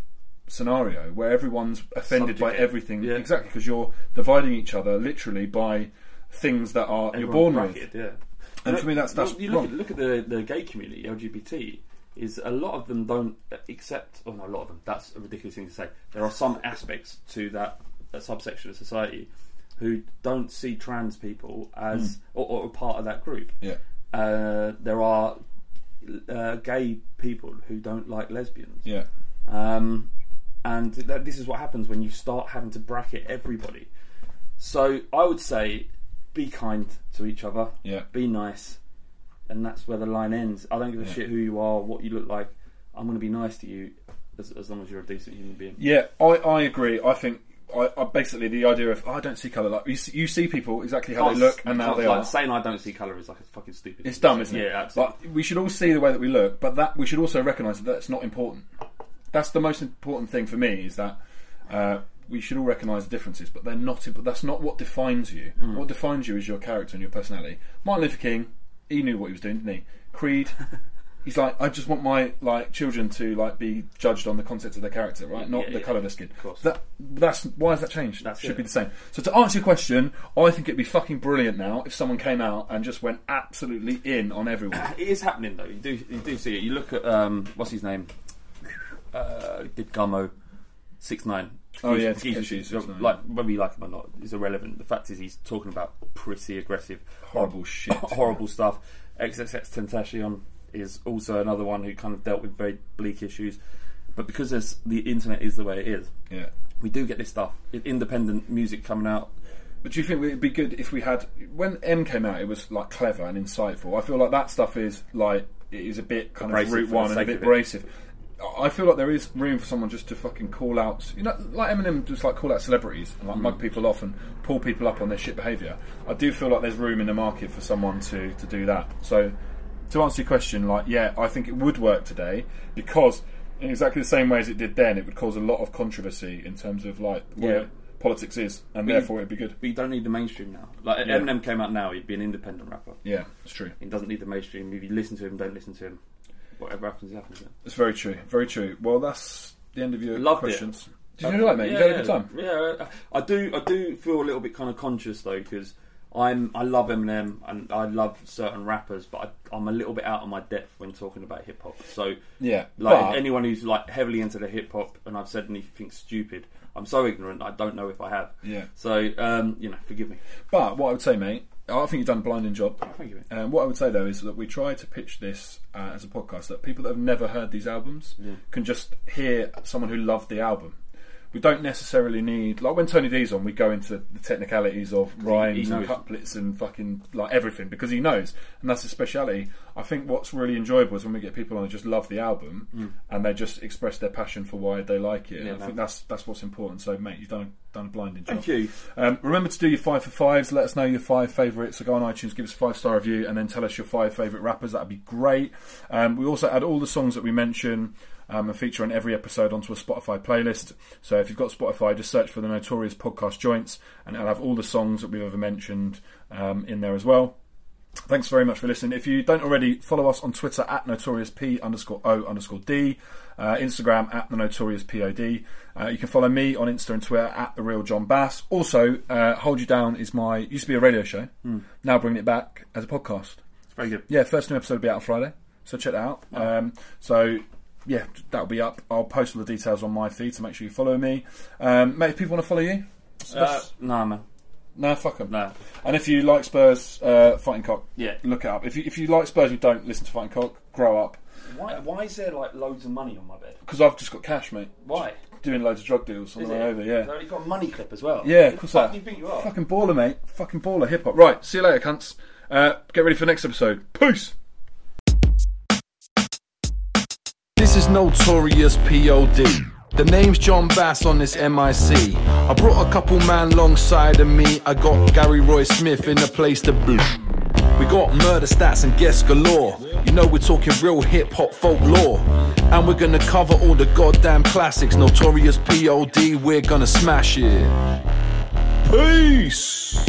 Speaker 2: scenario where everyone's offended by
Speaker 3: Subjugate.
Speaker 2: everything
Speaker 3: Yeah.
Speaker 2: exactly because you're dividing each other literally by things that are you're born
Speaker 3: Everyone
Speaker 2: with
Speaker 3: bracketed, Yeah.
Speaker 2: And
Speaker 3: Look-
Speaker 2: for me, that's- that's
Speaker 3: look- you look
Speaker 2: wrong.
Speaker 3: at, look at the, the gay community, LGBT. Is a lot of them don't accept. Oh no, a lot of them. That's a ridiculous thing to say. There are some aspects to that, that subsection of society who don't see trans people as or, or a part of that group.
Speaker 2: Hmm. yeah
Speaker 3: Uh, there are uh, gay people who don't like lesbians.
Speaker 2: yeah
Speaker 3: Um, and that, this is what happens when you start having to bracket everybody. So I would say be kind to each other,
Speaker 2: yeah
Speaker 3: be nice, and that's where the line ends. I don't give a
Speaker 2: Yeah.
Speaker 3: shit who you are, what you look like. I'm going to be nice to you as, as long as you're a decent human being.
Speaker 2: Yeah, I, I agree. I think I, I basically the idea of "Oh, I don't see color like you see, you see people exactly how they look and how
Speaker 3: Like,
Speaker 2: they are.
Speaker 3: Saying I don't see colour is like a fucking stupid.
Speaker 2: It's
Speaker 3: thing.
Speaker 2: dumb, isn't it?
Speaker 3: Yeah, absolutely.
Speaker 2: Like, we should all see the way that we look, but that we should also recognise that that's not important. That's the most important thing for me is that uh, we should all recognise the differences, but they're not. But that's not what defines you.
Speaker 3: Mm.
Speaker 2: What defines you is your character and your personality. Martin Luther King, he knew what he was doing, didn't he? Creed. He's like, I just want my like children to like be judged on the concept of their character, right? Not
Speaker 3: Yeah,
Speaker 2: the
Speaker 3: yeah,
Speaker 2: colour of their skin.
Speaker 3: course.
Speaker 2: That that's why has that changed?
Speaker 3: That's
Speaker 2: should
Speaker 3: it.
Speaker 2: be the same. So to answer your question, I think it'd be fucking brilliant now if someone came out and just went absolutely in on everyone.
Speaker 3: It is happening though. You do you do see it. You look at um, what's his name? Uh, did Gummo six nine?
Speaker 2: Oh, yeah,
Speaker 3: he's, he's,
Speaker 2: Takeshi 6ix9ine.
Speaker 3: like whether you like him or not is irrelevant. The fact is he's talking about pretty aggressive,
Speaker 2: Horrible shit.
Speaker 3: horrible stuff. XXX Tentacion is also another one who kind of dealt with very bleak issues, but because there's, the internet is the way it is,
Speaker 2: Yeah.
Speaker 3: we do get this stuff. Independent music coming out.
Speaker 2: But do you think it'd be good if we had when M came out? It was like clever and insightful. I feel like that stuff is like it is a bit kind
Speaker 3: Abrasive
Speaker 2: of root
Speaker 3: for the
Speaker 2: one and a
Speaker 3: sake
Speaker 2: bit
Speaker 3: of it.
Speaker 2: abrasive. I- I feel like there is room for someone just to fucking call out, you know, like Eminem just like call out celebrities and
Speaker 3: Mm.
Speaker 2: like mug people off and pull people up on their shit behaviour. I do feel like there's room in the market for someone to to do that. So to answer your question, like yeah, I think it would work today because in exactly the same way as it did then, it would cause a lot of controversy in terms of like where
Speaker 3: Yeah.
Speaker 2: politics is, and therefore it'd be good.
Speaker 3: But you don't need the mainstream now. Like
Speaker 2: Yeah.
Speaker 3: Eminem came out now, he'd be an independent rapper.
Speaker 2: Yeah, it's true.
Speaker 3: He doesn't need the mainstream. If you listen to him, don't listen to him. Whatever happens, happens.
Speaker 2: It's very true. Very true. Well, that's the end of your
Speaker 3: Loved it.
Speaker 2: questions. Uh, Did you like, mate? you had a good time.
Speaker 3: Yeah, I do. I do feel a little bit kind of conscious though because I'm. I love Eminem and I love certain rappers, but I, I'm a little bit out of my depth when talking about hip hop. So
Speaker 2: Yeah,
Speaker 3: like
Speaker 2: but-
Speaker 3: anyone who's like heavily into the hip hop and I've said anything stupid, I'm so ignorant. I don't know if I have.
Speaker 2: Yeah.
Speaker 3: So um, you know, forgive me.
Speaker 2: But what I would say, mate, I think you've done a blinding job.
Speaker 3: Oh, Thank you. Mate.
Speaker 2: Um, what I would say though is that we try to pitch this uh, as a podcast that people that have never heard these albums can just hear someone who loved the album. We don't necessarily need like when Tony D's on, we go into the technicalities of rhymes and
Speaker 3: knows.
Speaker 2: couplets and fucking like everything because he knows, and that's his speciality. I think what's really enjoyable is when we get people on who just love the album and they just express their passion for why they like it.
Speaker 3: Mm.
Speaker 2: and
Speaker 3: Yeah,
Speaker 2: I
Speaker 3: man.
Speaker 2: think that's that's what's important. So, mate, you've done done a blinding job.
Speaker 3: Thank you.
Speaker 2: Um, remember to do your five for fives. Let us know your five favourites. So go on iTunes, give us a five star review, and then tell us your five favourite rappers. That'd be great. Um, we also add all the songs that we mention um, and feature on every episode onto a Spotify playlist. So if you've got Spotify, just search for the Notorious Podcast Joints, and it'll have all the songs that we've ever mentioned um, in there as well. Thanks very much for listening. If you don't already, follow us on Twitter at notorious p underscore o underscore d, uh, Instagram at the notorious pod. Uh, you can follow me on Insta and Twitter at the real John Bass. Also, uh, hold you down is my used to be a radio show. Now bringing it back as a podcast.
Speaker 3: Very good.
Speaker 2: Yeah, first new episode will be out on Friday, so check that out. Um, so yeah, that'll be up. I'll post all the details on my feed, so make sure you follow me. Um, mate, if people want to follow you,
Speaker 4: Uh, nah, man.
Speaker 2: no, fuck them.
Speaker 4: Nah.
Speaker 2: And if you like Spurs, uh, Fighting Cock,
Speaker 4: Yeah.
Speaker 2: look it up. If you, if you like Spurs, you don't listen to Fighting Cock. Grow up,
Speaker 4: Why, why is there like loads of money on my bed?
Speaker 2: because I've just got cash, mate.
Speaker 4: Why?
Speaker 2: Doing loads of drug deals on
Speaker 4: Is
Speaker 2: the way
Speaker 4: it?
Speaker 2: over. Yeah,
Speaker 4: You've got a money clip as well. Who
Speaker 2: yeah. Of
Speaker 4: the
Speaker 2: course.
Speaker 4: fuck
Speaker 2: I-
Speaker 4: do you think you are?
Speaker 2: Fucking baller, mate. Fucking baller, hip hop. Right. See you later, cunts. Uh, get ready for the next episode. Peace.
Speaker 1: This is Notorious POD. The name's John Bass on this MIC. I brought a couple man alongside of me. I got Gary Roy Smith in the place to be. We got murder stats and guests galore. You know we're talking real hip hop folklore. And we're gonna cover all the goddamn classics. Notorious POD, we're gonna smash it. Peace!